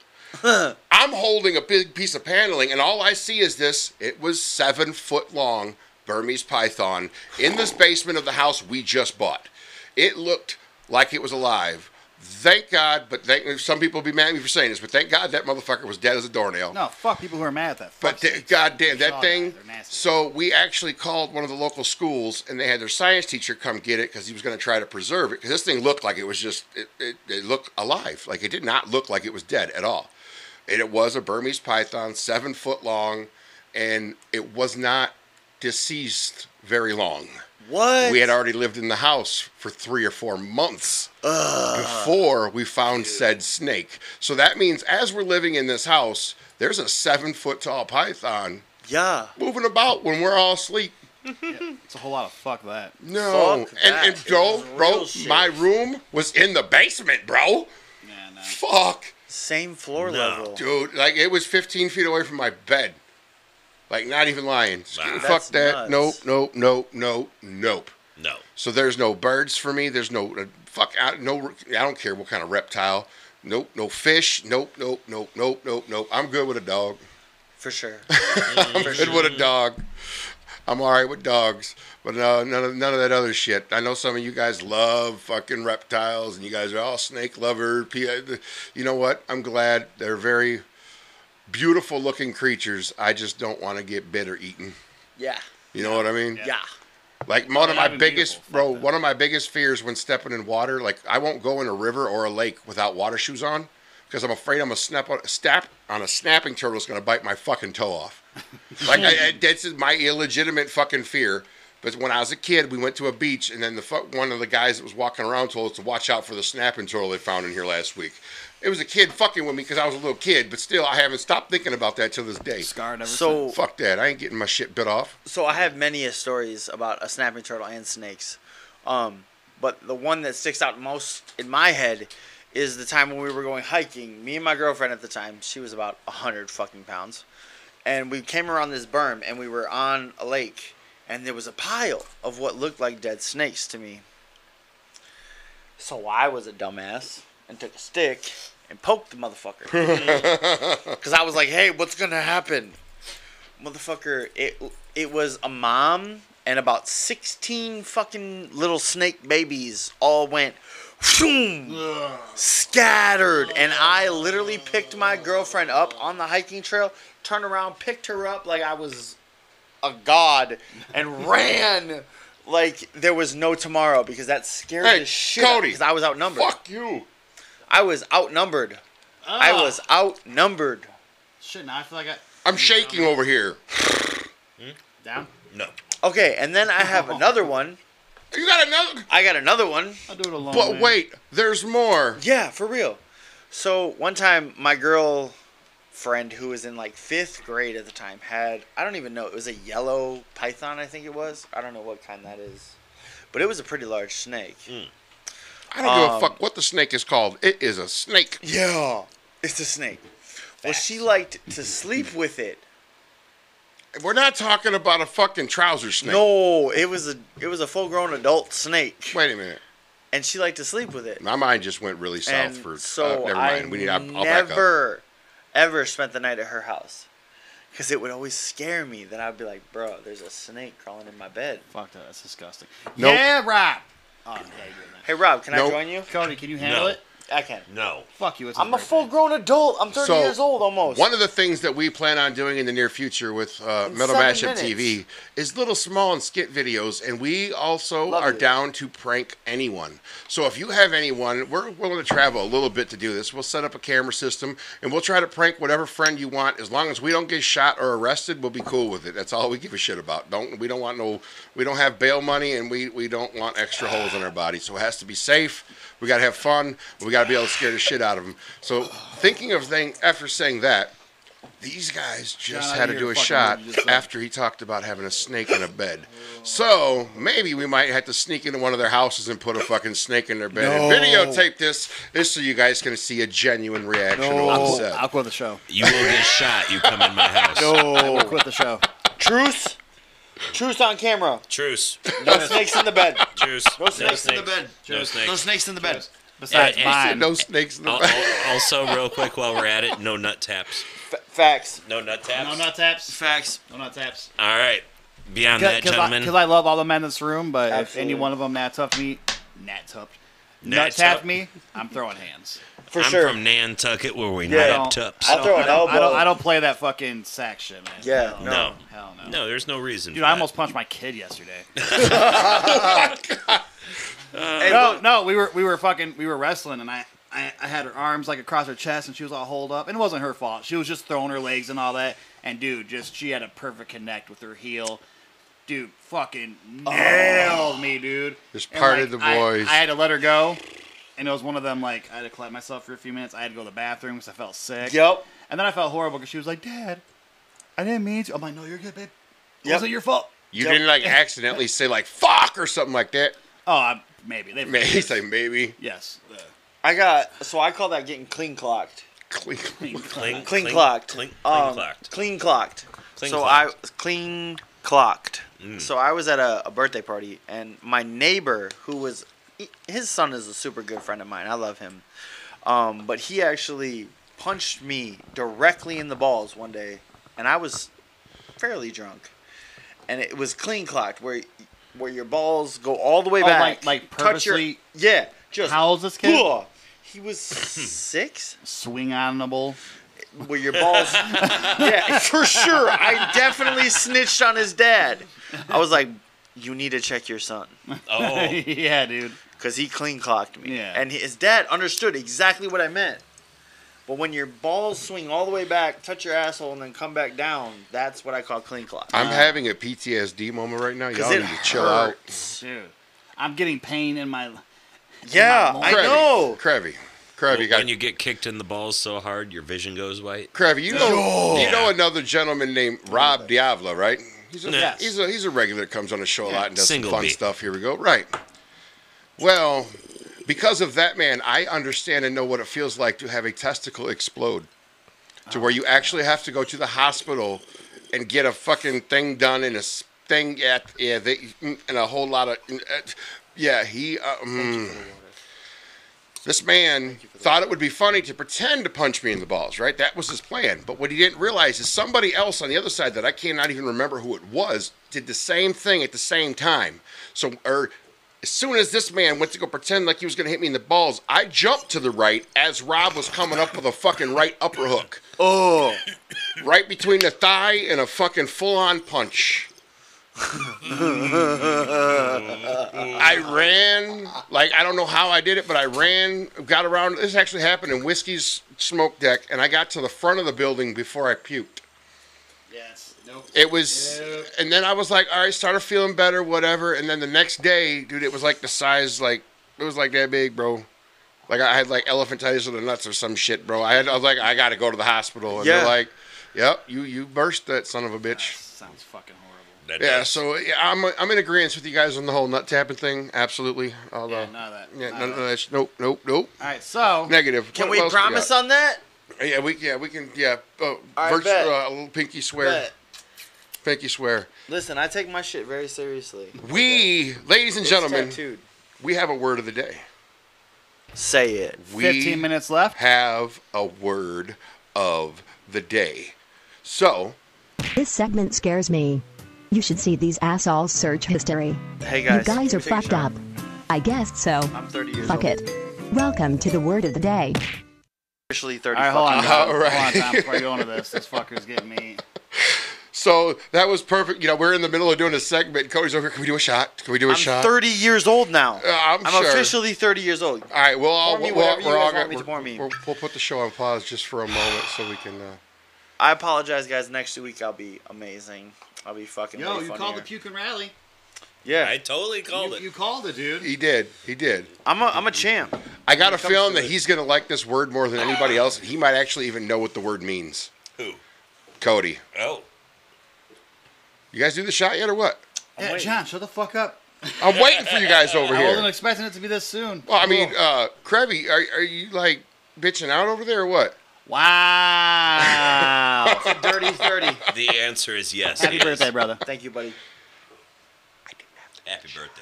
B: I'm holding a big piece of paneling, and all I see is this. It was seven foot long Burmese python in this basement of the house we just bought. It looked like it was alive. Thank God, but thank, some people be mad at me for saying this, but thank God that motherfucker was dead as a doornail.
C: No, fuck people who are mad at that.
B: But th- goddamn, that thing. So we actually called one of the local schools, and they had their science teacher come get it because he was going to try to preserve it. Because this thing looked like it was just it, it, it looked alive. Like it did not look like it was dead at all. And it was a Burmese python, seven foot long, and it was not deceased very long.
D: What?
B: We had already lived in the house for three or four months
D: Ugh.
B: before we found said snake. So that means as we're living in this house, there's a seven foot tall python.
D: Yeah.
B: Moving about when we're all asleep.
C: It's a whole lot of fuck that.
B: No. and, and bro, bro, my room was in the basement, bro.
C: uh,
B: Fuck.
D: Same floor level.
B: Dude, like it was 15 feet away from my bed. Like, not even lying. Just
D: Wow.
B: kidding.
D: That's
B: Fuck that.
D: nuts.
B: Nope, nope, nope, nope, nope.
E: No.
B: So there's no birds for me. There's no uh, fuck. I, no, I don't care what kind of reptile. Nope, no fish. Nope, nope, nope, nope, nope, nope. I'm good with a dog.
D: For sure.
B: I'm good with a dog. I'm all right with dogs, but no, none of none of that other shit. I know some of you guys love fucking reptiles, and you guys are all snake lover. P- uh, You know what? I'm glad they're very beautiful looking creatures. I just don't want to get bit or eaten.
D: Yeah.
B: You know what I mean?
D: Yeah.
B: Like one of my
E: That'd be
B: biggest, bro, one of my biggest fears when stepping in water, like I won't go in a river or a lake without water shoes on because I'm afraid I'm a snap on, snap on a snapping turtle is going to bite my fucking toe off. like I, I, that's my illegitimate fucking fear. But when I was a kid, we went to a beach, and then the fuck one of the guys that was walking around told us to watch out for the snapping turtle they found in here last week. It was a kid fucking with me because I was a little kid, but still, I haven't stopped thinking about that till this day. Scarred
D: ever So- since.
B: fuck that. I ain't getting my shit bit off.
D: So I have many a stories about a snapping turtle and snakes, um, but the one that sticks out most in my head is the time when we were going hiking. Me and my girlfriend at the time, she was about hundred fucking pounds, and we came around this berm and we were on a lake, and there was a pile of what looked like dead snakes to me. So I was a dumbass and took a stick and poked the motherfucker because I was like, "Hey, what's gonna happen?" motherfucker it it was a mom and about 16 fucking little snake babies all went phoom, scattered and i literally picked my girlfriend up on the hiking trail turned around picked her up like i was a god and ran like there was no tomorrow because that scared
B: Hey,
D: the shit out of me
B: Cody,
D: because i was outnumbered
B: fuck you
D: i was outnumbered i was
B: Ah.
D: outnumbered
C: Shit, now I feel like I
B: I'm shaking over here.
C: down.
M: No.
D: Okay, and then I have another one.
B: You got another?
D: I got another one.
C: I'll do it alone.
B: But wait, there's more.
D: Yeah, for real. So one time, my girl friend who was in like fifth grade at the time had I don't even know it was a yellow python I think it was I don't know what kind that is, but it was a pretty large snake.
B: I don't give a
D: Um,
B: fuck what the snake is called. It is a snake.
D: Yeah, it's a snake. Well, she liked to sleep with it.
B: We're not talking about a fucking trouser snake.
D: No, it was a it was a full grown adult snake,
B: Wait a minute.
D: and she liked to sleep with it.
B: My mind just went really south
D: And
B: for.
D: so
B: uh, never
D: I
B: mind. We need. I'll, I'll back up.
D: never, ever spent the night at her house, because it would always scare me. That I'd be like, bro, there's a snake crawling in my bed.
C: Fuck that, that's disgusting.
D: Nope.
C: Yeah, Rob. Oh, yeah,
D: Hey Rob, can
C: Nope.
D: I join you?
C: Cody, can you handle it?
D: I can.
M: No.
C: Fuck you. It's
D: I'm a full grown adult. I'm 30
B: So,
D: years old almost.
B: One of the things that we plan on doing in the near future with uh,
D: In
B: Metal
D: seven
B: Mashup
D: minutes.
B: TV is little small and skit videos, and we also
D: Love
B: are
D: it.
B: down to prank anyone. So if you have anyone, we're willing to travel a little bit to do this. We'll set up a camera system, and we'll try to prank whatever friend you want. As long as we don't get shot or arrested, we'll be cool with it. That's all we give a shit about. Don't we don't want no we don't have bail money, and we we don't want extra holes in our body. So it has to be safe. We got to have fun. We got to be able to scare the shit out of them. So, thinking of thing after saying that, these guys
K: Shout
B: just
K: out
B: had
K: to your
B: to do a
K: fucking
B: shot
K: word you just said.
B: after he talked about having a snake in a bed. So maybe we might have to sneak into one of their houses and put a fucking snake in their bed
C: No.
B: and videotape this, this so you guys can see a genuine reaction to what was said.
C: I'll quit the show.
E: You will get shot. You come in my house.
C: I will quit the show.
D: Truce? Truce on camera.
M: Truce.
D: No snakes in the bed.
M: Truce.
D: No snakes in the bed.
M: No snakes.
D: No snakes in the bed.
M: Besides Yeah, and- mine.
B: No snakes in the
M: Al-
B: bed.
M: al- also, real quick while we're at it, no nut taps.
D: Facts.
M: No nut taps.
C: No nut taps.
D: Facts.
C: No nut taps.
M: All right. Beyond that, gentlemen.
C: Because I, love all the men in this room, but if
M: Absolutely.
C: any one of them nat tough me, nat tough,
M: Nat
C: nut tap
M: tuck?
C: me, I'm throwing hands.
M: I'm from Nantucket where we
C: I
M: nut
C: don't-
M: tups.
C: I don't- I don't- I don't, I don't play that fucking sack shit, man.
M: Yeah,
C: Hell
M: no.
C: Hell no.
M: No, there's no reason.
C: Dude,
M: for
C: I
M: that.
C: almost punched my kid yesterday.
M: Hey,
C: no, no, we were we were fucking we were wrestling, and I, I I had her arms like across her chest, and she was all holed up, and it wasn't her fault. She was just throwing her legs and all that, and dude, just she had a perfect connect with her heel. Dude, fucking nailed me, dude.
B: Oh. Just
C: And,
B: parted
C: like,
B: the
C: I-
B: boys.
C: I, had to let her go, and it was one of them like I had to collect myself for a few minutes. I had to go to the bathroom because I felt sick.
D: Yep.
C: And then I felt horrible because she was like, "Dad, I didn't mean to." I'm like, "No, you're good, babe. It wasn't your fault."
B: You didn't like accidentally say like fuck or something like that.
C: Oh, I, maybe they.
B: Man, he's like maybe.
C: Yes.
D: I got so I call that getting clean clocked.
B: Clean, clean,
M: clean,
D: clean
M: clean-
D: clocked.
M: clean- clean
D: um,
M: clocked.
D: Clean clocked.
M: Clean
D: so
M: clocked.
D: I clean clocked.
M: Mm.
D: So I was at a, a birthday party, and my neighbor, who was he- his son, is a super good friend of mine. I love him, um, but he actually punched me directly in the balls one day, and I was fairly drunk, and it was clean clocked where where your balls go all the way
C: Oh,
D: back,
C: like- like
D: touch your-
C: purposely-
D: yeah, just
C: How old's this kid?
D: Whoa. He was six.
C: Swing onable.
D: Where your balls? yeah, for sure. I definitely snitched on his dad. I was like, you need to check your son.
E: Oh.
D: yeah, dude. Because he clean clocked me.
C: Yeah.
D: And his dad understood exactly what I meant. But when your balls swing all the way back, touch your asshole, and then come back down, that's what I call clean clock. Uh,
B: I'm having a PTSD moment right now.
D: 'Cause
B: Y'all
D: it
B: need to chill out.
D: hurts.
C: Dude, I'm getting pain in my. in my loins.
B: Krabby, Krabby, Krabby,
M: When-
B: got
M: when you get kicked in the balls so hard, your vision goes white.
B: Krabby, you know,
M: Yeah.
B: you know another gentleman named Rob Diavla, right? He's a,
M: Yes.
B: he's a he's a regular that comes on the show a lot and does
M: Single
B: some fun
M: B.
B: stuff. Here we go. Right. Well, because of that man, I understand and know what it feels like to have a testicle explode, to where
M: Oh,
B: you actually have to go to the hospital and get a fucking thing done and a s- thing at yeah they and a whole lot of yeah he. Uh, mm. This man thought it would be funny to pretend to punch me in the balls, right? That was his plan. But what he didn't realize is somebody else on the other side that I cannot even remember who it was did the same thing at the same time. So, or as soon as this man went to go pretend like he was going to hit me in the balls, I jumped to the right as Rob was coming up with a fucking right upper hook. Oh, right between the thigh and a fucking full on punch. I ran like I don't know how I did it, but I ran, got around. This actually happened in Whiskey's smoke deck, and I got to the front of the building before I puked.
C: Yes. Nope.
B: It was, and then I was like, all right, started feeling better, whatever. And then the next day, dude, it was like the size, like it was like that big, bro. Like I had like elephantitis of the nuts or some shit, bro. I had, I was like, I got to go to the hospital, and
C: Yeah.
B: they're like, yep, you you burst that son of a bitch.
C: Sounds fucking horrible.
B: Yeah, so yeah, I'm I'm in agreement with you guys on the whole nut tapping thing. Absolutely. I'll, uh,
C: none of that.
B: Yeah,
C: None
B: none
C: of
B: of that. sh- Nope, nope, nope.
C: All right, so
B: Negative.
D: Can
B: What
D: we
B: else
D: promise
B: got?
D: on that?
B: Yeah, we yeah we can yeah. Uh,
D: I
B: virtu-
D: bet.
B: uh, a little pinky swear.
D: Bet.
B: Pinky swear.
D: Listen, I take my shit very seriously.
B: We, ladies and
D: It's
B: gentlemen,
D: tattooed.
B: we have a word of the day.
D: Say it.
B: We
C: 15 minutes left.
B: Have a word of the day. So
R: This segment scares me. You should see these assholes search history.
D: Hey,
R: You guys
D: guys, can
R: are
D: we take a
R: fucked up.
D: shot?
R: I guessed so.
D: I'm 30 years
R: Fuck
D: old.
R: it. Welcome to the word of the day.
D: Officially 30
C: All right, hold on.
D: fucking
C: Tom. Hold on, Tom,
D: years.
C: before you go into this. This fucker's getting me.
B: so that was perfect. You know, we're in the middle of doing a segment. Cody's over. here. Can we do a shot? Can we do a
D: I'm
B: shot?
D: 30 years old now.
B: I'm sure.
D: officially 30 years old.
B: All right, we'll all
D: Pour me
B: we'll,
D: whatever you
B: we're all
D: guys want
B: gonna-
D: me to pour me.
B: we'll- we'll put the show on pause just for a moment so we can. Uh,
D: I apologize, guys. Next week I'll be amazing. I'll be fucking.
C: Yo,
D: way
C: you called the
D: funnier.
C: puke and rally.
D: Yeah,
M: I totally called
C: You, you called it, dude.
B: He did. He did.
D: I'm a I'm a champ.
B: I got
D: When
B: a
D: it comes
B: feeling
D: to
B: that
D: it.
B: he's gonna like this word more than anybody else. He might actually even know what the word means.
M: Who?
B: Cody,
M: Oh.
B: you guys do the shot yet or what?
C: Yeah, John, shut the fuck up.
B: I'm waiting for you guys over
C: I wasn't
B: here.
C: expecting it to be this soon.
B: Well, I mean, uh, Krabby, are, are you like bitching out over there or what?
C: Wow.
D: Dirty 30.
M: The answer is yes.
C: Happy
M: it is.
C: birthday, brother.
D: Thank you, buddy.
M: Happy birthday.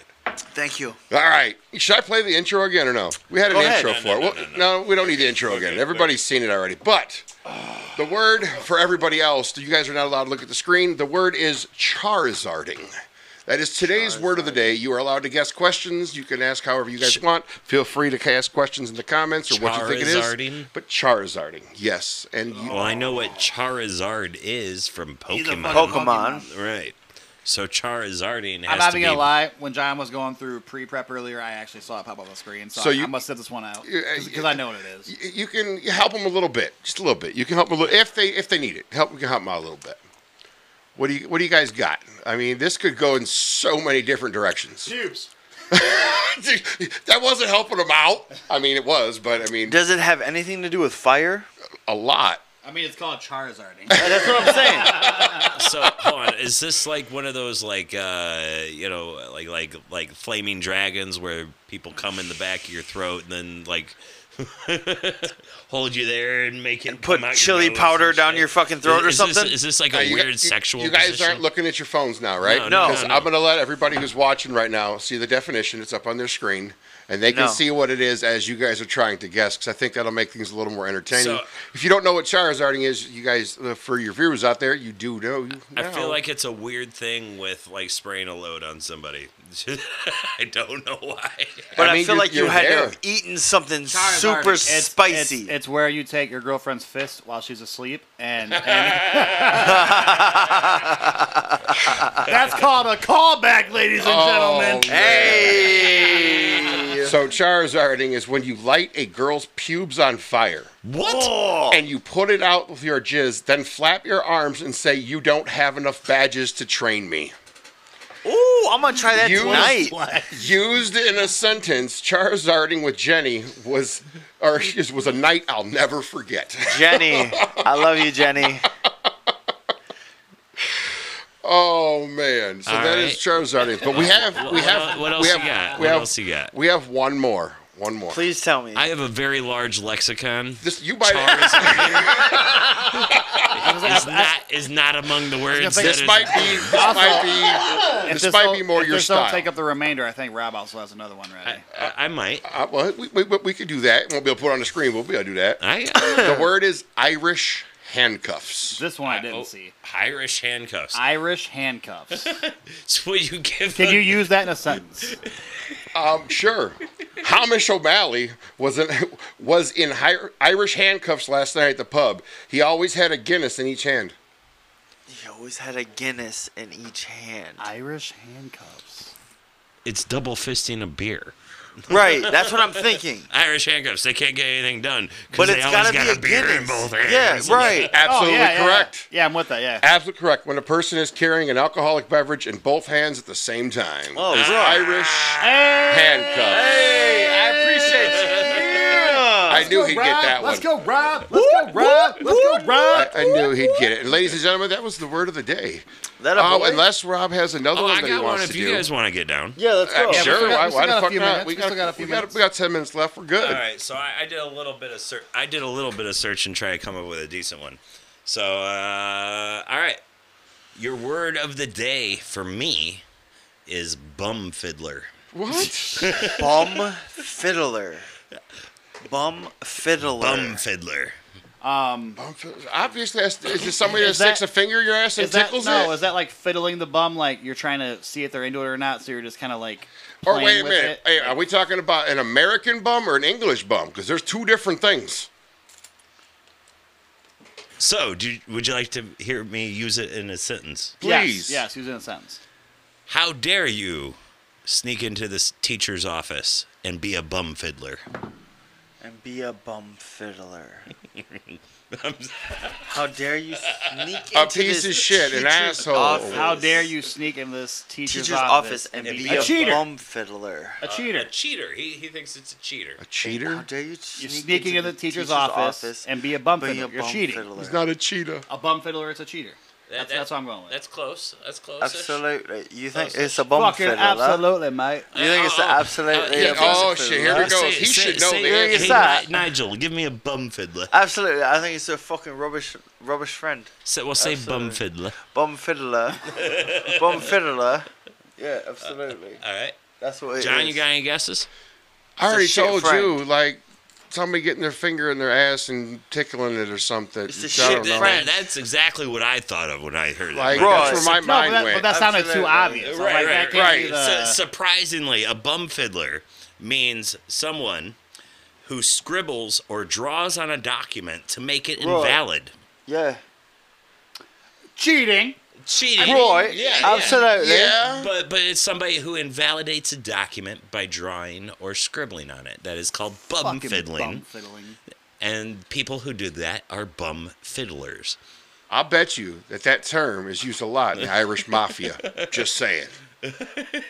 D: Thank you.
B: All right. Should I play the intro again or no? We had an
D: Go ahead.
B: intro for it.
D: No, no, no,
B: Well, no, we don't need the intro again. Everybody's seen it already. But the word for everybody else, you guys are not allowed to look at the screen. The word is Charizarding. That is today's word of the day. You are allowed to guess questions. You can ask however you guys want. Feel free to ask questions in the comments or what you think it is.
M: Charizarding?
B: But Charizarding, yes. And you,
D: Oh,
M: Well, I know what Charizard is from
C: He's a
M: Pokemon.
C: fucking
M: Right. So Charizarding has
C: I'm not
M: to
C: even
M: be.
C: gonna lie. When John was going through pre-prep earlier, I actually saw it pop up on the screen, so,
B: So
C: I,
B: you-
C: I must set this one out
B: You- uh,
C: because I know what it is.
B: you, you can help them a little bit, just a little bit. You can help them a little if they if they need it. Help we can help them out a little bit. What do you What do you guys got? I mean, this could go in so many different directions.
F: Cubes.
B: that wasn't helping them out. I mean, it was, but I mean,
D: Does it have anything to do with fire?
B: a lot.
C: I mean, it's called Charizarding.
D: That's what I'm saying.
M: so hold on, is this like one of those like uh you know like like like flaming dragons where people come in the back of your throat and then like hold you there and make it
D: put
M: come out your
D: chili
M: nose
D: powder
M: and
D: down
M: shit?
D: your fucking throat or
M: Is this-
D: something?
M: is this like a
B: Uh, you got-
M: weird
B: you-
M: sexual?
B: You guys
M: position?
B: aren't looking at your phones now, right?
M: No, no,
B: Because
M: no, no.
B: I'm going to let everybody who's watching right now see the definition. It's up on their screen, and they can
M: No.
B: see what it is as you guys are trying to guess. Because I think that'll make things a little more entertaining.
M: So-
B: if you don't know what Charizarding is, you guys, uh, for your viewers out there, you do know. You
M: I feel
B: know.
M: like it's a weird thing with like spraying a load on somebody. I don't know why.
D: But I, feel like you had to have eaten something super spicy.
C: It's, it's where you take your girlfriend's fist while she's asleep, and, and That's called a callback, ladies and gentlemen.
B: Hey! So Charizarding is when you light a girl's pubes on fire.
M: What?
B: And you put it out with your jizz, then flap your arms and say, "You don't have enough badges to train me."
D: Ooh, I'm gonna try that tonight.
B: Used in a sentence, Charizarding with Jenny was, or just was a night I'll never forget.
D: Jenny, I love you, Jenny.
B: Oh man, so
E: All
B: that is Charizarding. But we have
E: What-
B: we
E: what-
B: have
E: what else
B: we
E: you
B: have,
E: got?
B: We
E: What
B: have,
E: else you got?
B: We have one more. One more.
D: Please tell me.
E: I have a very large lexicon.
B: This you might
E: is not is not among the words.
C: think-
E: that
C: This
E: is-
C: might
B: be- this
C: Also-
B: might be
C: If
B: this, might
C: don't-
B: be more
C: if
B: your
C: this don't
B: style.
C: take up the remainder, I think Rob also has another one ready.
E: I, I might.
B: Uh, well, we, we, we could do that. Won't be able to put it on the screen. We'll be able to do that.
E: I, uh,
B: the word is Irish handcuffs.
C: This one I oh. didn't see.
E: Irish handcuffs.
C: Irish handcuffs.
E: It's what you give.
C: Can
E: a-
C: you use that in a sentence?
B: Um, sure. Hamish O'Malley was in, was in hi- Irish handcuffs last night at the pub. He always had a Guinness in each hand.
D: He always had a Guinness in each hand.
C: Irish handcuffs.
E: It's double fisting a beer.
D: Right, that's what I'm thinking.
E: Irish handcuffs. They can't get anything done. 'cause
D: But
E: they
D: it's
E: always
D: gotta
E: got
D: be
E: a
D: a
E: beer in
D: Guinness.
E: both hands.
D: Yeah, right.
B: Absolutely
C: Oh, yeah, yeah,
B: correct.
C: Yeah. yeah, I'm with that. Yeah.
B: Absolutely correct. When a person is carrying an alcoholic beverage in both hands at the same time.
D: Oh,
B: It's
D: right.
B: Irish handcuffs.
D: Hey, I appreciate you.
B: I knew he'd get that
C: Let's
B: one.
C: go, Rob. Let's go, Rob. Let's go, Rob.
B: I, I knew he'd get it. And ladies and gentlemen, that was the word of the day.
D: That'll
B: Oh,
D: boy.
B: unless Rob has another
E: Oh,
B: one
E: I
B: that he
E: got one
B: wants
E: if
B: to
E: you
B: do.
E: guys want to get down.
D: Yeah, let's
B: Uh,
D: go.
B: sure.
C: we still got-
B: why
C: we still
B: why
C: got
B: the
C: a
B: fuck
C: few
B: not?
C: minutes.
B: We
C: We still got a
B: got,
C: few
B: we got
C: minutes.
B: we got ten minutes left. We're good.
M: All right, so I, I did a little bit of search. I did a little bit of search and try to come up with a decent one. So, uh, all right, your word of the day for me is bum fiddler.
B: What?
D: Bum fiddler. Bum fiddler.
M: Bum fiddler.
C: Um,
B: Obviously, that's, is this somebody that,
C: Is that-
B: sticks a finger in your ass and
C: is that
B: tickles
C: no?
B: it?
C: Is that like fiddling the bum? Like you're trying to see if they're into it or not? So you're just kind of like.
B: Or
C: playing
B: wait a
C: with
B: minute.
C: it?
B: Hey, are we talking about an American bum or an English bum? Because there's two different things.
M: So, do, you- would you like to hear me use it in a sentence?
C: Yes, yes. Who's in a sentence?
M: How dare you sneak into this teacher's office and be a bum fiddler?
D: And be a bum fiddler. How dare you sneak into
B: A piece
D: this
B: of shit, an
D: teacher's
B: asshole.
D: office.
C: How dare you sneak in this teacher's,
D: Teacher's office and be a,
C: cheater?
D: bum fiddler.
C: a cheater.
M: A cheater. He, he thinks it's a cheater.
B: A
D: How
B: cheater?
D: dare you
C: You're
D: sneak
C: sneaking in
D: into
C: the teacher's, office, and be a bum
D: be
C: fiddler.
D: a
C: You're
D: bum
C: cheating.
D: fiddler.
B: He's not a cheetah.
C: A bum fiddler is a cheater. That's,
E: that-
C: that's what I'm going with.
E: That's close. That's close.
D: Absolutely. You think
E: Close.
D: it's a bum
C: Fucking
D: fiddler?
C: absolutely, mate.
D: You think it's
E: Uh,
D: a
E: oh,
D: absolutely
B: yeah,
D: a bum
B: oh,
D: fiddler?
B: shit, here we go. He should know the answer.
D: Hey,
E: Nigel, give me a bum fiddler.
D: Absolutely. I think it's a fucking rubbish rubbish friend.
E: So, well, say bum
D: Absolutely.
E: fiddler.
D: Bum fiddler. bum fiddler. Yeah, absolutely.
E: All right.
D: That's what it is.
E: John, you got any guesses?
B: I already
D: shit
B: told
D: friend.
B: you, like, somebody getting their finger in their ass and tickling it or something.
D: It's a
B: I
D: shit
B: don't know.
D: friend.
E: That's exactly what I thought of when I heard
B: Like,
E: that.
D: Right.
B: that's where my
C: No, but
B: mind
C: that,
B: went.
C: but that sounded too
D: Absolutely.
C: obvious. I'm like, that can't be the-
E: Su- surprisingly, a bum fiddler means someone who scribbles or draws on a document to make it
D: Right.
E: invalid.
D: Yeah.
C: cheating.
E: Cheating.
D: Roy,
E: Yeah, yeah.
D: absolutely.
B: yeah.
E: But but it's somebody who invalidates a document by drawing or scribbling on it. That is called bum
C: Fucking
E: fiddling.
C: Bum fiddling.
E: And people who do that are bum fiddlers.
B: I'll bet you that that term is used a lot in the Irish mafia. Just saying.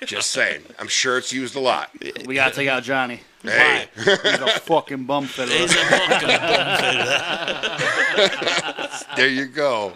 B: Just saying. I'm sure it's used a lot.
C: We gotta take out Johnny.
B: Hey.
C: Why? He's a fucking bum fiddler.
E: He's a fucking bum fiddler.
B: There you go.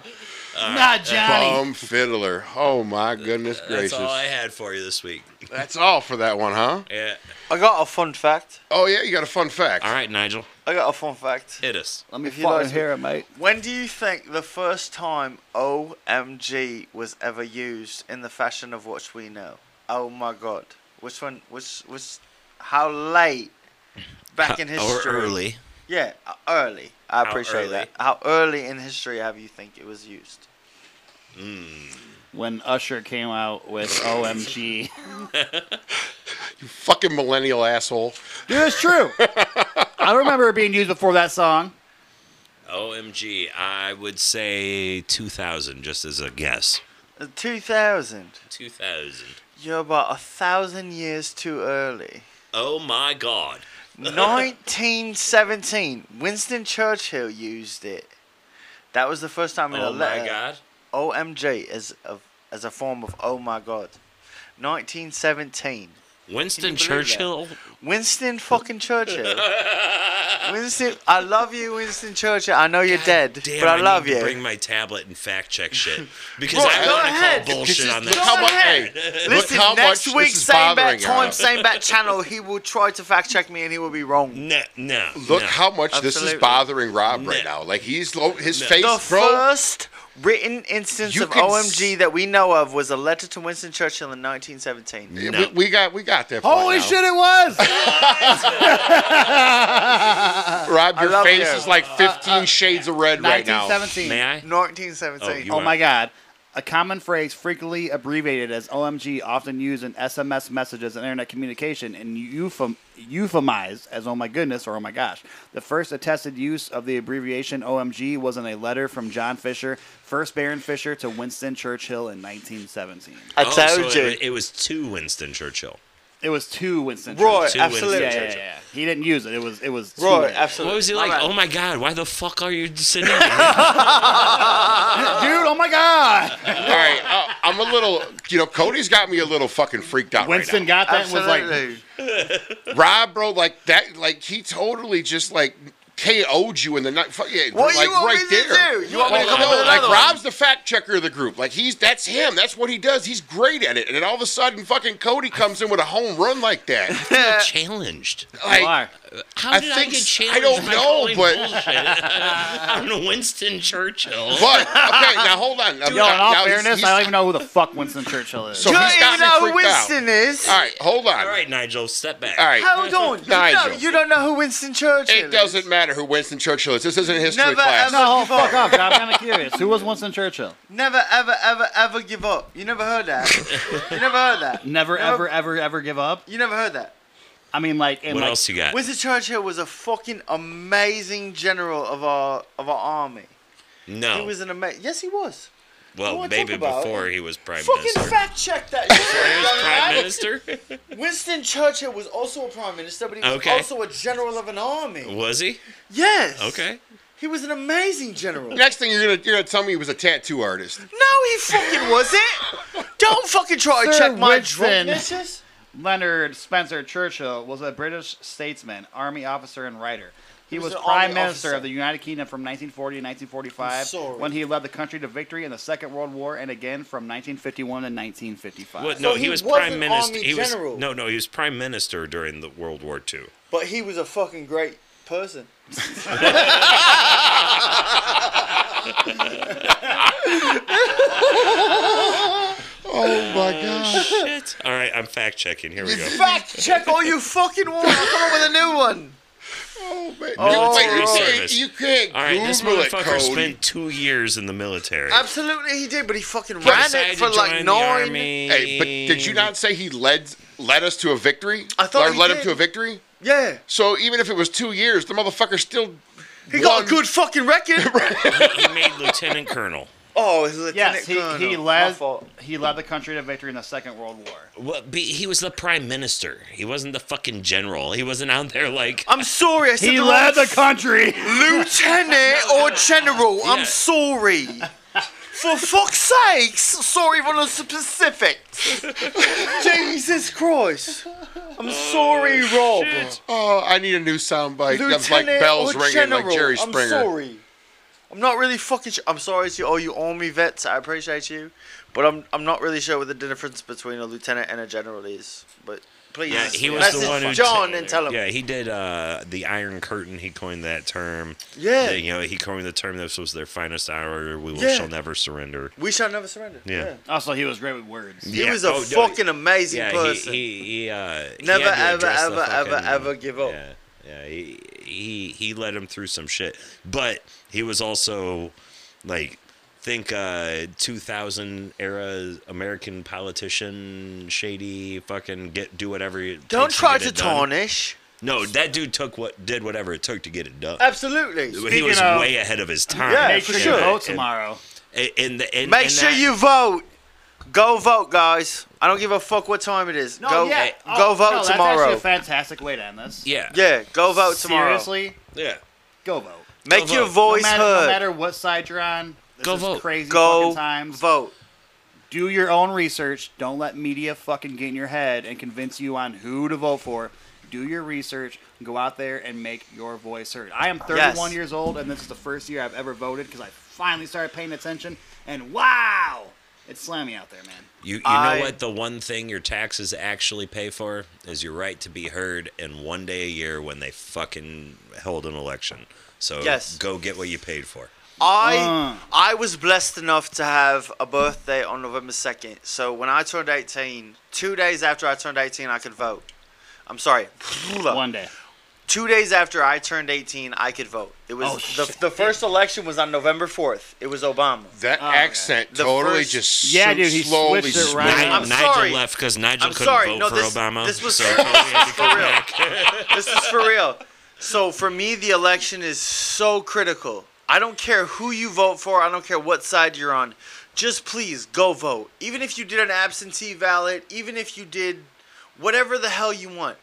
C: Not Johnny.
B: Bum fiddler. Oh my goodness gracious.
E: That's all I had for you this week.
B: That's all for that one, huh?
E: Yeah.
D: I got a fun fact.
B: Oh yeah, you got a fun fact.
E: All right, Nigel,
D: I got a fun fact.
E: hit us.
C: Let me
D: If you
C: fucking
D: like to-
C: hear it, mate.
D: When do you think the first time OMG was ever used in the fashion of what we know? Oh my god. Which one which which how late back in
E: Or
D: history?
E: early.
D: Yeah, uh, early. I
E: How
D: appreciate
E: early?
D: that. How early in history have you think it was used?
C: When Usher came out with OMG.
B: Fucking millennial asshole.
C: Dude, it's true. I don't remember it being used before that song.
E: OMG, I would say 2000 just as a guess.
D: Uh, 2000.
E: 2000.
D: You're about a thousand years too early.
E: Oh my God.
D: 1917. Winston Churchill used it. That was the first time in a
E: Oh my
D: letter.
E: God.
D: OMG as a, as a form of oh my God. 1917.
S: Winston
D: Can you believe that?
S: Churchill?
D: Winston fucking Churchill. Winston, I love you, Winston Churchill. I know you're dead,
E: Damn,
D: but I love
E: need to
D: you.
E: bring my tablet and fact check shit because
D: Bro,
E: I
D: go
E: want
D: ahead.
E: to call bullshit on this.
D: Go ahead. Listen, next week, same bat time, same bat channel, he will try to fact check me and he will be wrong.
E: No, no.
B: Look how much this is
D: Absolutely.
B: bothering Rob right now. Like he's lo- his face,
D: the
B: bro.
D: first written instance
B: You
D: of
B: can
D: OMG that we know of was a letter to Winston Churchill in 1917.
B: We, we got we got there.
D: Holy
B: point
D: shit,
B: now.
D: it
B: was. Rob,
D: I
B: your
D: love Uh,
B: face
D: you.
B: is like 15 shades of red right now.
C: 1917. May I?
D: 1917.
C: oh my God. A common phrase frequently abbreviated as OMG, often used in SMS messages and internet communication, and euphom- euphemized as oh my goodness or oh my gosh. The first attested use of the abbreviation OMG was in a letter from John Fisher, first Baron Fisher, to Winston Churchill in 1917.
E: Oh, so It, it was to Winston Churchill.
C: It was two Winston Churchill.
E: Right, Two absolutely.
C: Yeah,
E: Winston
C: yeah, yeah,
E: Churchill.
C: yeah. He didn't use it. It was it was two
E: Right,
C: Winston.
E: absolutely. What was he My like? bad. "Oh my god, why the fuck are you sitting here?"
C: Dude, oh my god.
B: All right, uh, I'm a little, you know, Cody's got me a little fucking freaked out.
C: Winston
B: right now.
C: got that and was like
B: Rob, bro, like that, like he totally just like KO'd you in the night. Fuck yeah,
D: What
B: like
D: you want
B: right
D: me to
B: there. Oh,
D: do? You want me to come up
B: no,
D: with
B: like
D: another one?
B: Rob's the fact checker of the group. Like he's that's him. That's what he does. He's great at it. And then all of a sudden, fucking Cody comes in with a home run like that.
E: challenged.
B: Like,
E: How
B: I
E: did I
B: think
E: get
B: s-
E: challenged?
B: I don't
E: by
B: know,
E: calling
B: but-
E: bullshit? I'm Winston Churchill.
B: But okay, now hold on.
C: Yo, in all fairness, I don't even know who the fuck Winston Churchill is.
B: So he's got me freaked out.
D: is.
B: All right, hold on.
E: All right, Nigel, step back.
B: All right.
D: Hold on. You,
B: Nigel.
D: don't- you don't know who Winston Churchill
B: It doesn't matter who Winston Churchill is. This isn't a history
D: Never
B: class.
D: ever-
C: Oh, fuck off. I'm kind of curious. Who was Winston Churchill?
D: Never, ever, ever, ever give up. You never heard that. you never heard that.
C: Never,
D: Never-
C: ever, ever, ever give up.
D: You never heard that.
C: I mean, like, and
S: What
C: like,
S: else you got?
D: Winston Churchill was a fucking amazing general of our of our army.
E: No.
D: He was an amazing. Yes, he was. You
E: well,
D: wanna
E: maybe
D: talk about
E: before he was prime
D: Fucking
E: minister.
D: fact check that. shit, young
E: prime
D: man.
E: minister?
D: Winston Churchill was also a prime minister, but he was
E: Okay.
D: also a general of an army.
E: Was he?
D: Yes.
E: Okay.
D: He was an amazing general. no,
B: Next thing you're gonna you're gonna tell me he was a tattoo artist.
D: he fucking wasn't. Don't fucking try to
C: Sir
D: check my
C: Winston.
D: drunknesses.
C: Leonard Spencer Churchill was a British statesman, army officer, and writer. He,
D: He
C: was,
D: was an
C: Prime
D: army
C: Minister
D: officer.
C: of the United Kingdom from 1940 to
D: I'm
C: 1945
D: sorry.
C: when he led the country to victory in the Second World War and again from 1951 to 1955.
E: What? No,
D: So
E: he,
D: he
E: was
D: was
E: prime
D: an
E: minister.
D: army
E: He was
D: general.
E: no, no, he was prime minister during the World War II.
D: But he was a fucking great person.
B: Oh my gosh.
E: Shit. All right, I'm fact checking. Here we go.
D: Fact check all you fucking want. I'll come up with a new one.
B: Oh man.
E: Oh,
B: Wait, you,
E: Lord.
B: can't, you can't
E: All right, this
B: Google it,
E: motherfucker
B: Cody.
E: spent two years in the military.
D: Absolutely, he did, but he fucking ran it
E: decided
D: for
E: to
D: like
E: join the
D: nine.
E: army.
B: Hey, but did you not say he led led us to a victory?
D: I thought
B: or
D: he
B: led him
D: did.
B: to a victory.
D: Yeah.
B: So even if it was two years, the motherfucker still.
D: He got
B: won.
D: a good fucking record.
E: he made lieutenant colonel.
D: oh, his lieutenant
C: Yes, he,
D: colonel.
C: he
D: My
C: led
D: fault.
C: he led the country to victory in the Second World War.
E: Well, be, he was the prime minister. He wasn't the fucking general. He wasn't out there like
D: I'm sorry, I said
C: He
D: the
C: led
D: wrong-
C: the country.
D: lieutenant or general.
E: Yeah.
D: I'm sorry. For fuck's sakes, sorry for the specifics. Jesus Christ. I'm sorry, Rob.
B: Oh, I need a new soundbite. That's like
D: Lieutenant
B: bells
D: or
B: ringing, like
D: general,
B: Jerry
D: I'm
B: Springer.
D: sorry. I'm not really fucking. Sure. I'm sorry to all you army vets. I appreciate you, but I'm I'm not really sure what the difference between a lieutenant and a general is. But please,
E: Yeah, he was
D: message
E: the one who
D: John and tell him.
E: Yeah, he did uh, the Iron Curtain. He coined that term.
D: Yeah.
E: The- you know, he coined the term. This was their finest hour. We will,
D: Yeah.
E: shall never surrender.
D: We shall never surrender.
E: Yeah.
C: Also, he was great with words.
D: He
E: Yeah.
D: was a
E: Oh, no,
D: fucking amazing
E: yeah,
D: person.
E: He, he, he, uh, he had
D: Never,
E: to
D: ever,
E: address the
D: ever, ever,
E: fucking- uh,
D: ever give up.
E: Yeah, yeah. He, he he led him through some shit, but he was also like think uh 2000 era American politician, shady, fucking get do whatever. It
D: Don't
E: takes
D: try
E: get
D: to
E: it done.
D: tarnish.
E: No, that dude took what did whatever it took to get it
D: Uh,
E: done.
D: Absolutely.
E: he was
C: Speaking of-
E: way ahead of his time.
D: Yeah,
C: Make
D: for
C: sure you
D: sure.
C: vote tomorrow.
E: And, and, and,
D: Make
E: and
D: sure
E: that-
D: you vote. Go vote, guys. I don't give a fuck what time it is.
C: No,
D: go eh,
C: yeah.
D: go
C: Oh,
D: vote
C: no, that's
D: tomorrow.
C: actually a fantastic way to end this.
E: Yeah.
D: Yeah, go vote tomorrow.
C: Seriously?
E: Yeah.
C: Go vote.
D: Make your voice
C: no matter, No
D: heard.
C: matter what side you're on, this
D: Go
C: is
D: vote.
C: crazy
D: Go
C: fucking times.
D: vote.
C: Do your own research. Don't let media fucking get in your head and convince you on who to vote for. Do your research. Go out there and make your voice heard. I am 31
D: Yes.
C: years old, and this is the first year I've ever voted because I finally started paying attention. And wow, it slammed me out there, man.
M: You, you
C: I-
M: know what? The one thing your taxes actually pay for is your right to be heard in one day a year when they fucking hold an election. So
D: Yes.
M: go get what you paid for.
C: Uh.
D: I I was blessed enough to have a birthday on November second. So when I turned eighteen, two days after I turned eighteen, I could vote. I'm sorry.
C: One day.
D: Two days after I turned eighteen, I could vote. It
C: Oh,
D: was the, the first election was on November fourth. It was Obama.
B: That accent
D: Oh, The
B: totally
D: first-
B: just
D: Yeah,
B: so
D: dude, he
B: slowly
D: switched it around.
B: slowly-
D: I'm
M: Nigel
D: sorry.
M: left because Nigel
D: I'm
M: couldn't
D: sorry.
M: vote
D: No,
M: for
D: this-
M: Obama.
D: this was-
M: so Cody had to go back.
D: this is for real. So for me, the election is so critical. I don't care who you vote for. I don't care what side you're on. Just please go vote. Even if you did an absentee ballot, even if you did whatever the hell you want,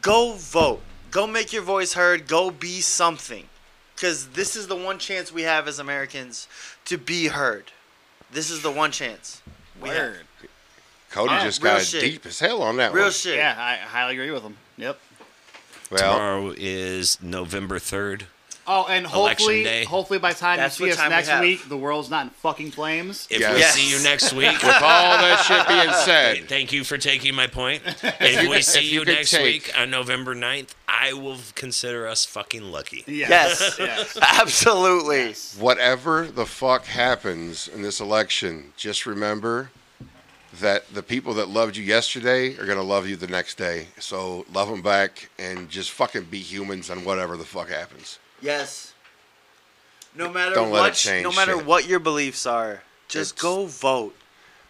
D: go vote. Go make your voice heard. Go be something. Because this is the one chance we have as Americans to be heard. This is the one chance. We have.
C: Word.
B: Cody
D: Ah,
B: just
D: real
B: got
D: shit.
B: deep as hell on that
D: Real
B: one.
D: shit.
C: Yeah, I highly agree with him. Yep.
B: Well-
M: Tomorrow is November 3rd.
C: Oh, and
M: Election
C: hopefully,
M: day.
C: hopefully by the time
D: That's
C: you see
D: what
C: us
D: time we
C: next
D: have.
C: week, the world's not in fucking flames.
M: If
B: Yes.
M: we
B: Yes.
M: see you next week,
B: With all that shit being said.
M: thank you for taking my point.
B: If
M: If
B: you-
M: we
B: if
M: see
B: you
M: you
B: could
M: next
B: take-
M: week on November 9th, I will consider us fucking lucky.
D: Yes. Absolutely.
B: Whatever the fuck happens in this election, just remember that the people that loved you yesterday are gonna love you the next day. So love them back and just fucking be humans on whatever the fuck happens.
D: Yes. No matter
B: Don't let
D: what,
B: it change
D: no matter
B: shit.
D: what your beliefs are, just go vote.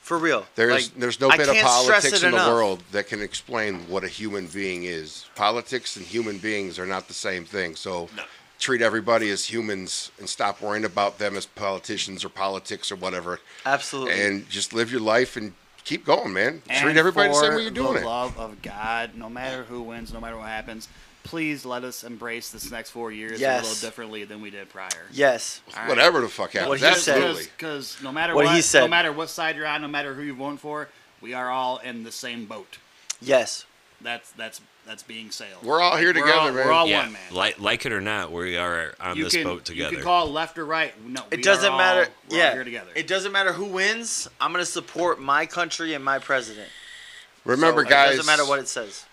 D: For real.
B: There's
D: Like,
B: there's no
D: I
B: bit of
D: can't stress
B: politics
D: it
B: in the
D: enough.
B: world that can explain what a human being is. Politics and human beings are not the same thing. So treat everybody as humans and stop worrying about them as politicians or politics or whatever.
D: Absolutely.
B: And just live your life and keep going, man.
C: And
B: treat everybody the same
C: for
B: way you're doing
C: the
B: it.
C: love of God, no matter who wins, no matter what happens, please let us embrace this next four years
D: Yes.
C: a little differently than we did prior.
D: Yes.
C: All right?
B: Whatever the fuck happens.
D: What he
B: Absolutely.
D: said.
C: Because no matter what,
D: What he
C: no
D: said.
C: matter what side you're on, no matter who you're voting for, we are all in the same boat.
D: Yes.
C: That's that's that's being sailed.
B: We're all here
C: We're
B: together,
C: all-
B: man.
C: We're all
M: Yeah,
C: one, man.
M: Like, like it or not, we are on
C: you
M: this
C: can,
M: boat
C: You
M: together.
C: can call left or right. No,
D: It
C: we are
D: doesn't
C: all-
D: matter.
C: We're
D: yeah.
C: all here together.
D: It doesn't matter who wins. I'm gonna support my country and my president.
B: Remember,
D: So
B: guys.
D: It doesn't matter what it says.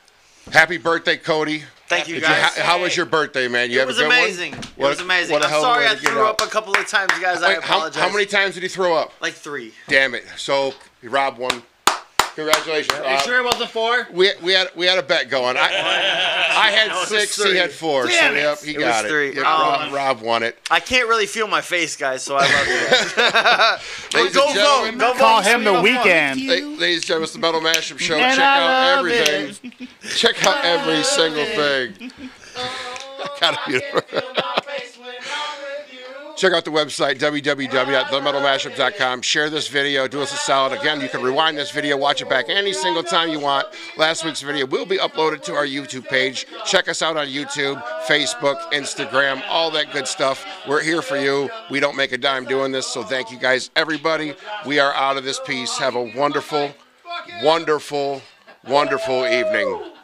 B: Happy birthday, Cody.
D: Thank you,
B: Did
D: guys.
B: how, how was your birthday, man? You
D: it
B: have
D: was
B: a good one?
D: amazing.
B: What
D: it was
B: a-
D: amazing.
B: what a
D: I'm
B: hell of a
D: sorry
B: way
D: I
B: to get
D: threw
B: out.
D: up a couple of times, guys. I
B: Wait, how,
D: apologize.
B: how many times did he throw up?
D: Like three.
B: Damn it! So Rob won. Congratulations,
C: Are you
B: Rob.
C: sure it wasn't four?
B: We, we had we had a bet going. I, I had
D: No, it was
B: six. He
D: three.
B: had four.
D: Damn
B: so
D: it.
B: yep, he
D: It was
B: got
D: three.
B: it. Yep,
D: Oh,
B: Rob,
D: man.
B: Rob won it.
D: I can't really feel my face, guys, so I love you.
B: Ladies
D: go
B: and
D: vote.
B: gentlemen,
D: Go vote.
C: Call him the weekend.
B: La- Ladies and gentlemen, it's the Metal Mashup Show.
C: And
B: Check
C: I
B: out
C: love
B: everything. Check out every single thing.
C: Oh,
B: Gotta be- Check out the website, www.themetalmashup.com. Share this video. Do us a solid. Again, you can rewind this video, watch it back any single time you want. Last week's video will be uploaded to our YouTube page. Check us out on YouTube, Facebook, Instagram, all that good stuff. We're here for you. We don't make a dime doing this, so thank you guys, everybody. We are out of this piece. Have a wonderful, wonderful, wonderful evening.